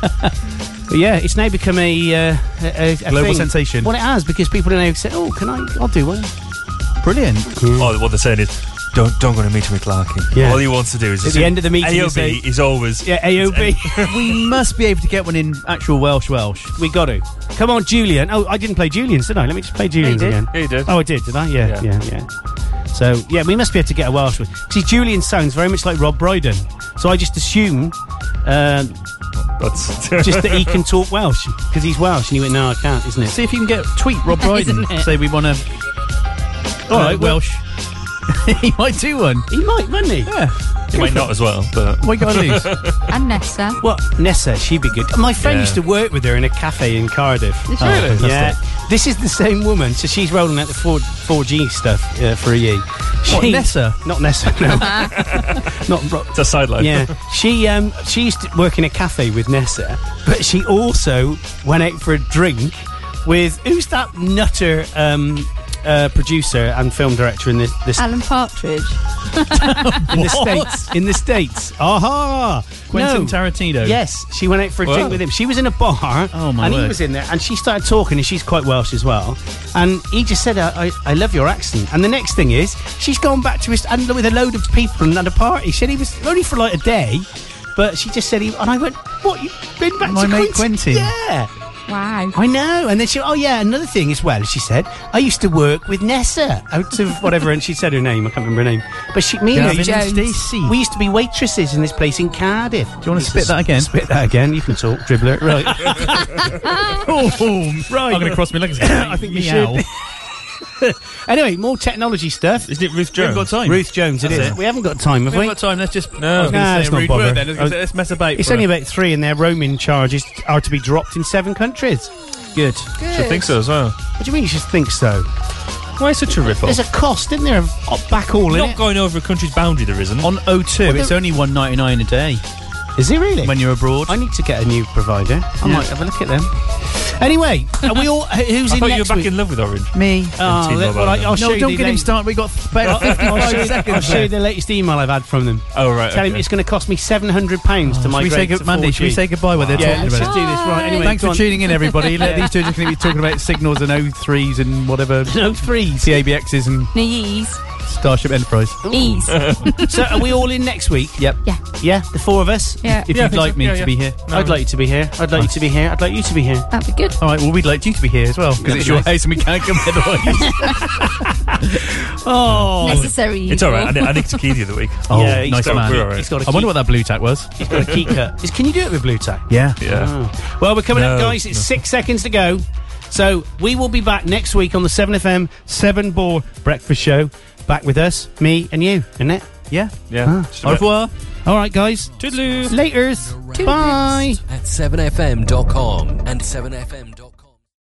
but yeah, it's now become a, uh, a, a- a
Global
thing.
sensation.
Well, it has because people now say, "Oh, can I? I'll do one."
Brilliant.
Oh, what they're saying is, don't don't go to meet him with Clarky.
Yeah.
All he wants to do is
At the end of the meeting, you
AOB
say-
is always
Yeah, AOB. [LAUGHS]
we must be able to get one in actual Welsh. Welsh.
We got to. Come on, Julian. Oh, I didn't play Julian's, did I? Let me just play Julian's
did.
again.
Yeah, you did.
Oh, I did, did I? Yeah, yeah, yeah. So yeah, we must be able to get a Welsh one. See, Julian sounds very much like Rob Brydon, so I just assume um,
that's [LAUGHS]
just that he can talk Welsh because he's Welsh, and he went, "No, I can't," isn't it?
See if you can get tweet Rob Brydon.
[LAUGHS] Isn't it?
Say we want to.
All right, well-
Welsh. he might do one.
[LAUGHS] He might, wouldn't he?
Yeah.
He might not as well, but
What you got to
[LAUGHS]
lose?
[LAUGHS]
and Nessa. Well, Nessa, she'd be good. My friend
Yeah.
used to work with her in a cafe in Cardiff.
Did she Oh, really? fantastic.
Yeah. This is the same woman, so she's rolling out the 4, 4G stuff uh, for a ye.
What, Nessa?
Not Nessa, no. [LAUGHS] not Ro-
it's a
[LAUGHS]
sideline.
yeah, she um she used to work in a cafe with Nessa, but she also went out for a drink with who's that nutter um uh, producer and film director in this this
Alan
[LAUGHS]
Partridge. [LAUGHS]
in [LAUGHS] the states. In the states. Aha! No.
Quentin Tarantino.
Yes, she went out for a
Wow.
drink with him. She was in a bar,
Oh, my
and he
word.
was in there, and she started talking, and she's quite Welsh as well. And he just said, "I, I, I love your accent." And the next thing is, she's gone back to his and with a load of people and had a party. She said he was only for like a day, but she just said he. And I went, "What? You've been back
My
to
mate Quentin.
Yeah. Wow. I know. And then she, oh yeah, another thing as well, she said, I used to work with Nessa out of whatever, and she said her name, I can't remember her name. But she, me and her,
Gavin and Jones.
Stacey. We used to be waitresses in this place in Cardiff. Do you
want to spit that again?
Spit that again. You can talk,
[LAUGHS]
dribbler. Right. [LAUGHS] oh, right.
I'm going to cross my legs. [LAUGHS]
I think you should. [LAUGHS] anyway, more technology stuff.
Isn't it Ruth [LAUGHS]
We haven't
Jones?
got time. Ruth Jones, it
That's
is.
it.
We haven't got time, have
We
we?
haven't got time. Let's just.
I
No,
was gonna say a rude word then. I was gonna say,
Let's mess about.
It's only about three, and their roaming charges are to be dropped in seven countries.
Good.
Good. Should think so
as well.
What do you mean you should think so?
Why such a ripple?
There's a cost, isn't there? of- of Back all in
not
it.
going over a country's boundary. There isn't.
On O2,
Well,
it's
the-
only one ninety nine a day.
Is it really?
When you're abroad,
I need to get a new provider. I might have a look at them. Anyway, are we all? Who's
I
in
thought
next
you were back
week?
in love with Orange.
Me.
In
Oh,
Team
let-
Mobile
well, I,
then.
I'll show you the late-
started. We got
I'll
about [LAUGHS]
show
55
you-
seconds.
I'll show you
left.
the latest email I've had from them.
Oh right.
Tell him
okay.
it's going to cost me seven hundred pounds to
Oh, Should we
migrate.
say good-
to
Mandy, should we
4G?
say goodbye while they're
yeah,
talking
let's
about
just
it?
do this right. Anyway,
Thanks
go
for
on.
tuning in, everybody. Let these two just going to be talking about signals and O3s and
[LAUGHS]
whatever.
O3s.
CABXs and
Knees.
Starship Enterprise.
Ease.
[LAUGHS] so are we all in next week?
Yep.
Yeah.
Yeah, [LAUGHS] the four of us.
Yeah.
If
Yeah,
you'd like me
yeah,
to
yeah.
be here,
No.
I'd like you to be here. I'd like you to be here. I'd like you to be here.
That'd be good.
All right, well, we'd like you to be here Oh, as well because it's your house and we can't come
[LAUGHS]
otherwise.
Oh,
[LAUGHS] Necessary.
It's all right. I,
evil.
nick- I nicked a key the other week.
Oh,
Yeah, he's
nice
got a
man.
key- We're all right. he's got a
I
key-
wonder what that blue tack was.
He's got a
[LAUGHS]
key cut. Is- Can you do it with blue tack?
Yeah.
Yeah.
Oh. Well, we're coming up,
No,
guys. It's six seconds to go. So we will be back next week on the 7FM 7 Ball Breakfast Show. Back with us, me and you, Annette.
Yeah.
Yeah.
Au revoir. All right, guys. Toodaloo. Laters. Bye.
At 7fm.com and 7fm.com.